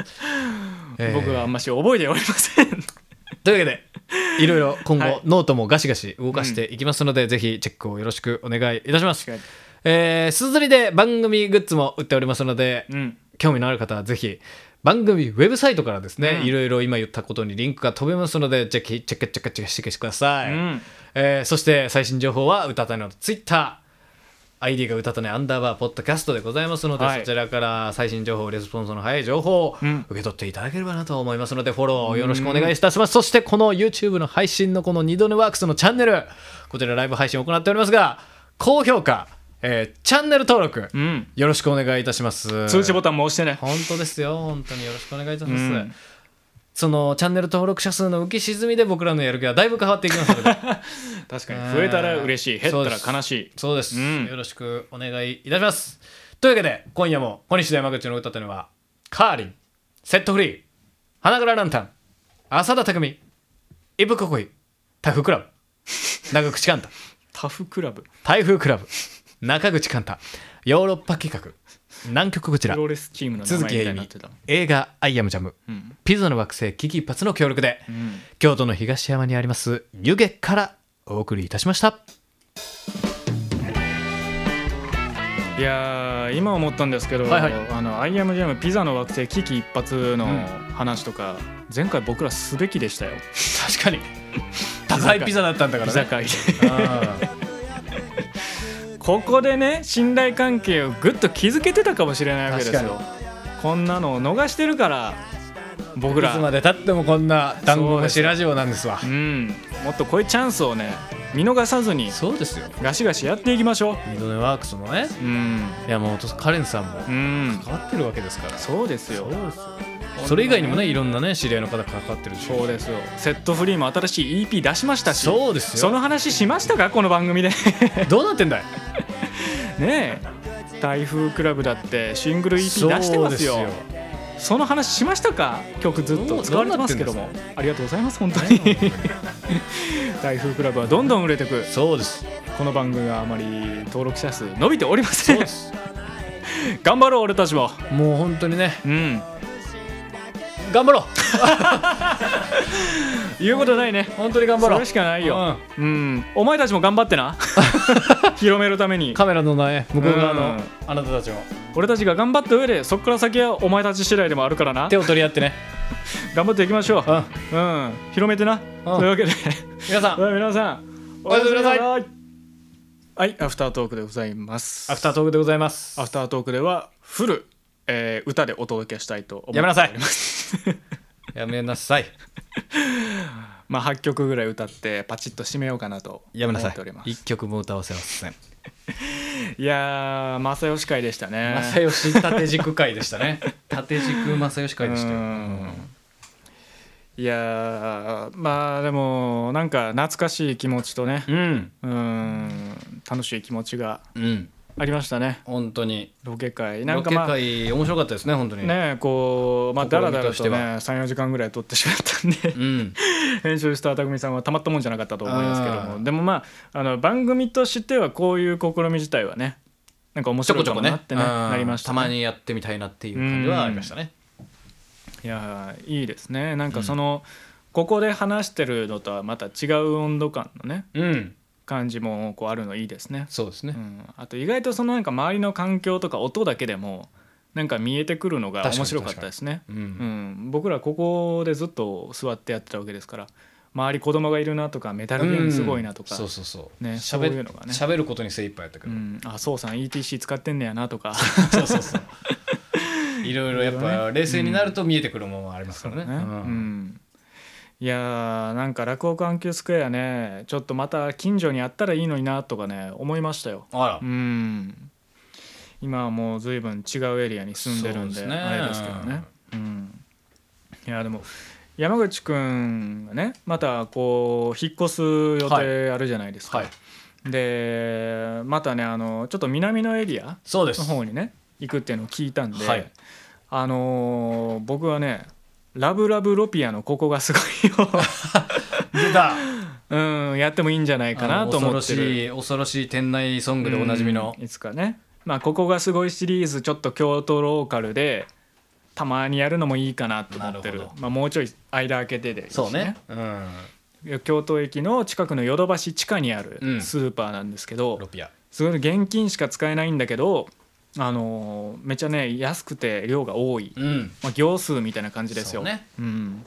A: えー
B: 僕はあんまし覚えておりません
A: というわけで、いろいろ今後、
B: はい
A: ノートもガシガシ動かしていきますので、ぜひチェックをよろしくお願いいたします
B: 確。
A: えー、すずりで番組グッズも売っておりますので、
B: うん
A: 興味のある方はぜひ番組ウェブサイトからですね、いろいろ今言ったことにリンクが飛べますのでぜひチェックチェックチェックしてください、
B: ん
A: えーそして最新情報はうたたねのツイッター ID がうたたねアンダーバーポッドキャストでございますので、
B: はい
A: そちらから最新情報レスポンスの早い情報を受け取っていただければなと思いますので、フォローよろしくお願いいたします、そしてこの YouTube の配信のこの二度寝ワークスのチャンネルこちらライブ配信を行っておりますが高評価、えーチャンネル登録、
B: うん
A: よろしくお願いいたします
B: 通知ボタンも押してね
A: 本当ですよ本当によろしくお願いいたします、
B: うん
A: そのチャンネル登録者数の浮き沈みで僕らのやる気はだいぶ変わっていきますので
B: 確かに増えたら嬉しい減ったら悲しい
A: そうです、
B: うん
A: よろしくお願いいたしますというわけで今夜も小西と山口の歌というのはカーリンセットフリー花柄ランタン浅田匠イブココイタフクラブ長口寛太
B: タフクラブ
A: 台風クラブ中口寛太ヨーロッパ企画南極こちら
B: プロレスチームの名
A: 鈴木
B: 前み
A: 英
B: たいにな
A: 美
B: ってた
A: 映画「アイアムジャム」ピザの惑星危機一髪の協力で、京都の東山にあります湯気からお送りいたしました。
B: いやー今思ったんですけど、
O: はいはい
B: あのアイアムジャムピザの惑星危機一髪の
O: うん
B: 話とか、前回僕らすべきでしたよ
A: 確かに高いピザだったんだか
B: 居
A: らね
B: 酒屋で
A: あー
B: ここでね信頼関係をぐっと築けてたかもしれないわけですよこんなのを逃してるから僕
A: い
B: ら
A: つまでたってもこんな団子飯ラジオなんですわ
B: うんもっとこういうチャンスをね見逃さずに
A: そうですよ
B: ガシガシやっていきましょ
A: ミドネワークスもね
B: ううん
A: 山本カレンさんも
B: うん
A: 変わってるわけですから
B: そうですよ
A: それ以外にもねいろんなね知り合いの方関わってるでしょ
B: そうですよセットフリーも新しい EP 出しましたし
A: そうですよ
B: その話しましたかこの番 組で
A: どうなってんだい
B: ねえ台風クラブだってシングル EP 出してますよそ
A: そうで
B: の話しましたか曲ずっ
A: ど
B: と
A: う
B: 使われてますけど
A: ど
B: も
A: う
B: ありがとうございます本当に 台風クラブはどんどん売れてく
A: そうです
B: この番組はあまり登録者数伸びておりま
A: そ
B: せ
A: うんです
B: 頑張ろう俺たちも
A: もう本当にね
B: うん
A: 頑張ろう
B: 言うことないね
A: 本当に頑張
B: そ
A: ろ
B: れしかないよ
A: う、
B: うん、お前たちも頑張っ てな広めるために
A: うんカメラのね向こう側
B: う
A: の
B: ん
A: あなたたちも
B: 俺たちが頑張った上でそこから先はお前たち次第でもあるからな
A: 手を取り合ってね
B: 頑張っていきましょ
A: うん
B: う、うん、広めてなという わけで
A: 皆さん
B: 皆さんお
A: やすみなさい
B: やすみなさいはいアフタートークでございます
A: アフタートークでございます
B: アフタートークではフル、えー歌でお届けしたいと思います
A: やめなさいやめなさい
B: まあ8曲ぐらい歌ってパチッと締めようかなと
A: やめな
B: 思
A: さい
B: っております
A: 一曲も歌わせません
B: いやー正義会でしたね
A: 正義縦軸会でした ね縦軸正義会でしたよ
B: うんいやーまあでもなんか懐かしい気持ちとね
A: うん
B: うん楽しい気持ちが
A: うん
B: ありましたね
A: 本当に
B: ロケ会な
A: ロ
B: んか
A: ケ
B: まあ
A: 会面白かったですね本当に
B: ねこうまあ
A: 試
B: だ
A: み
B: らだら
A: とし
B: と
A: て
B: ね
A: は
B: 34時間ぐらい撮ってしまったんで
A: うん
B: 編集した匠さんはたまったもんじゃなかったと思いますけど
A: あ
B: もでもまああの番組としてはこういう試み自体はねなんか面
A: ちょ
B: 白
A: こ
B: い
A: ちょ
B: か
A: こ
B: も
A: ね
B: なってね
A: うん
B: なりました
A: た
B: ね
A: まにやってみたいなっていう感じはありましたね
B: いやーいいですねなんかその、ここで話してるのとはまた違う温度感のね
A: うん
B: 感じもこうあるのいいですね、
A: そうです
B: う
A: ね
B: ん、あと意外とそのなんか周りの環境とか音だけでもなんか見えてくるのが
A: 確かに
B: 面白かったですね、
A: う
B: うんん、僕らここでずっと座ってやってたわけですから周り子供がいるなとかメタルゲームすごいなとか、
A: そうそうそう
B: ね
A: 喋
B: そういうのがね
A: 喋ることに精一杯やったけ
B: う
A: ど
B: んあそうさん ETC 使ってんねやなとか
A: そうそうそういろいろやっぱ冷静になると見えてくるものもありますからね
B: ね、う
A: うん
B: ん、いやーなんか落語環球スクエアねちょっとまた近所にあったらいいのになとかね思いましたよ
A: あら
B: うん今はもう随分違うエリアに住んでるんで
A: そうですね
B: あれですけどね、うん、いやでも山口くんがねまたこう引っ越す予定あるじゃないですか、
A: はいは
B: でまたねあのちょっと南のエリア
A: そうです
B: の方にね行くっていうのを聞いたんで、
A: はい
B: あのー僕はねラブラブロピアのここがすごい よ、
A: 出た
B: うん、やってもいいんじゃないかなと思ってる
A: あの恐ろしい恐ろしい店内ソングでおなじみの
B: うんいつかねまあここがすごいシリーズちょっと京都ローカルでたまにやるのもいいかなと思ってる
A: なるほ
B: まあ、もうちょい間空けてでいいし
A: そうねうん
B: 京都駅の近くのヨドバシ地下にあ
A: う
B: る
A: ん
B: スーパーなんですけど、
A: ロピア
B: すごい現金しか使えないんだけどあのーめちゃね安くて量が多い、
A: うん
B: まあ、行数みたいな感じです
A: そ
B: よ
A: うね
B: うん、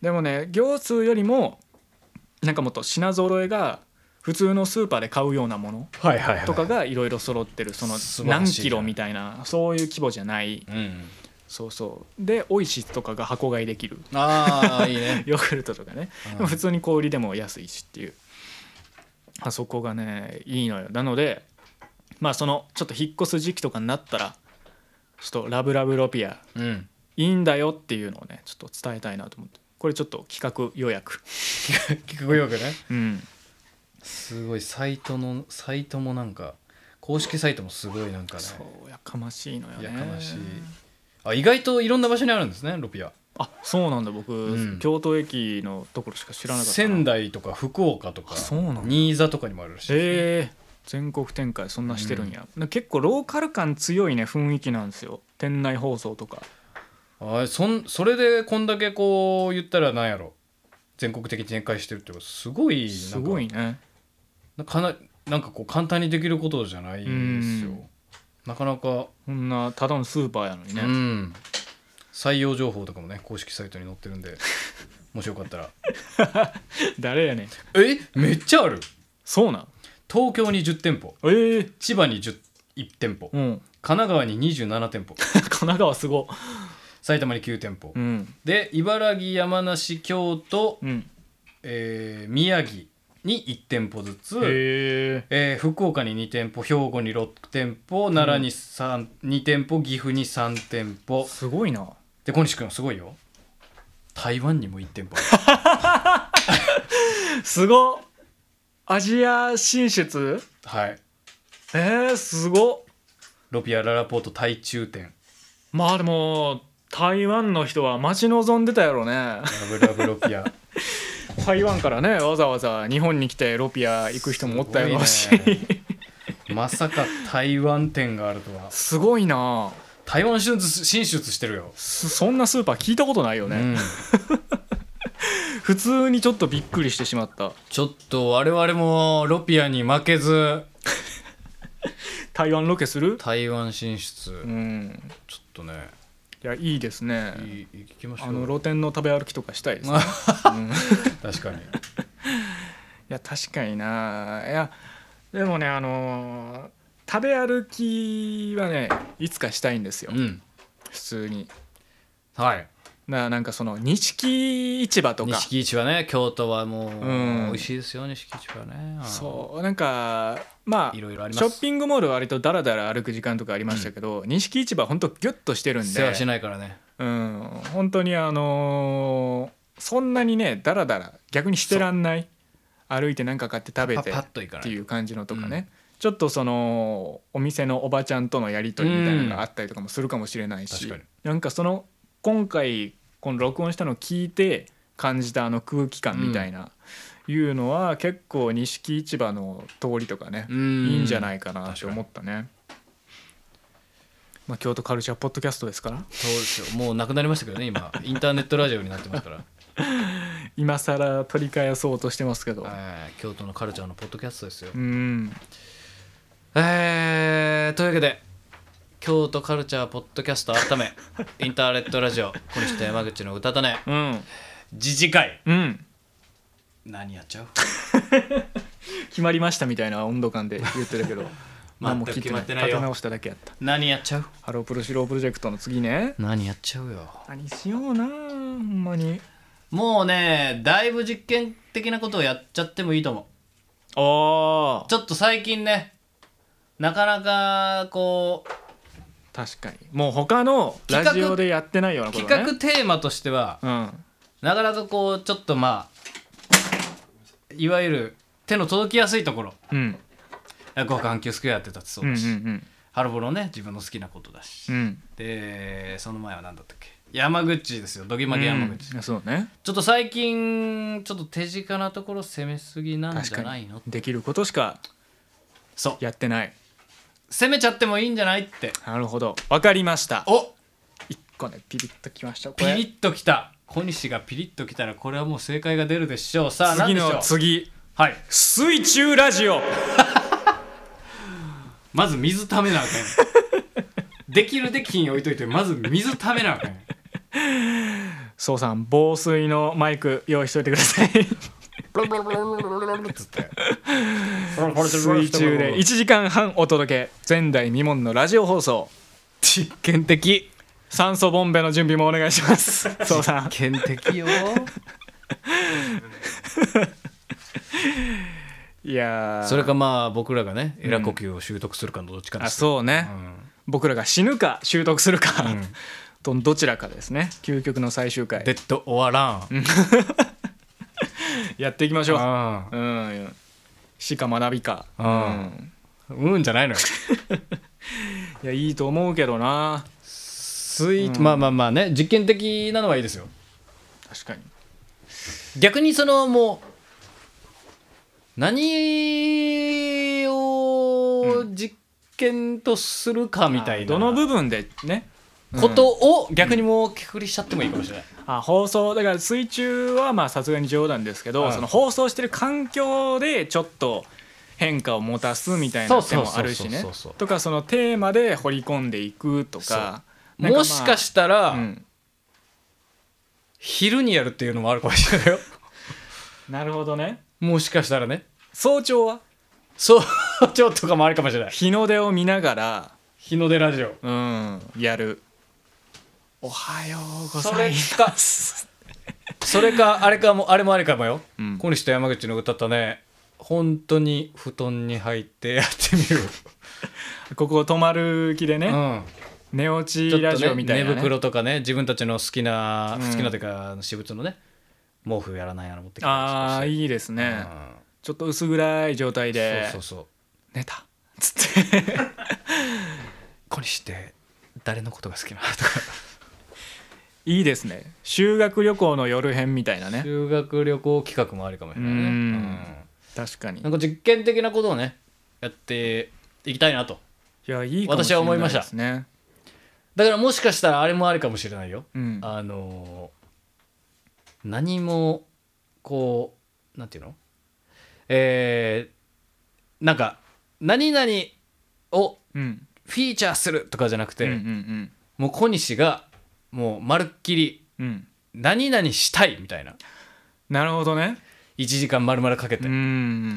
B: でもね行数よりもなんかもっと品揃えが普通のスーパーで買うようなもの
A: はいはいはい
B: とかがいろいろ揃ってるその
A: 素晴ら
B: 何
A: しい
B: キロみたいなそういう規模じゃない
A: うん
B: そうそうでオイシスとかが箱買いで きる
A: ああいいね
B: ヨーグルトとかね
A: うん
B: でも普通に小売りでも安いしっていうあそこがねいいのよなのでまあそのちょっと引っ越す時期とかになったらちょっと「ラブラブロピア
A: うん」
B: いいんだよっていうのをねちょっと伝えたいなと思ってこれちょっと企画予約
A: 聞くよくね
B: うん
A: すごいサイトのサイトもなんか公式サイトもすごいなんかね
B: そうやかましいのよね
A: やかましいあ意外といろんな場所にあるんですねロピア
B: あそうなんだ僕、
A: うん
B: 京都駅のところしか知らなかったな
A: 仙台とか福岡とか
B: あそうなんだ
A: 新座とかにもあるらしいですね
B: ええ全国展開そんなしてるんや、で結構ローカル感強いね雰囲気なんですよ店内放送とか
A: あそんそれでこんだけこう言ったらなんやろ全国的に展開してるってことすごいなんか
B: すごいね
A: かななんかこう簡単にできることじゃないですよ
B: うん
A: なかなか
B: こんなただのスーパーやのにね、
A: うん採用情報とかもね公式サイトに載ってるんで もしよかったら
B: 誰やねん
A: えめっちゃある
B: そうなん
A: 東京に10店舗
B: えー、
A: 千葉に10 1店舗
B: うん
A: 神奈川に27店舗
B: 神奈川すご
A: 埼玉に9店舗
B: うん
A: で茨城山梨京都、
B: うん
A: えー宮城に1店舗ずつ、
B: へ
A: えー福岡に2店舗兵庫に6店舗奈良に三2店舗岐阜に3店
B: え
A: 舗
B: すごいな
A: で小西君すごいよ台湾にも1店舗ある
B: すごっアジア進出
A: はい
B: えー、すごっ
A: ロピアララポート台中店
B: まあでも台湾の人は待ち望んでたや ろね
A: ラブラブロピア
B: 台湾からねわざわざ日本に来てロピア行く人もおったやろうし
A: すごいねまさか台湾店があるとは
B: すごいな
A: 台湾進出進出してるよ、
B: そそんなスーパー聞いたことないよ
A: う
B: ね、
A: ん、
B: 普通にちょっとびっくりしてしまった
A: ちょっと我々もロピアに負けず
B: 台湾ロケする
A: 台湾進出、
B: うん
A: ちょっとね
B: いやいいですね
A: いい行きましょ
B: あ
A: う
B: の露店の食べ歩きとかしたいですね、うんい
A: 確 かに
B: や確かにないやでもねあのー食べ歩きはねいつかしたいんですよ、
A: うん
B: 普通に
A: はい
B: ななんかその錦市場とか
A: 錦市はね京都はもう、
B: ん
A: 美味しいですよ錦市はね
B: そうなんかまあ
A: いろいろありま
B: シ
A: す
B: ョッピングモールは割とダラダラ歩く時間とかありましたけど錦、市場ほんとギュッとしてるんで
A: 世話しないからね
B: うん本当にあのーそんなにねダラダラ逆にしてらんない歩いて何か買って食べ
A: パ
B: て
A: パ
B: っ
A: ッといかな
B: て
A: い
B: いう感じのとかね、
A: うん
B: ちょっとそのお店のおばちゃんとのやり取りみたいなのがあったりとかもするかもしれないし、
A: うん確か
B: なんかその今回この録音したのを聞いて感じたあの空気感みたいな、いうのは結構錦市場の通りとかね、いいんじゃないいかなと思ったね。まあ、京都カルチャーポッドキャストですから
A: そうですよもうなくなりましたけどね今インターネットラジオになって ますから
B: 今更取り返そうとしてますけど、
A: はい京都のカルチャーのポッドキャストですよ、
B: うん
A: えー、というわけで京都カルチャーポッドキャスト改 めインターネットラジオ小西と山口の歌だね
B: うん
A: 自治会
B: うん
A: 何やっちゃう
B: 決まりましたみたいな温度感で言ってるけど何も聞い
A: 全く決まってないよ
B: 立て直しただけやった
A: 何やっちゃう
B: ハロープロシロープロジェクトの次ね
A: 何やっちゃうよ
B: 何しようなほんまに
A: もうねだいぶ実験的なことをやっちゃってもいいと思う
B: あ
A: ちょっと最近ねなかなかこう
B: 確かにもう他のラジオでやってないようなこと、ね、
A: 企画テーマとしては
B: うん
A: なかなかこうちょっとまあいわゆる手の届きやすいところ
B: うん
A: ご阪急スクエアやってたってそう
B: うんうん
A: だし、
B: うん
A: ハロボロね自分の好きなことだし、
B: うん
A: でその前は何だったっけ山口ですよどぎまぎ山口、
B: うんそうね
A: ちょっと最近ちょっと手近なところ攻めすぎなんじ
B: 確
A: ゃ
B: か
A: ない
B: に
A: の
B: できることしか
A: そう
B: やってない
A: 攻めちゃってもいいんじゃないって
B: なるほどわかりました
A: お
B: 一個ねピリッときましたこ
A: ピ
B: れ
A: リッときた小西がピリッときたらこれはもう正解が出るでしょうさあ何
B: 次
A: でしょ
B: の
A: う
B: 次
A: はい
B: 水中ラジオ
A: まず水ためなあかん できるできひん置いといてまず水ためなあかん
B: そうさん防水のマイク用意しといてください水中で1時間半お届け前代未聞のラジオ放送
A: 実験的
B: 酸素ボンベの準備もお願いし ますそうさ ん
A: 実験的よ
B: いやー
A: それかまあ僕らがねエラ呼吸を習得するかのどっちかで
B: あ
A: すよ
B: そうね、僕らが死ぬか習得するか、どどちらかですね究極の最終回
A: デッド・オア・ラン
B: やっていきましょう
A: あ
B: うん死か学びか
A: う
B: うんん
A: うんうんじゃないのよ
B: いやいいと思うけどな
A: 水まあまあまあね実験的なのはいいですよ
B: 確かに
A: 逆にそのもう何を実験とするかみたいな
B: どの部分でね
A: ことを逆にもうくくりしちゃってもいいかもしれない、
B: あ放送だから水中はまあさすがに冗談ですけど、
A: はい
B: その放送してる環境でちょっと変化をもたすみたいな手もあるし
A: そ
B: ね
A: うそうそうそうそう
B: とかそのテーマで掘り込んでいくとかなんまあ
A: もしかしたら、
B: うん
A: 昼にやるっていうのもあるかもしれないよ
B: なるほどね
A: もしかしたらね
B: 早朝は
A: そう ちょっとかもあるかもしれない
B: 日の出を見ながら
A: 日の出ラジオ
B: うんやるおはようご
A: そ
B: ざ
A: れ
B: います
A: かそれかあれかもあれもあれかもよ、
B: うん
A: 小西と山口の歌ったね本当に布団に入って やってみる、
B: ここ泊まる気でね、
A: うん、
B: 寝落
A: ちょ
B: ち
A: っ
B: ラ
A: と
B: ジ
A: ね
B: オみたいな、ね
A: 寝袋とかね自分たちの好きな、
B: うん
A: 好きなというか私物のね毛布やらないやら持ってきたり
B: ああ
A: して
B: いいですね、
A: うん
B: ちょっと薄暗い状態で
A: そうそうそう
B: 寝たつって
A: 小西って誰のことが好きなのとか
B: いいですね修学旅行の夜編みたいなね
A: 修学旅行企画もありかもしれないね
B: う
A: うんん
B: 確かに
A: なんか実験的なことをねやっていきたいなと
B: いやいいかもしれないですね
A: だからもしかしたらあれもありかもしれないよ
B: うん
A: あのー何もこうなんていうのえーなんか何々を
B: うん
A: フィーチャーするとかじゃなく
B: う
A: て、
B: んうん
A: もう小西がもうまるっきり
B: うんうん
A: 何々したいみたいな
B: なるほどね
A: 1時間丸々かけ
B: う
A: て、
B: んうん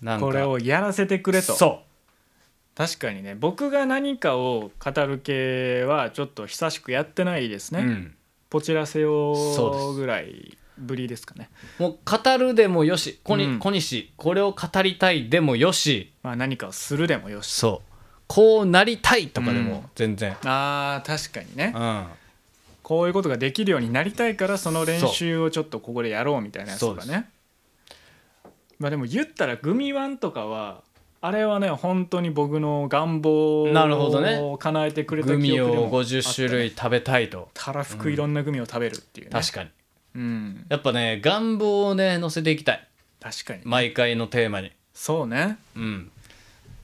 A: なん
B: うん
A: か
B: これをやらせてくれと
A: そ
B: 確かにね僕が何かを語る系はちょっと久しくやってないです
A: う、
B: ね、
A: うん、
B: ポチら
A: そ
B: せ
A: うで
B: よ
A: す
B: うぐらいぶりですかね
A: もう語るでもよし小,、
B: うん
A: 小西これを語りたいでもよし
B: まあ何かをするでもよし
A: そうこうなりたいとかで
B: うん
A: も全然、
B: あー確かにね
A: うん
B: こういうことができるようになりたいからその練習をちょっとここでやろうみたいなやつとか
A: そうで
B: ねまあでも言ったらグミワンとかはあれはね本当に僕の願望
A: なるほどね
B: を叶えてくれた記
A: グ
B: 憶で
A: ミ
B: もあったね
A: を50種類食べたいと、
B: たらふくいろんなグミを食べるっていうね
A: 確かに
B: うん
A: やっぱね願望をね乗せていきたい
B: 確かに
A: 毎回のテーマに
B: そうね
A: うん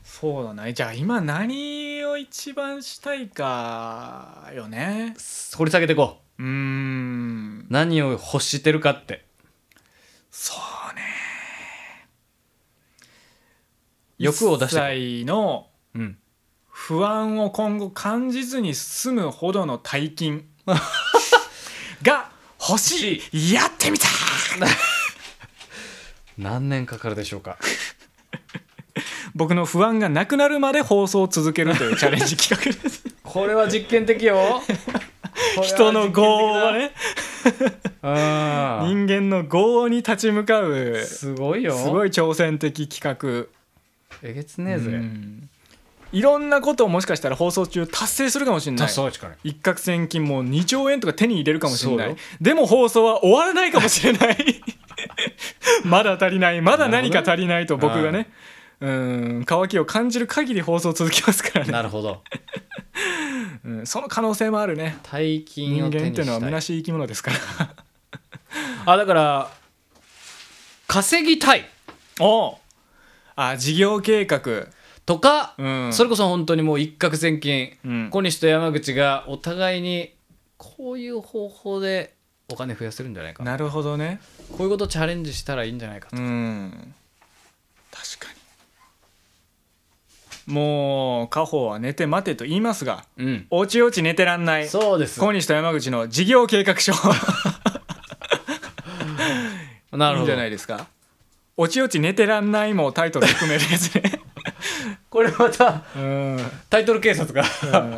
B: そうだねじゃあ今何を一番したいかよね
A: 掘り下げていこ
B: うーん
A: う何を欲してるかって
B: そうね
A: 欲を出していこう
B: 一切の
A: うん
B: 不安を今後感じずに済むほどの大 金が欲しいやってみた
A: 何年かかるでしょうか
B: 僕の不安がなくなるまで放送を続けるというチャレンジ企画です
A: これは実験的よ
B: 人の業をね
A: うん
B: 人間の業に立ち向かうす
A: すごいよ
B: ごい挑戦的企
A: えげつ
B: 画
A: ねえぜ、
B: うんいろんなことをもしかしたら放送中達成するかもしれない
A: そう力
B: 一攫千金も2兆円とか手に入れるかもしれな
A: そう
B: い
A: よ
B: でも放送は終わらないかもしれない まだ足りないまだ何か足りないと僕がねうん渇きを感じる限り放送続きますからね、
A: なるほど
B: うん、その可能性もあるね
A: 大金
B: 人
A: を
B: 間っ
A: 手
B: て
A: に
B: いうのは
A: した
B: 虚
A: い
B: しい生き物ですから
A: あだから稼ぎたい
B: おうあ事業計画
A: とか、
B: うん
A: それこそ本当にもう一攫千金、
B: うん
A: 小西と山口がお互いにこういう方法でお金増やせるんじゃないか
B: なるほどね
A: こういうことチャレンジしたらいいんじゃないかと、
B: うん確かにもう家宝は寝て待てと言いますが
A: うん
B: おちおち寝てらんない
A: そうです
B: 小西と山口の事業計画書
A: ない
B: いんじゃないですか「おちおち寝てらんない」もタイトル含めるやつ ね
A: これまた
B: うん
A: タイトル警察が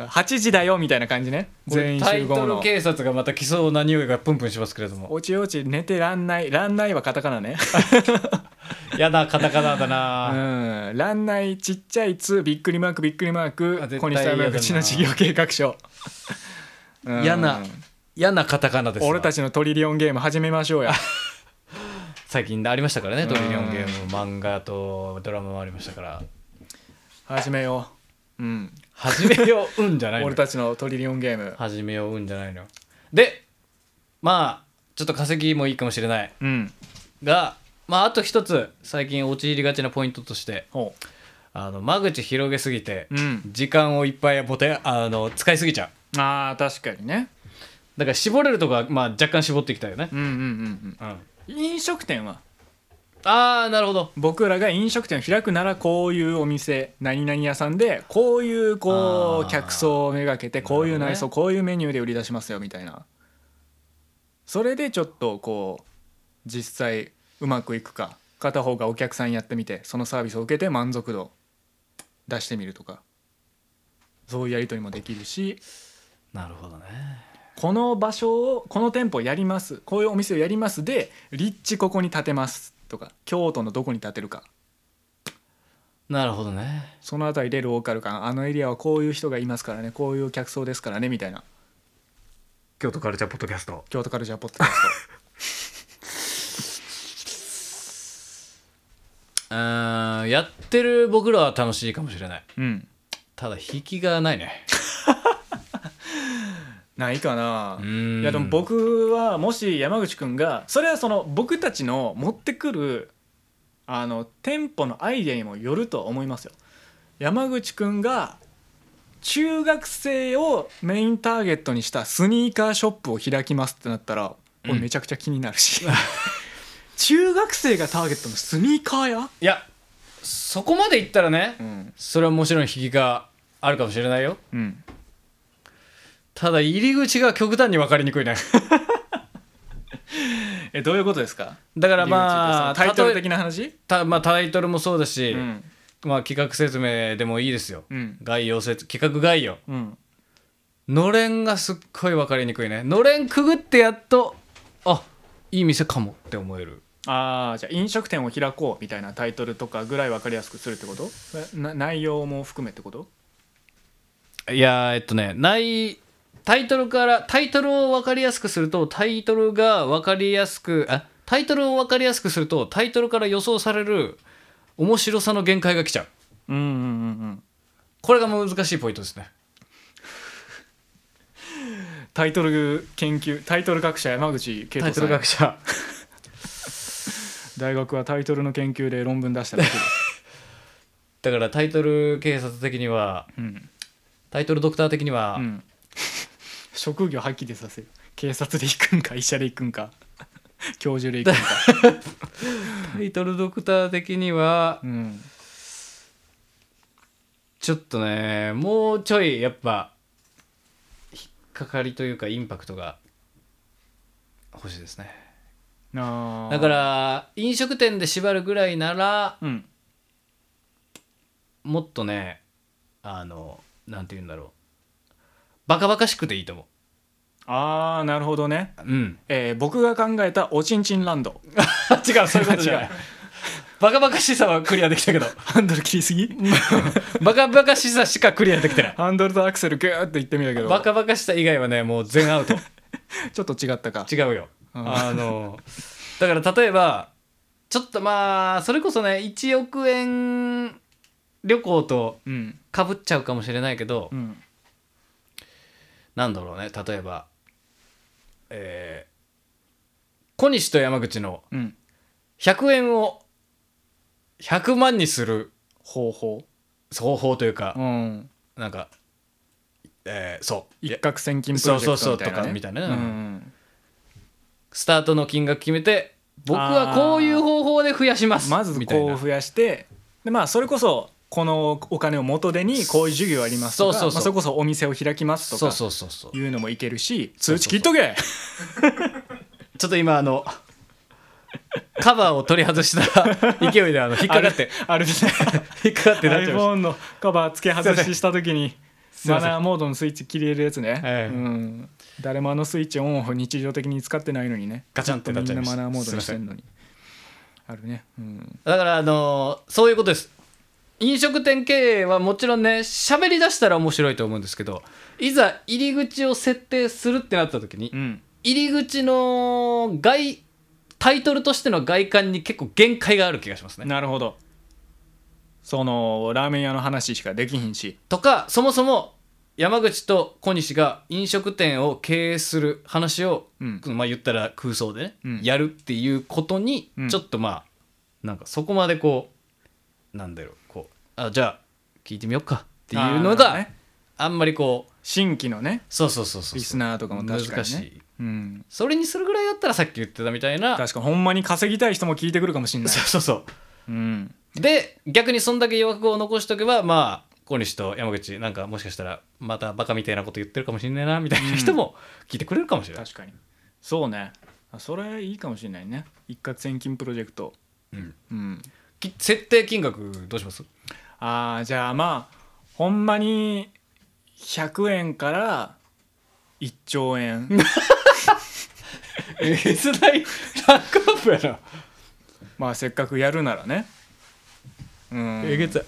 B: 8時だよみたいな感じね全員
A: タ
B: 集
A: イト
B: 合
A: ル
B: の
A: 警察がまた来そうな匂いがプンプンしますけれど
B: 「
A: も
B: おちおち寝てらんない」「らんない」はカタ カナね
A: やだカタカナだ
B: 「う
A: な、
B: んらんない」ちっちゃい「つ」びっくりマークびっくりマー
A: あ
B: ク
A: 絶対
B: 小西と山口の事業計画書うん
A: 嫌な嫌なカタカナですわ
B: 俺たちのトリリオンゲーム始めま しょうや
A: 最近ありましたからねトリリオンゲーム漫画とドラマもありましたから
B: 始めよううん
A: 始めよううんじゃないの
B: 俺たちのトリリオンゲーム
A: 始めよううんじゃないのでまあちょっと稼ぎもいいかもしれない
B: うん
A: がまああと一つ最近陥りがちなポイントとして
B: ほ
A: あの間口広げすぎて
B: ううん
A: 時間をいっぱいボテあの使いすぎちゃう
B: あー確かにね
A: だから絞れるとこは、まあ、若干絞っていきたいよね
B: うんうんうんうん
A: うん
B: 飲食店は
A: ああなるほど
B: 僕らが飲食店を開くならこういうお店何々屋さんでこういうこ
A: あー
B: う客層をめがけてこういう内装、
A: なる
B: こういうメニューで売り出しますよみたいなそれでちょっとこう実際うまくいくか片方がお客さんやってみてそのサービスを受けて満足度出してみるとかそういうやり取りもできるし
A: なるほどね
B: この場所をこの店舗やりますこういうお店をやりますで立地ここに建てますとか京都のどこに建てるか
A: なるほどね
B: そのあたりでローカル感あのエリアはこういう人がいますからねこういう客層ですからねみたいな
P: 京都カルチャーポッドキャスト
B: 京都カルチャーポッドキャス
A: うーんやってる僕らは楽しいかもしれない
B: トうん
A: ただ引きがないね
B: ないかな
A: うーん
B: いやでも僕はもし山口くんがそれはその僕たちの持ってくるあの店舗のアイデアにもよるとは思いますよ山口くんが中学生をメインターゲットにしたスニーカーショップを開きますってなったら
A: ん
B: 俺めちゃくちゃ気になるし、 中学生がターゲットのスニーカーや、
A: いやそこまでいったらね
B: うん
A: それはもちろん引きがあるかもしれないよ
B: うん、
A: ただ入り口が極端に分かりにくい ね
B: えどういうことですか
A: だからま
B: ま
A: あ
B: あタイトル
A: 例え
B: 的な話
A: た、まあ、タイトルもそうだし、
B: うん
A: まあ、企画説明でもいいですよ、
B: うん
A: 概要説企画概要
B: うん
A: のれんがすっごい分かりにくいねのれんくぐってやっとあいい店かもって思える
B: ああじゃあ飲食店を開こうみたいなタイトルとかぐらい分かりやすくするってことな内容も含めってこと
A: いやーえっとねないタイトルからタイトルを分かりやすくするとタイトルが分かりやすくあタイトルを分かりやすくするとタイトルから予想される面白さの限界が来ちゃう
B: うんうんうん
A: これが難しいポイントですね
B: うんタイトル研究タイトル学者山口慶
A: タイ
B: 人
A: トル
B: さん
A: 学者
B: 大学はタイトルの研究で論文出しただけです、
A: だからタイトル警察的には
B: うん
A: タイトルドクター的には、
B: うん、職業はっきりさせる警察で行くんか医者で行くん か教授で行くん か、
A: タイトルドクター的には
B: うん、
A: ちょっとねもうちょいやっぱ引っかかりというかインパクトが欲しいですね
B: あー
A: だから飲食店で縛るぐらいなら
B: うん
A: もっとねあのなんて言うんだろうバカバカしくていいと思
B: ああなるほどね、
A: ううん
B: えー僕が考えたおちんちんラン ド
A: 違うそういうこと じゃないバカバカしさはクリアできたけど
B: ハンドル切りすぎ
A: バカバカしさしかクリアでき てない
B: ハンドルとアクセルグーって言ってみたけど
A: バカバカしさ以外はねもう全アウト
B: ちょっと違ったか
A: 違うよ
B: うん
A: あのだから例えばちょっとまあそれこそね1億円旅行と
B: うん
A: かぶっちゃうかもしれないけど、
B: うん
A: なんだろうね例えばえー小西と山口の
B: うん
A: 100円を100万にする
B: 方法
A: 方法というか、
B: うん
A: なんか、えーそういや
B: 一攫千金プロジェク
A: そうそうそう
B: トみたいな、ね、
A: とかみたいなね
B: うん、
A: スタートの金額決めて僕はこういう方法で増やします
B: まず
A: みたい
B: こ
A: な
B: う増やしてでまあそれこそこのお金を元手にこういう授業ありますとか
A: そうそうそう
B: まあ、それこそお店を開きます
A: そ
B: と
A: う
B: か
A: そうそうそう
B: いうのもいけるし
A: そうそうそう
B: 通知切っとけ
A: ちょっと今あのカバーを取り外した勢いであの引っかかって
B: あれですね
A: 引っかか ってなっちゃいまし
B: iPhone のカバー付け外しした時に
A: いま
B: マ
A: せん
B: ナーモードのスイッチ切れるやつね、
A: ええ
B: うん、誰もあのスイッチオンオフ日常的に使ってないのにね
A: ガチャンってなっちゃいました
B: ずとみんなマナーモードにしてんのにあるね、うん、
A: ただからあのーそういうことです飲食店経営はもちろんね喋り出したら面白いと思うんですけどいざ入り口を設定するってなった時に
B: うん、
A: 入り口の外タイトルとしての外観に結構限界がある気がしますね
B: なるほどそのラーメン屋の話しかできひんし
A: とかそもそも山口と小西が飲食店を経営する話を
B: うん
A: まあ言ったら空想でね、
B: うん
A: やるっていうことに
B: うん
A: ちょっとまあなんかそこまでこうなんだろうこうあじゃあ聞いてみようかっていうの
B: あー
A: が
B: なるほどね
A: あんまりこう
B: 新規のね
A: そうそうそうそう
B: リスナーとかも確かにね
A: 難しい
B: うん
A: それにするぐらいだったらさっき言ってたみたいな
B: 確かほんまに稼ぎたい人も聞いてくるかもしんない
A: そうそうそう
B: うん
A: で逆にそんだけ余白を残しとけばまあ小西と山口なんかもしかしたらまたバカみたいなこと言ってるかもしれないなみたいな人も聞いてくれるかもしれない、
B: 確かにそうねあそれいいかもしれないね一攫千金プロジェクト
A: うん
B: うん
A: き設定金額どうします
B: ああじゃあまあほんまに100円から1兆円
A: えげつないランクアップやな
B: まあせっかくやるならねうん
A: えげつない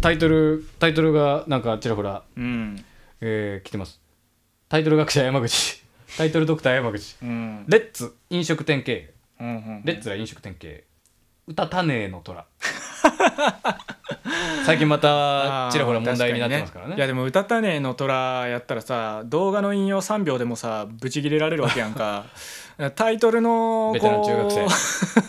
A: タイトルタイトルがなんかちらほら、
B: うん
A: えー来てますタイトル学者山口タイトルドクター山口
B: うん
A: レッツ飲食店経営
B: うんうん
A: レッツは飲食店経営歌たねえの 虎最近またちらほら問題になってますからね
B: いやでも「歌ったねえの虎」やったらさ動画の引用3秒でもさブチ切れられるわけやん かタイトルの
A: ベテラン
B: こ
A: 中 学生
B: う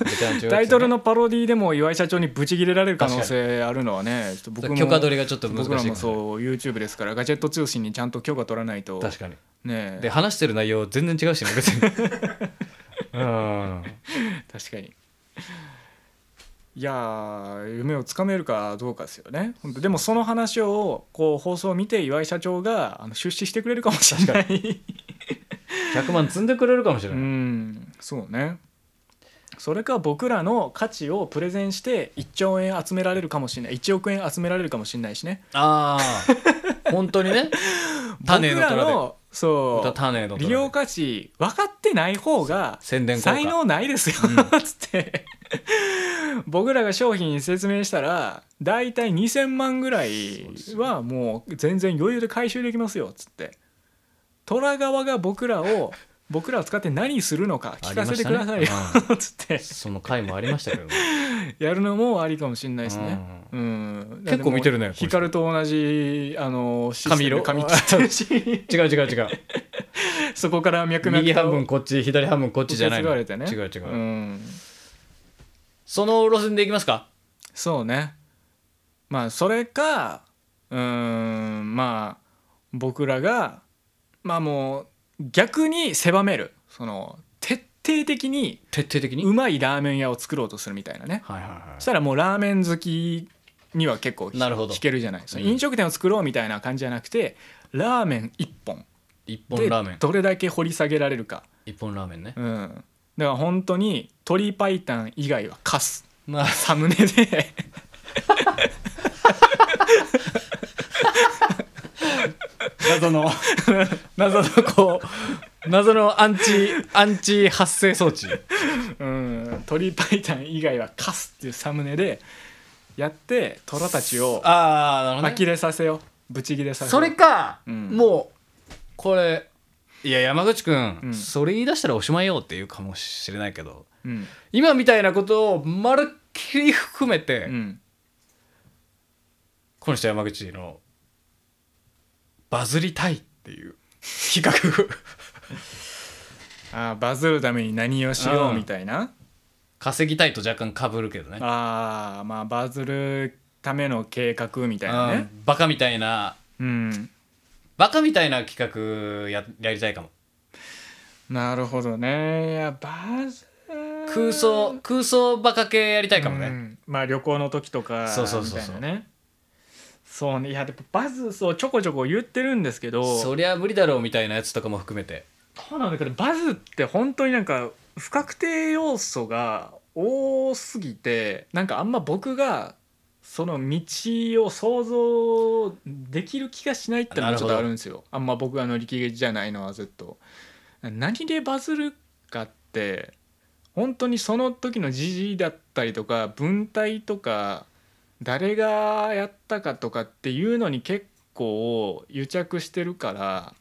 A: ベテラン中学生ね
B: タイトルのパロディでも岩井社長にブチ切れられる可能性あるのはねちょっと僕も
A: 許可取りがちょっと難しい
B: 僕らも
A: う
B: そう YouTube ですからガジェット通信にちゃんと許可取らないと
A: 確かに
B: ね
A: で
B: え
A: 話してる内容全然違うしね別 にうん
B: 確かにいやー夢をつかめるかどうかですよね本当でもその話をこう放送を見て岩井社長があの出資してくれるかもしれない
A: 100万積んでくれるかもしれ
B: う
A: ない、
B: んそうねそれか僕らの価値をプレゼンして1兆円集められるかもしれない1億円集められるかもしれないしね
A: ああ本当にね種の
B: 僕ら
A: 虎
B: のそ
A: で
B: う
A: 歌種の虎で
B: 利用価値分かってない方が
A: 宣伝効果
B: 才能ないですよ、つって僕らが商品説明したら大体2,000万ぐらいはもう全然余裕で回収できますよつって虎側が僕らを僕らを使って何するのか聞かせてくださいよ、
A: ありました
B: つって
A: その回もありま したけどね
B: やるのもありかもしれないですね、うん、
A: 結構見てるねこの人
B: 光と同じあのシステム
A: 髪色
B: 髪切ってるし
A: 違う違う違う
B: そこから脈々と
A: 右半分こっち左半分こっちじゃないの
B: 受け継がれてね
A: 違う違う、
B: うん
A: その路線でいきますか
B: そうねまあそれかうーんまあ僕らがまあもう逆に狭めるその徹底的に
A: 徹底的に
B: うまいラーメン屋を作ろうとするみたいなね
A: はいはいは
B: そしたらもうラーメン好きには結構
A: なるほど
B: 聞けるじゃないその
A: うん
B: 飲食店を作ろうみたいな感じじゃなくてラーメン1本
A: い一
B: で
A: 本ラーメン
B: どれだけ掘り下げられるか
A: 一本ラーメンね
B: うんだから本当に鶏白湯以外はカス
A: まあ
B: サムネで
A: 謎の謎のこう謎のアンチアンチ発生装置
B: うん鶏白湯以外はカスっていうサムネでやって虎たちを
A: ああなるほど、
B: 呆れさせようブチギレさせよう
A: それか、
B: うん
A: もうこれいや山口くん、
B: うん
A: それ言い出したらおしまいよっていうかもしれないけど
B: うん
A: 今みたいなことをまるっきり含めて、
B: うん
A: この人山口のバズりたいっていう企画
B: あーバズるために何をしようみたいな
A: 稼ぎたいと若干かぶるけどね
B: あーまあバズるための計画みたいな
A: うん
B: ね
A: バカみたいな
B: うん
A: バカみたいな企画ややりたいかも
B: なるほどねいやバズる
A: 空想空想バカ系やりたいかも
B: う
A: ね
B: んまあ旅行の時とか
A: そうそうそう
B: み
A: そう
B: たいなねそうねいやでもバズそうちょこちょこ言ってるんですけど
A: そりゃ無理だろうみたいなやつとかも含めて
B: そうなんだけどバズって本当になんか不確定要素が多すぎてなんかあんま僕がその道を想像できる気がしないって
A: な
B: のが
A: る
B: ち
A: ほ
B: ょ
A: ど
B: っとあるんですよあんま僕が乗り気じゃないのはずっと何でバズるかって本当にその時の時事だったりとか文体とか誰がやったかとかっていうのに結構癒着してるから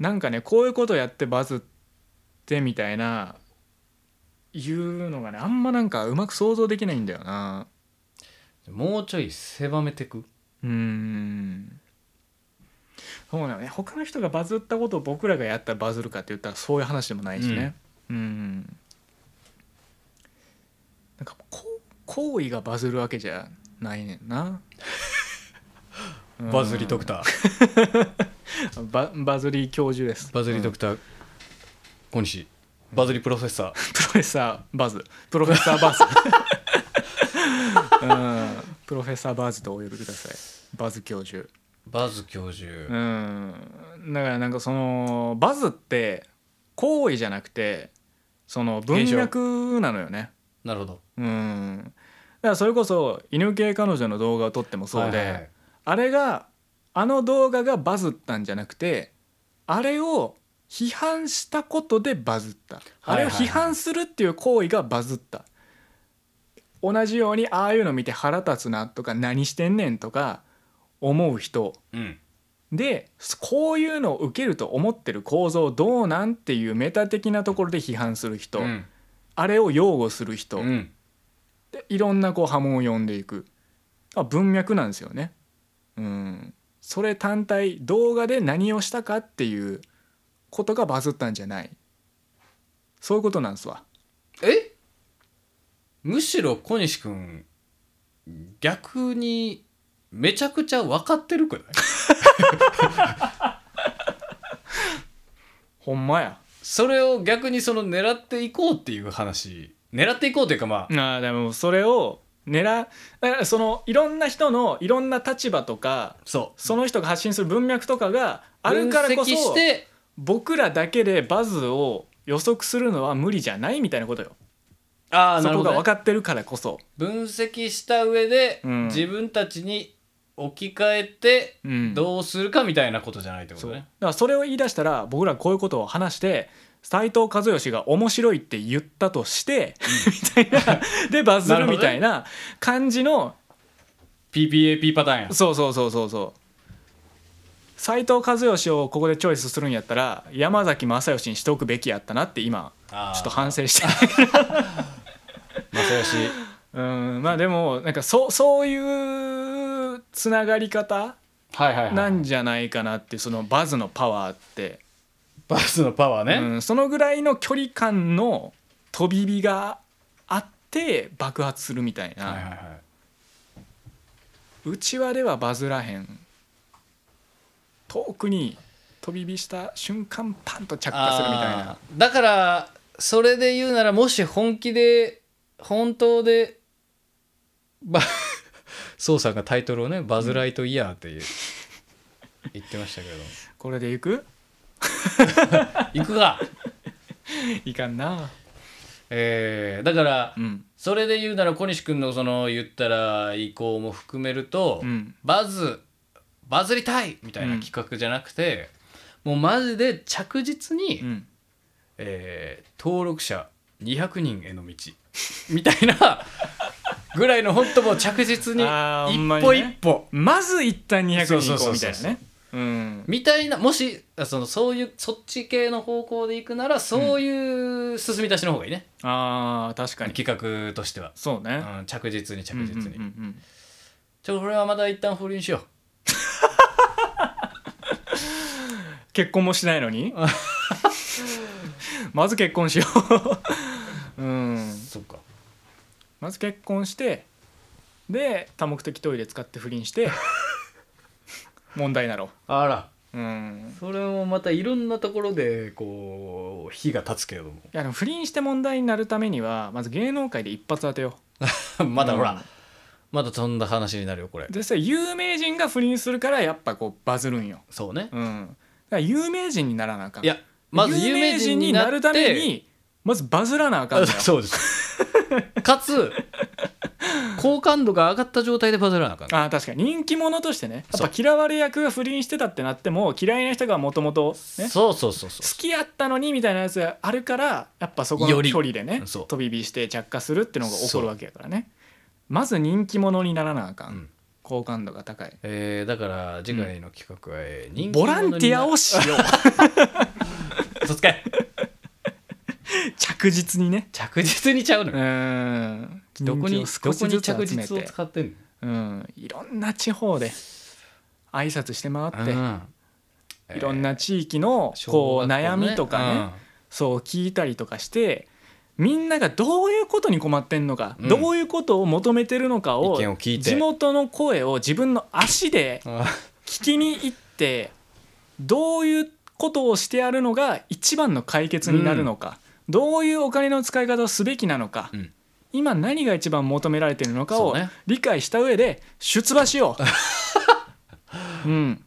B: なんかねこういうことやってバズってみたいないうのがねあんまなんかうまく想像できないんだよな
A: もうちょい狭めてく
B: うーんそうなのね他の人がバズったことを僕らがやったらバズるかって言ったらそういう話でもないしねうんなんかこう行為がバズるわけじゃ ないねんな
A: バズりドク
B: タ
A: ター
B: ババズリー教授です
A: バズリードクター小西バズリープロフェッサー
B: プロフェッサーバズプロフェッサーバズうんプロフェッサーバズとお呼びくださいバズ教授
A: バズ教授
B: うんだからなんかそのバズって行為じゃなくてその文脈なのよね
A: なるほど
B: うんだからそれこそ犬系彼女の動画を撮ってもそうで、
A: はいはいはい
B: あれがあの動画がバズったんじゃなくてあれを批判したことでバズった、
A: はいはい
B: あれを批判するっていう行為がバズった同じようにああいうの見て腹立つなとか何してんねんとか思う人
A: うん
B: でこういうのを受けると思ってる構造どうなんっていうメタ的なところで批判する人、
A: うん
B: あれを擁護する人、
A: うん
B: でいろんなこう波紋を呼んでいくあ文脈なんですよねうんそれ単体動画で何をしたかっていうことがバズったんじゃないそういうことなんですわ
A: えむしろ小西君逆にめちゃくちゃ分かってるくない
B: ほんまや
A: それを逆にその狙っていこうっていう話狙っていこうというかまあ
B: あでもそれを狙うだからそのいろんな人のいろんな立場とか
A: そ
B: その人が発信する文脈とかが
A: う
B: あるからこ
A: 分析し
B: そ
A: て
B: 僕らだけでバズを予測するのは無理じゃないみたいなことよ
A: ああ
B: そ
A: なる
B: こ
A: ほど
B: が
A: ね、
B: 分かってるからこそ
A: 分析した上で、
B: うん
A: 自分たちに置き換えて
B: うん
A: どうするかみたいなことじゃないってこと
B: そうだ
A: ね
B: か、らそれを言い出したら僕らこういうことを話して斎藤和義が面白いって言ったとしてみたいなでバズ
A: なる
B: る
A: ほどね
B: みたいな感じの
A: PPAP パターンや
B: そうそうそうそうそう斎藤和義をここでチョイスするんやったら山崎正義にしておくべきやったなって今
A: あー
B: ちょっと反省して
A: 正義
B: うんまあでもなんかそそういうつながり方
A: はいはいは
B: ないんじゃないかなってそのバズのパワーって、
A: バスのパワーね、
B: うん、そのぐらいの距離感の飛び火があって爆発するみたいな、
A: はいはいはいう
B: ちわではバズらへん遠くに飛び火した瞬間パンと着火するみたいな
A: あーだからそれで言うならもし本気で本当でば そうさんがタイトルをね「バズ・ライト・イヤー」 って言う言ってましたけど
B: これでいく
A: 行くが、
B: いかんな
A: えーだから
B: うん
A: それで言うなら小西君のその言ったら意向も含めると、
B: うん
A: バズバズりたいみたいな企画じゃなくて、もうマジで着実に、
B: うん
A: えー登録者200人への道 みたいなぐらいの本当もう着実に
B: あーほ
A: 一
B: んまに
A: 歩
B: ね
A: 一歩
B: まず一旦200人いこうみたい
A: そうそうそう
B: な
A: そう
B: ねうん
A: みたいなもしあそのそういうそっち系の方向で行くならそういう進み出しの方がいいね、
B: あー確かに
A: 企画としては、
B: そうね
A: うん、着実に着実に、
B: うんうんうんうん
A: ちょっとこれはまだ一旦保留にしよ
B: 結婚もしない のにまず結婚しよううん
A: うそっか
B: まず結婚してで多目的トイレ使って不倫して 問題なろ
A: あら
B: ううん
A: それもまたいろんなところでこう火が立つけれど も
B: いやでも不倫して問題になるためにはまず芸能界で一発当てよ
A: まだほら、
B: うん
A: まだとんだ話になるよこれ
B: うでそれ有名人が不倫するからやっぱこうバズるんよ
A: そうね、
B: うんだから有名人にならなあかん
A: いやまず有名人になって
B: 有名人るためにまずバズらなあかんの よ
A: そう ですかつ好感度が上がった状態でバズらなあかん
B: あー確かに人気者としてねや
A: そ
B: っ
A: う
B: ぱ嫌われ役が不倫してたってなっても嫌いな人がもともとね
A: そうそうそうそ
B: 好きやったのにみたいなやつがあるからやっぱそこ
A: よ
B: の
A: り
B: 距離でね
A: そう
B: 飛び火して着火するってのが起こるわけやからねまず人気者にならなあか
A: う
B: ん、
A: ん
B: 好感度が高い
A: えーだから次回の企画は、えー人気
B: ボ
A: 者
B: ランティアをしよう
A: そつかい
B: 着実にね
A: 着実にちゃうの
B: う
A: よ
B: ーん
A: どこに
B: 人気
A: ど
B: を少し
A: こ
B: ず
A: に
B: つ
A: 着
B: 集め
A: 実を
B: て
A: 使ってんの
B: うんいろんな地方で挨拶して回って、
A: うんえー
B: いろんな地域の
A: 小
B: こ
A: 学
B: う
A: 校
B: 悩
A: のね
B: みとかね、そう聞いたりとかしてみんながどういうことに困ってんのか、
A: うん
B: どういうことを求めてるのか
A: うん
B: を
A: 意見を聞いて
B: 地元の声を自分の足で
A: あ
B: 聞きに行ってどういうことをしてやるのが一番の解決になるのか、どういうお金の使い方をすべきなのか、
A: うん
B: 今何が一番求められているのか
A: そ
B: を
A: うね
B: 理解した上で出馬しよ う。うん、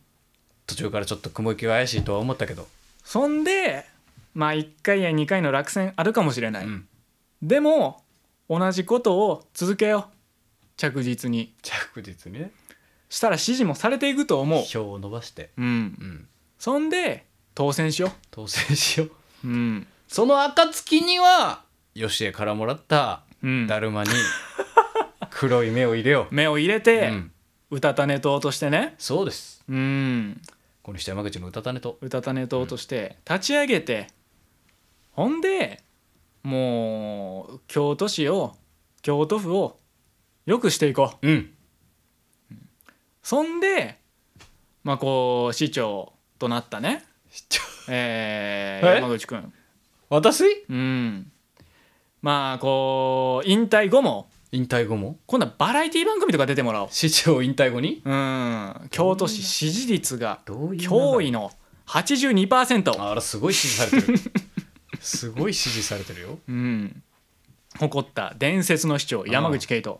A: 途中からちょっと雲行きが怪しいとは思ったけど、
B: そんでまあ1回や2回の落選あるかもしれない、
A: うん
B: でも同じことを続けよう着実に
A: 着実にね
B: したら支持もされていくと思う、
A: 票を伸ばして、
B: うん、
A: うん、
B: そんで当選しよ
A: 当選しよう
B: ううん、
A: その暁には吉江からもらった
B: うん、
A: だるま に黒い目を入れよ
B: 目を入れ
A: う、う
B: て、
A: ん、
B: うたたね党としてね
A: そうです
B: うん
A: この人山口の歌種と
B: うたたね党として立ち上げてほんでもう京都市を京都府を良くしていこう
A: うん
B: そんで、まあ、こう市長となったねえー
A: え
B: 山口くん
A: 私
B: うんまあこう引退後も
A: 引退後も
B: 今度はバラエティ番組とか出てもらおう
A: 市長引退後に
B: うん京都市支持率が
A: どういう
B: 驚
A: 流れ
B: 異の82%、
A: あらすごい支持され てるすごい支持されてるよ
B: うん、誇った伝説の市長山口圭人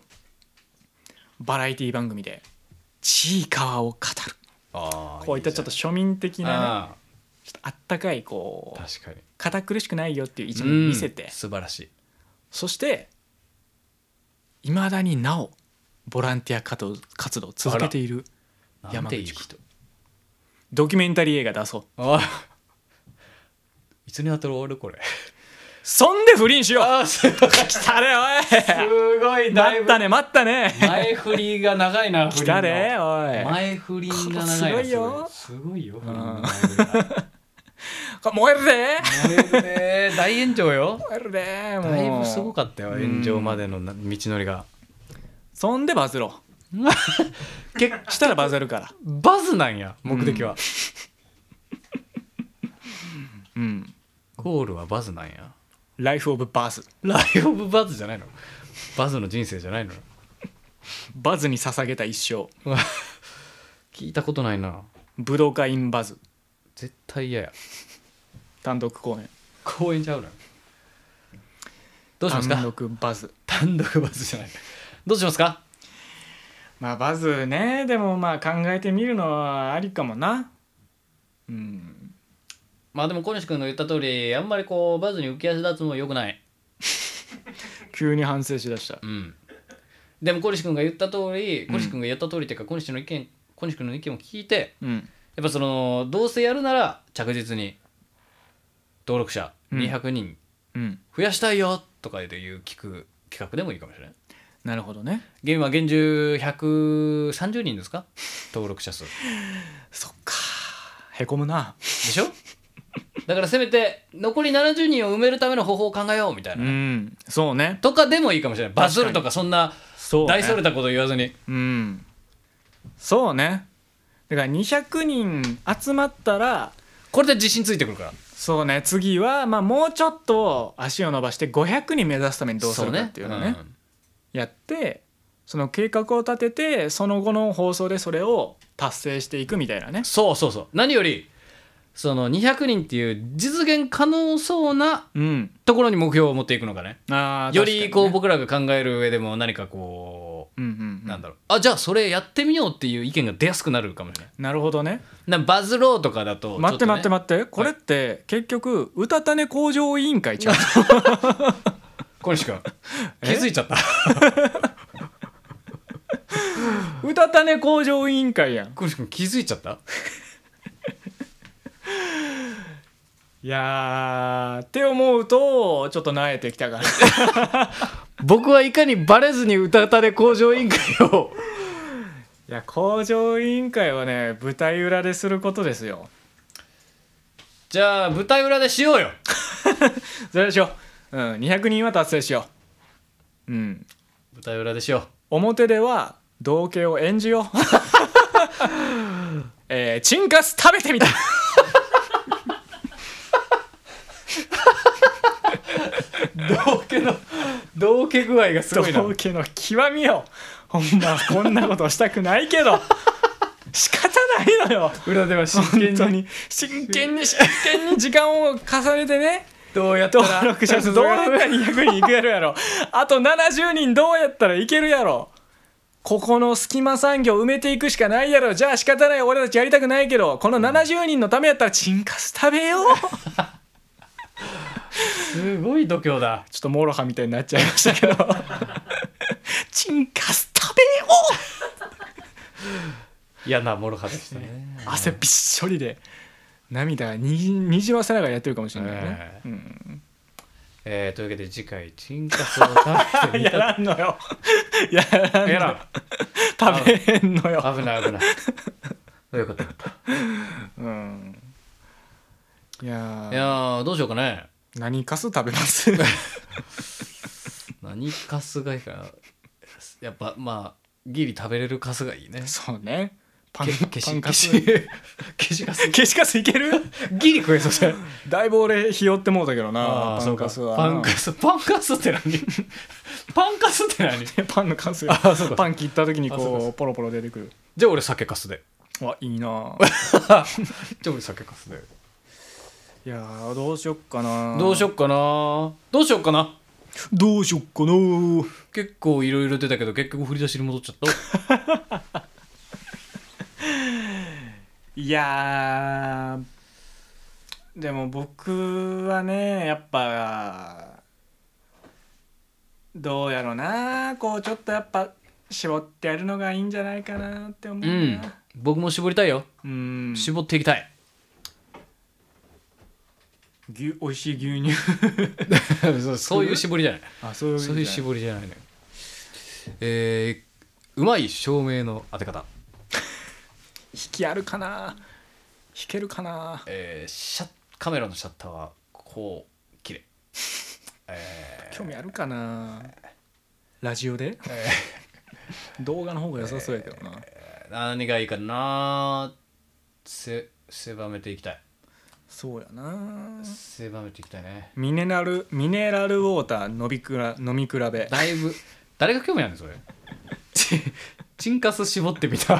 B: バラエティ番組でちいかわを語る
A: ああ
B: こういったちょっと庶民的なね
A: あ
B: ちょっとあったかいこ
A: あ
B: う
A: 確かに
B: 堅苦しくないよっていう一
A: うん
B: 面見せて、
A: 素晴らしい
B: そしていまだになおボランティア活動活動を続けている
A: なん
B: 山
A: ていい
B: 口
A: 人
B: ドキュメンタリー映画出そう
A: ああ いつに当たる終わるこれ
B: そんで不倫しよう
A: あすごい
B: 来たれおい
A: だい
B: 待
A: ぶ
B: ったね待ったね
A: 前振りが長いな
B: 来たれおい
A: 前振りが長いな
B: すごいよ
A: すごいよ
B: ん
A: 燃
B: これ燃えるぜ
A: えるね大炎上よ
B: 燃えるぜもう
A: だいぶすごかったよ
B: うん
A: 炎上までのな道のりが
B: そんでバズろ う
A: 結
B: したらバズるから
A: バズなんや目的は
B: うん
A: ゴールはバズなんや
B: ライフ・オブ・バズ
A: ライオブバズじゃないのバズの人生じゃないの
B: バズに捧げた一生
A: 聞いたことないな
B: 武道会インバズ
A: 絶対嫌や
B: 単独公演
A: 公園ちゃうのどうします
B: 単
A: か
B: 独バズ
A: 単独バズじゃないどうしますか
B: まあバズねでもまあ考えてみるのはありかもなうん
A: まあでも小西君の言った通りあんまりこうバズに浮き足立つのもよくない
B: 急に反省しだした
A: うん、でも小西君が言った通り小西君が言った通りっていうか小西の意見小西君の意見を聞いて
B: うん
A: やっぱそのどうせやるなら着実に登録者
B: うん
A: 200人
B: うん
A: 増やしたいよとかでいう聞く企画でもいいかもしれない
B: なるほどね
A: 現は現住130人ですか登録者数で
B: そっかへこむな
A: しょだからせめて残り70人を埋めるための方法を考えようみたいうな、
B: んそうね
A: とかでもいいかもしれないバズるとかそんな
B: そうね
A: 大それたこと言わずに
B: うんそうねだから200人集まったら
A: これで自信ついてくるから
B: そうね次はまあもうちょっと足を伸ばして500人目指すためにどうするかっていうのをね
A: そん
B: やってその計画を立ててその後の放送でそれを達成していくみたいなね
A: そうそうそう何よりその200人っていう実現可能そうな
B: うん
A: ところに目標を持っていくのがね
B: あー
A: よりこう、
B: 確か
A: 僕らが考える上でも何かこ
B: にねうん
A: う
B: うんう、
A: んなんだろうあじゃあそれやってみようっていう意見が出やすくなるかもしれない
B: なるほどね
A: なバズろうとかだと
B: 待って待って
A: 待
B: 待ってこれって結局うたた寝工場委員会ちゃう
A: って小西 君気づいちゃった
B: うたた寝工場委員会やん
A: 小西君気づいちゃった
B: いやーって思うとちょっと慣えてき たから
A: 僕はいかにバレずに歌たれ工場委員会を
B: いや工場委員会はね舞台裏ですることですよ
A: じゃあ舞台裏でしようよ
B: それでしょう、うん、200人は達成しよううん
A: 舞台裏でしよう
B: 表では同型を演じ よう えー、チンカス食べてみた
A: 道家の道家具合がす
B: 同
A: ごいな
B: 型の極みよほんまこんなことしたくないけど仕方ないのよ
A: 裏では真剣
B: 本当
A: に
B: に真剣に真剣に時間を重ねてね
A: どうやった
B: 登
A: ら
B: 録者数どうやったら200人いけるやろあと70人どうやったらいけるやろここの隙間産業埋めていくしかないやろじゃあ仕方ない俺たちやりたくないけどこの70人のためやったらチンカス食べよう
A: すごい度胸だ
B: ちょっとモロハみたいになっちゃいました けどチンカス食べよ
A: 嫌なもろはでしたね
B: う汗びっしょりで涙ににじませながらやってるかもしれないね、
A: え
B: うん
A: えーというわけで次回チンカスを食べてみ
B: や
A: た
B: らんのよ やらんの
A: や
B: よ
A: らん
B: 食べへんのよ
A: 危ない危ないよかったよかっ
B: うんいやー
A: たいやーどうしようかね
B: 何かす食べます
A: 何カスがいいかなやっぱまあギリ食べれるカスがいいね
B: そうねパン
A: け消
B: パン
A: し消し
B: カス
A: 消しカス
B: 消しカスいける
A: ギリ食えそうじゃない
B: だいぶ俺ひよってもうたけどな
A: ああ
B: パ
A: そう
B: ン
A: か
B: カスは
A: パンカスパンカス って何パンカスって何
B: スパンのカス
A: あそうか
B: パン切った時に
A: あそうかそ
B: こうポロポロ出てくる
A: じゃあ俺酒カスで
B: わいい なあ
A: じゃあ俺酒カスで
B: いやーどうしよっかな
A: どうしよっかなどうしよっかな
B: どうしよっかな
A: 結構いろいろ出たけど結局振り出しに戻っちゃった
B: いやーでも僕はねやっぱどうやろなこうちょっとやっぱ絞ってやるのがいいんじゃないかなって思
A: う
B: う
A: ん
B: な
A: 僕も絞りたいよ
B: うん
A: 絞っていきたい
B: 牛美味しい牛乳
A: そうそういう絞りじゃない
B: あそういう
A: そういう絞りじゃないのよえーうまい照明の当て方
B: 引きあるかな引けるかな
A: えーシャッカメラのシャッターはこう綺麗
B: 興味あるかなラジオで動画の方が良さそうやけどな
A: 何がいいかなせ狭めていきたい
B: そうやな
A: 狭めていきたいね
B: ミネラルミネラルウォーター飲みくら飲み比べ
A: だいぶ誰が興味あるの それちチンカス絞ってみた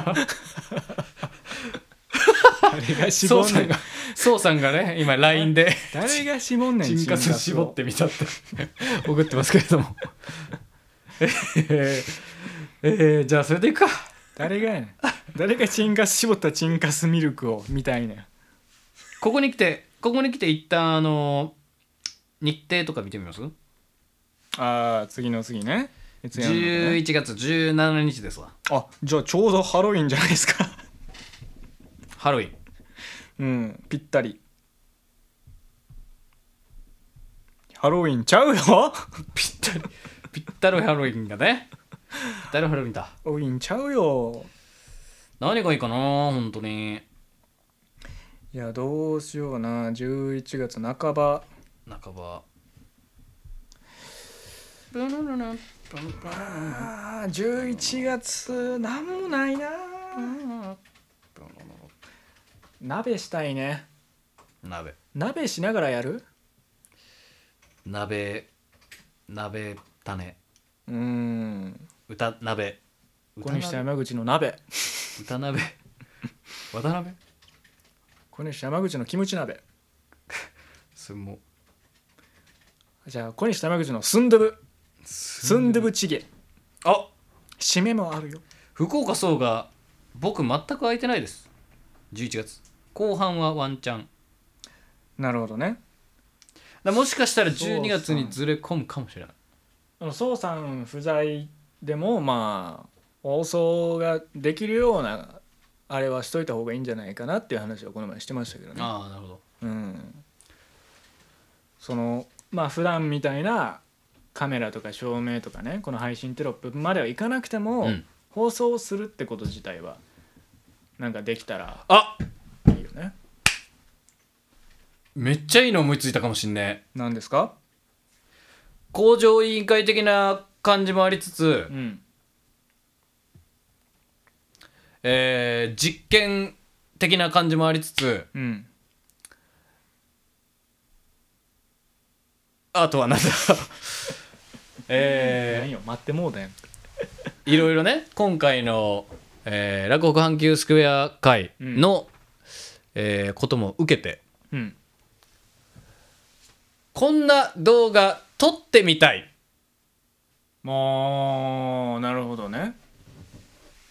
B: 誰が
A: ソウ
B: 絞ん
A: さ
B: ね
A: ん
B: ん
A: がソウさんがね今 LINE で
B: 誰が絞んねん
A: チンカス絞ってみたって送ってますけれどもえーえーじゃあそれでいくか
B: 誰がやねん誰がチンカス絞ったチンカスミルクをみたいねん
A: ここに来てここに来て一旦あの日程とか見てみます
B: あー次の次ねいつやるのかね
A: 11月17日ですわ
B: あじゃあちょうどハロウィンじゃないですか
A: ハロウィン
B: うんぴったりハロウィンちゃうよハ
A: ぴったりぴったりハロウィンだねぴったりハロウィンだ
B: ロウィンちゃうよ
A: 何がいいかな本当に
B: いやどうしような11月半ば
A: 半ば
B: あー11月なんもないな鍋したいね
A: 鍋
B: 鍋しながらやる
A: 鍋鍋種
B: うん
A: 歌鍋
B: 小
A: 歌
B: 西と
A: 鍋
B: 山口の鍋
A: 歌鍋渡辺
B: 小西と山口のキムチ鍋
A: それも
B: じゃあ小西と山口のスンドゥブスンドゥブチゲ
A: あ
B: 締めもあるよ
A: 福岡総が僕全く空いてないです11月後半はワンチャン
B: なるほどね
A: だもしかしたら
B: そう
A: 12月にずれ込むかもしれない
B: あの宋さん不在でもまあ放送ができるようなあれはしといた方がいいんじゃないかなっていう話をこの前してましたけどね
A: ああなるほど
B: うん、そのまあ普段みたいなカメラとか照明とかねこの配信テロップまではいかなくても、
A: うん
B: 放送をするってこと自体はなんかできたら
A: あ
B: いいよね
A: めっちゃいいの思いついたかもしんね
B: 何ですか
A: 工場委員会的な感じもありつつ、
B: うん
A: えー実験的な感じもありつつ
B: うん
A: あとは なんだえ
B: 何よ待ってもうだよ
A: ーいろいろね今回のえー落語阪急スクエア会の、えーことも受けて、
B: うん
A: こんな動画撮ってみたい
B: もうなるほどね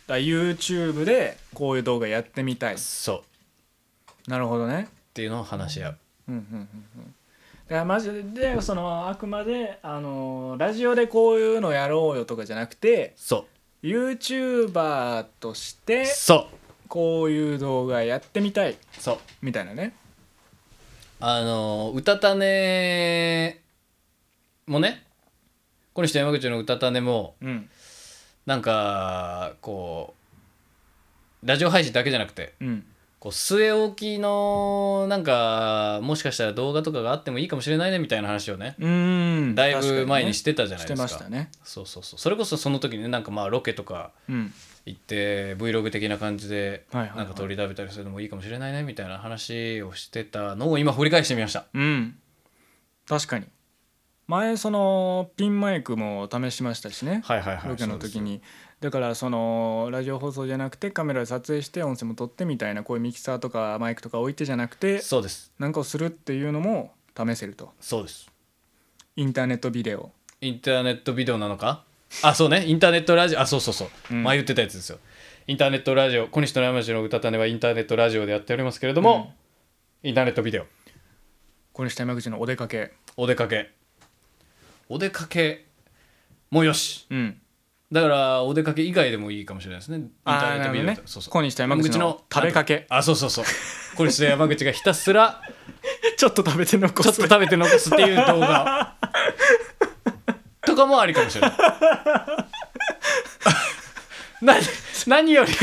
B: だ YouTube でこういう動画やってみたい
A: そうっ
B: なるほどね
A: ていうのを話し合う
B: うんうんうんうんだからマジでそのあくまであのラジオでこういうのやろうよとかじゃなくて
A: そ
B: YouTuber として
A: うそう
B: こういう動画やってみたい
A: そう
B: みたいなね
A: あのうたたねもね小西と山口のうたたねも
B: うん
A: なんかこうラジオ配信だけじゃなくて
B: うん
A: こう据え置きのなんかもしかしたら動画とかがあってもいいかもしれないねみたいな話をね
B: うーん
A: だいぶ前にしててたじゃない
B: し
A: で
B: て
A: すか
B: ましたね
A: そうそうそうそれこそその時にねなんかまあロケとか
B: うん
A: 行って Vlog 的な感じで
B: はいはいはい
A: なんか取り食べたりするのもいいかもしれないねみたいな話をしてたのを今掘り返してみました
B: うん確かに前そのピンマイクも試しましたしね
A: はいはいはい
B: ロケの時
A: そう
B: にだからそのラジオ放送じゃなくてカメラで撮影して音声も撮ってみたいなこういうミキサーとかマイクとか置いてじゃなく
A: で
B: て
A: すそうです
B: なんかをするっていうのも試せると
A: そうです
B: インターネットビデオ
A: インターネットビデオなのかあそうねインターネットラジオあそうそうそう、
B: うん
A: 前言ってたやつですよインターネットラジオ小西と山口の歌種はインターネットラジオでやっておりますけれども、インターネットビデオ
B: これ下山口のお出かけ
A: お出かけお出かけもよし
B: うん
A: だからお出かけ以外でもいいかもしれないですねインタ
B: あー
A: ーネットビデオ
B: な
A: だ
B: る
A: と、
B: ほどね
A: そうそう
B: 小西と山口の食べかけ
A: あそうそうそう小西と山口がひたすら
B: ちょっと食べて残
A: ちょっと食べて残すっていう動画 とかもありかもし れない何何より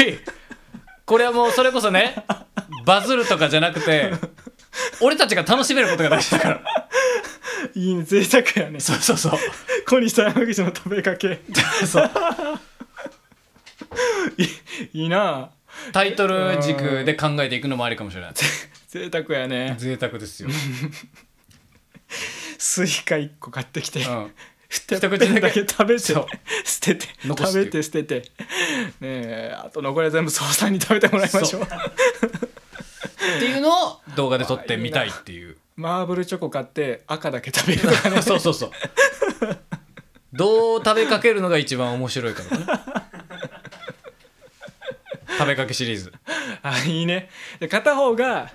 A: これはもうそれこそねバズるとかじゃなくて俺たちが楽しめることが大事だから
B: いいね贅沢やね
A: そうそうそう
B: 小西と山口の食べかけ
A: そう
B: いいな
A: タイトル軸で考えていくのもありかもしれない
B: 贅沢やね
A: 贅沢です よ、
B: スイカ1個買ってきて、
A: うん、
B: 一
A: 口だけ
B: 口だけ食べて
A: そう
B: 捨てて
A: 残
B: 食
A: して
B: べて捨ててねえあと残りは全部総さんに食べてもらいましょう
A: っていうのを動画で撮ってみたいっていう
B: マーブルチョコ買って赤だけ食べ るとか ね
A: そうそうそうどう食べかけるのが一番面白いかもね食べかけシリーズ
B: あいいねで片方が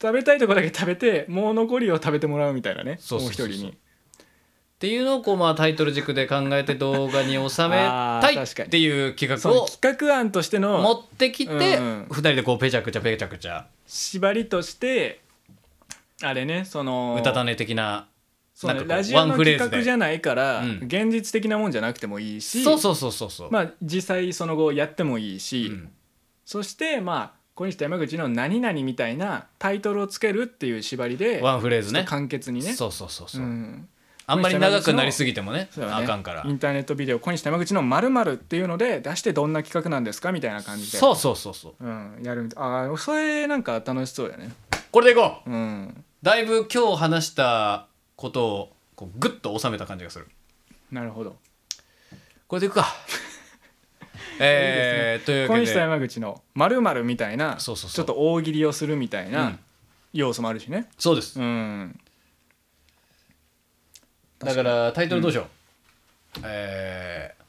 B: 食べたいとこだけ食べてもう残りを食べてもらうみたいなね
A: そうそうそうそう
B: もう一人に
A: っていうのをこうまあタイトル軸で考えて動画に収めたい
B: あー確かに
A: っていう企画
B: そ
A: を
B: う企画案として
A: 持
B: の
A: ってきて
B: うんうん
A: 2人でこうペチャクチャペチャクチャ
B: 縛りとしてあれねその
A: うたたね的な
B: そうね
A: なんかこう
B: ラジオ
A: ワ
B: の
A: ンフレーズ
B: 企
A: で
B: 画じゃないから、
A: うん
B: 現実的なもんじゃなくてもいいし
A: そうそうそうそうそう、
B: まあ、実際その後やってもいいし、
A: うん
B: そしてまあ小西と山口の「何々」みたいなタイトルをつけるっていう縛りで
A: ワンフレーズね
B: 簡潔にね
A: そうそうそうそう、
B: うん
A: あんまり長くなりすぎてもね
B: そうだ
A: あ
B: ね
A: かんから
B: インターネットビデオ「小西と山口のまるっていうので出してどんな企画なんですかみたいな感じで
A: そうそうそうそう
B: うん、やるみたいあーそれなんか楽しそうやね
A: これでいこう
B: うん
A: だいぶ今日話したことをこうグッと収めた感じがする
B: なるほど
A: これでいく かえーというわ
B: 小
A: け
B: 西と
A: で
B: 山口のまるみたいな
A: そうそうそう
B: ちょっと大喜利をするみたいうなん要素もあるしね
A: そうです、
B: うん
A: だからタイトルどうしよう、えー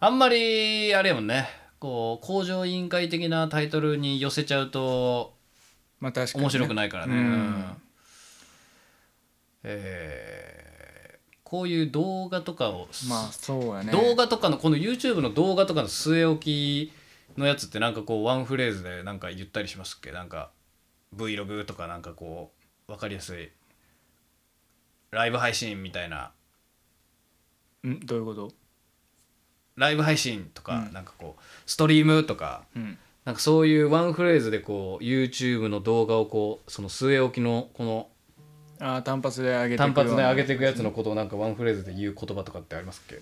A: あんまりあれやもんねこう工場委員会的なタイトルに寄せちゃうと
B: まあ確かにね
A: 面白くないからね、
B: うん
A: うんえーこういう動画とかをす
B: まあそうやね
A: 動画とかのこの YouTube の動画とかの据え置きのやつってなんかこうワンフレーズでなんか言ったりしますっけなんか Vlog とかなんかこう分かりやすいライブ配信みたいなん
B: どういうこと
A: ライブ配信とかなんかこうストリームとか
B: うん
A: なんかそういうワンフレーズでこう YouTube の動画をこうその据え置きのこの
B: あー単発で上げて
A: 単発で上げ
B: て
A: ていくやつのことをなんかワンフレーズで言う言葉とかってありますっけ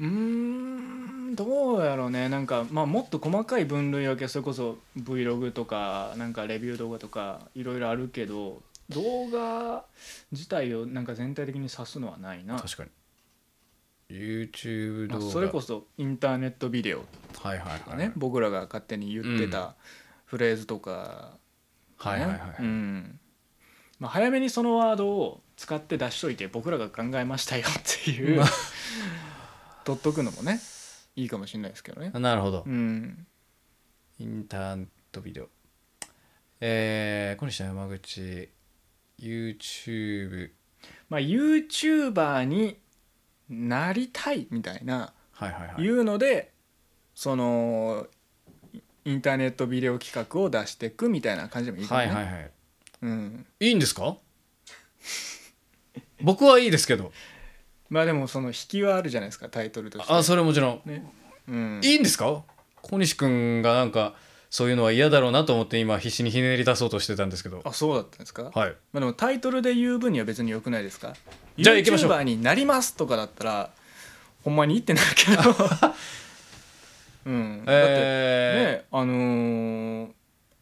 B: うーんどうやろうねなんか、まあ、もっと細かい分類分けそれこそ Vlog とかなんかレビュー動画とかいろいろあるけど動画自体をなんか全体的に指すのはないな
A: 確かに YouTube
B: まあ
A: 動画
B: それこそインターネットビデオ
A: はいはい
B: とか
A: はい、
B: ね僕らが勝手に言ってたフレーズとか
A: はいはいはい、
B: うんまあ、早めにそのワードを使って出しといて僕らが考えましたよっていう、 取っとくのもねいいかもしれないですけどね
A: あ、なるほど、
B: うん、
A: インターネットビデオえー、小西山口 YouTube
B: まあ YouTuber になりたいみたいな
A: はいはいはい
B: いうのでそのインターネットビデオ企画を出していくみたいな感じでもいいかも
A: は
B: ね、
A: いはいはい
B: うん、
A: いいんですか 僕はいいですけど
B: まあでもその引きはあるじゃないですかタイトルとして
A: あそれもちろん
B: うん、
A: いいんですか小西君がなんかそういうのは嫌だろうなと思って今必死にひねり出そうとしてたんですけど
B: あそうだったんですか
A: はい
B: まあ、でもタイトルで言う分には別に良くないですか
A: じゃあ行きましょう
B: YouTuber になりますとかだったらほんまに言ってなるけ どうん、だって
A: え
B: ねあのー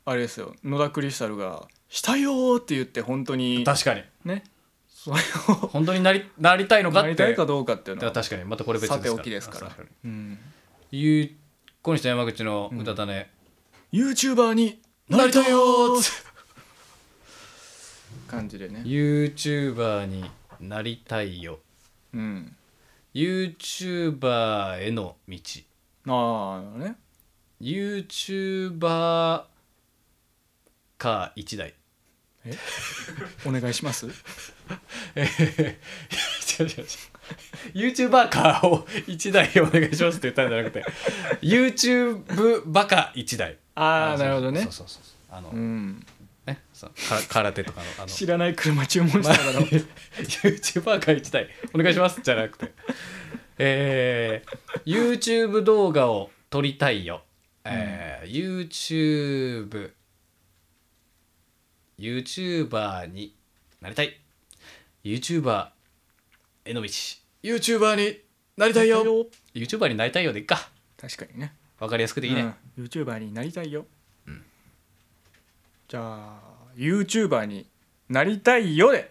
B: あれですよ野田クリスタルが「したよ!」って言って本当
A: ー
B: に
A: 確かに
B: ねそれを
A: 本当になりなりたいのかって
B: なりたいかどうかっていうの
A: だ
B: は
A: から確かにまたこれ別ですから
B: さておきですから
A: 確に
B: うん、
A: ゆう小西と山口の歌だね、
B: YouTuber になりたいよーって感じでね、
A: YouTuber になりたいよ
B: うん、
A: YouTuber への道
B: ああね
A: YouTuber か一台
B: お願いします
A: えへへ違う違う違う YouTuber かを一台お願いしますって言ったんじゃなくて YouTube バカ一台
B: ああなるほどね
A: そうそうそうそうあの、
B: うん
A: ねそうか空手とかのあの
B: 知らない車注文したから
A: YouTuber が1台お願いしますじゃなくてえー、YouTube 動画を撮りたいよ、えー YouTubeYouTuber になりたい YouTuber への道 YouTuber になりたいよ YouTuber になりたいよでいっか
B: 確かにね
A: わかりやすくていいね、
B: うん、YouTuber になりたいよ、じゃあ YouTuber になりたいよで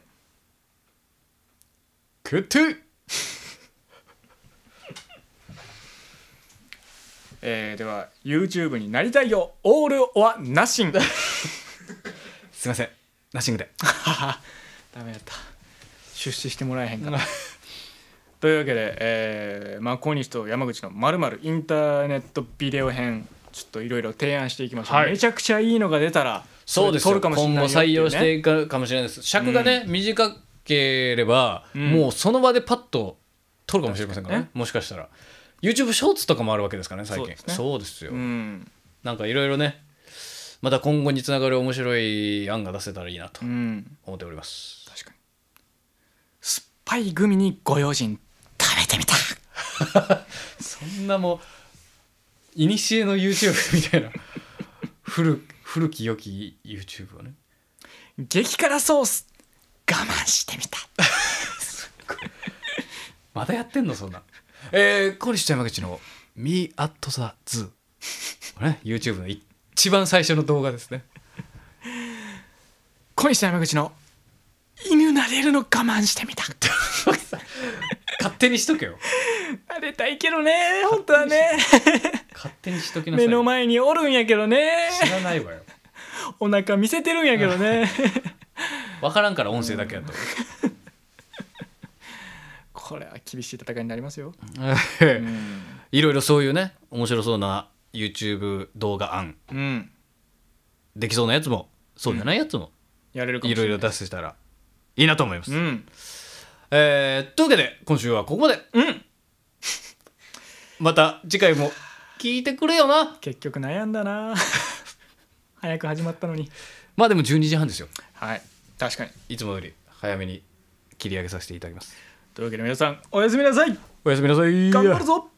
A: 決定
B: えーでは YouTube になりたいよオールオアナッシング
A: すいませんナッシングで
B: ダメだった出資してもらえ へんかなというわけで、えーまあ、小西と山口のまるまるインターネットビデオ編ちょっといろいろ提案していきましょう、
A: はい
B: めちゃくちゃいいのが出たら
A: そうです
B: れ
A: よ
B: 撮るかもしれ
A: 今
B: ない
A: 後
B: よって
A: 採用し
B: いうね
A: ていくかもしれないです尺がね、短ければ、もうその場でパッと取るかもしれませんからね
B: 確
A: もしかしたら YouTube ショーツとかもあるわけですからね最
B: そう
A: 近
B: ですね
A: そうですよ、
B: うん
A: なんかいろいろねまた今後につながる面白い案が出せたらいいなと
B: うん
A: 思っております、
B: 確かに酸っぱいグミにご用心食べてみた
A: そんなもういにしえの YouTube みたいな古古き良き YouTube をね
B: 激辛ソース我慢してみた
A: またやってんのそんな。えー、小西と山口の Me at the Zoo。これね、YouTube の一番最初の動画ですね。
B: 小西山口の犬なれるの我慢してみた
A: 勝手にしとけよ。
B: なれたいけどね本当はね
A: 勝手にしときなさい。
B: 目の前におるんやけどね
A: 知らないわよ。
B: お腹見せてるんやけどね
A: わからんから音声だけやと。
B: これは厳しい戦いになりますよ、
A: いろいろそういうね、面白そうな YouTube 動画案、
B: うん、
A: できそうなやつも、そうじゃないやつも、
B: やれるかも
A: い
B: しれ
A: ろ
B: ない
A: いろ出せたらいいなと思います。
B: うん
A: えーというわけで、今週はここまで。
B: うん
A: また次回も聞いてくれよな。
B: 結局悩んだ な早く始まったのに
A: まあでも12時半ですよ。
B: はい確かに
A: いつもより早めに切り上げさせていただきます。
B: というわけで皆さんおやすみなさい
A: おやすみなさい。
B: 頑張るぞ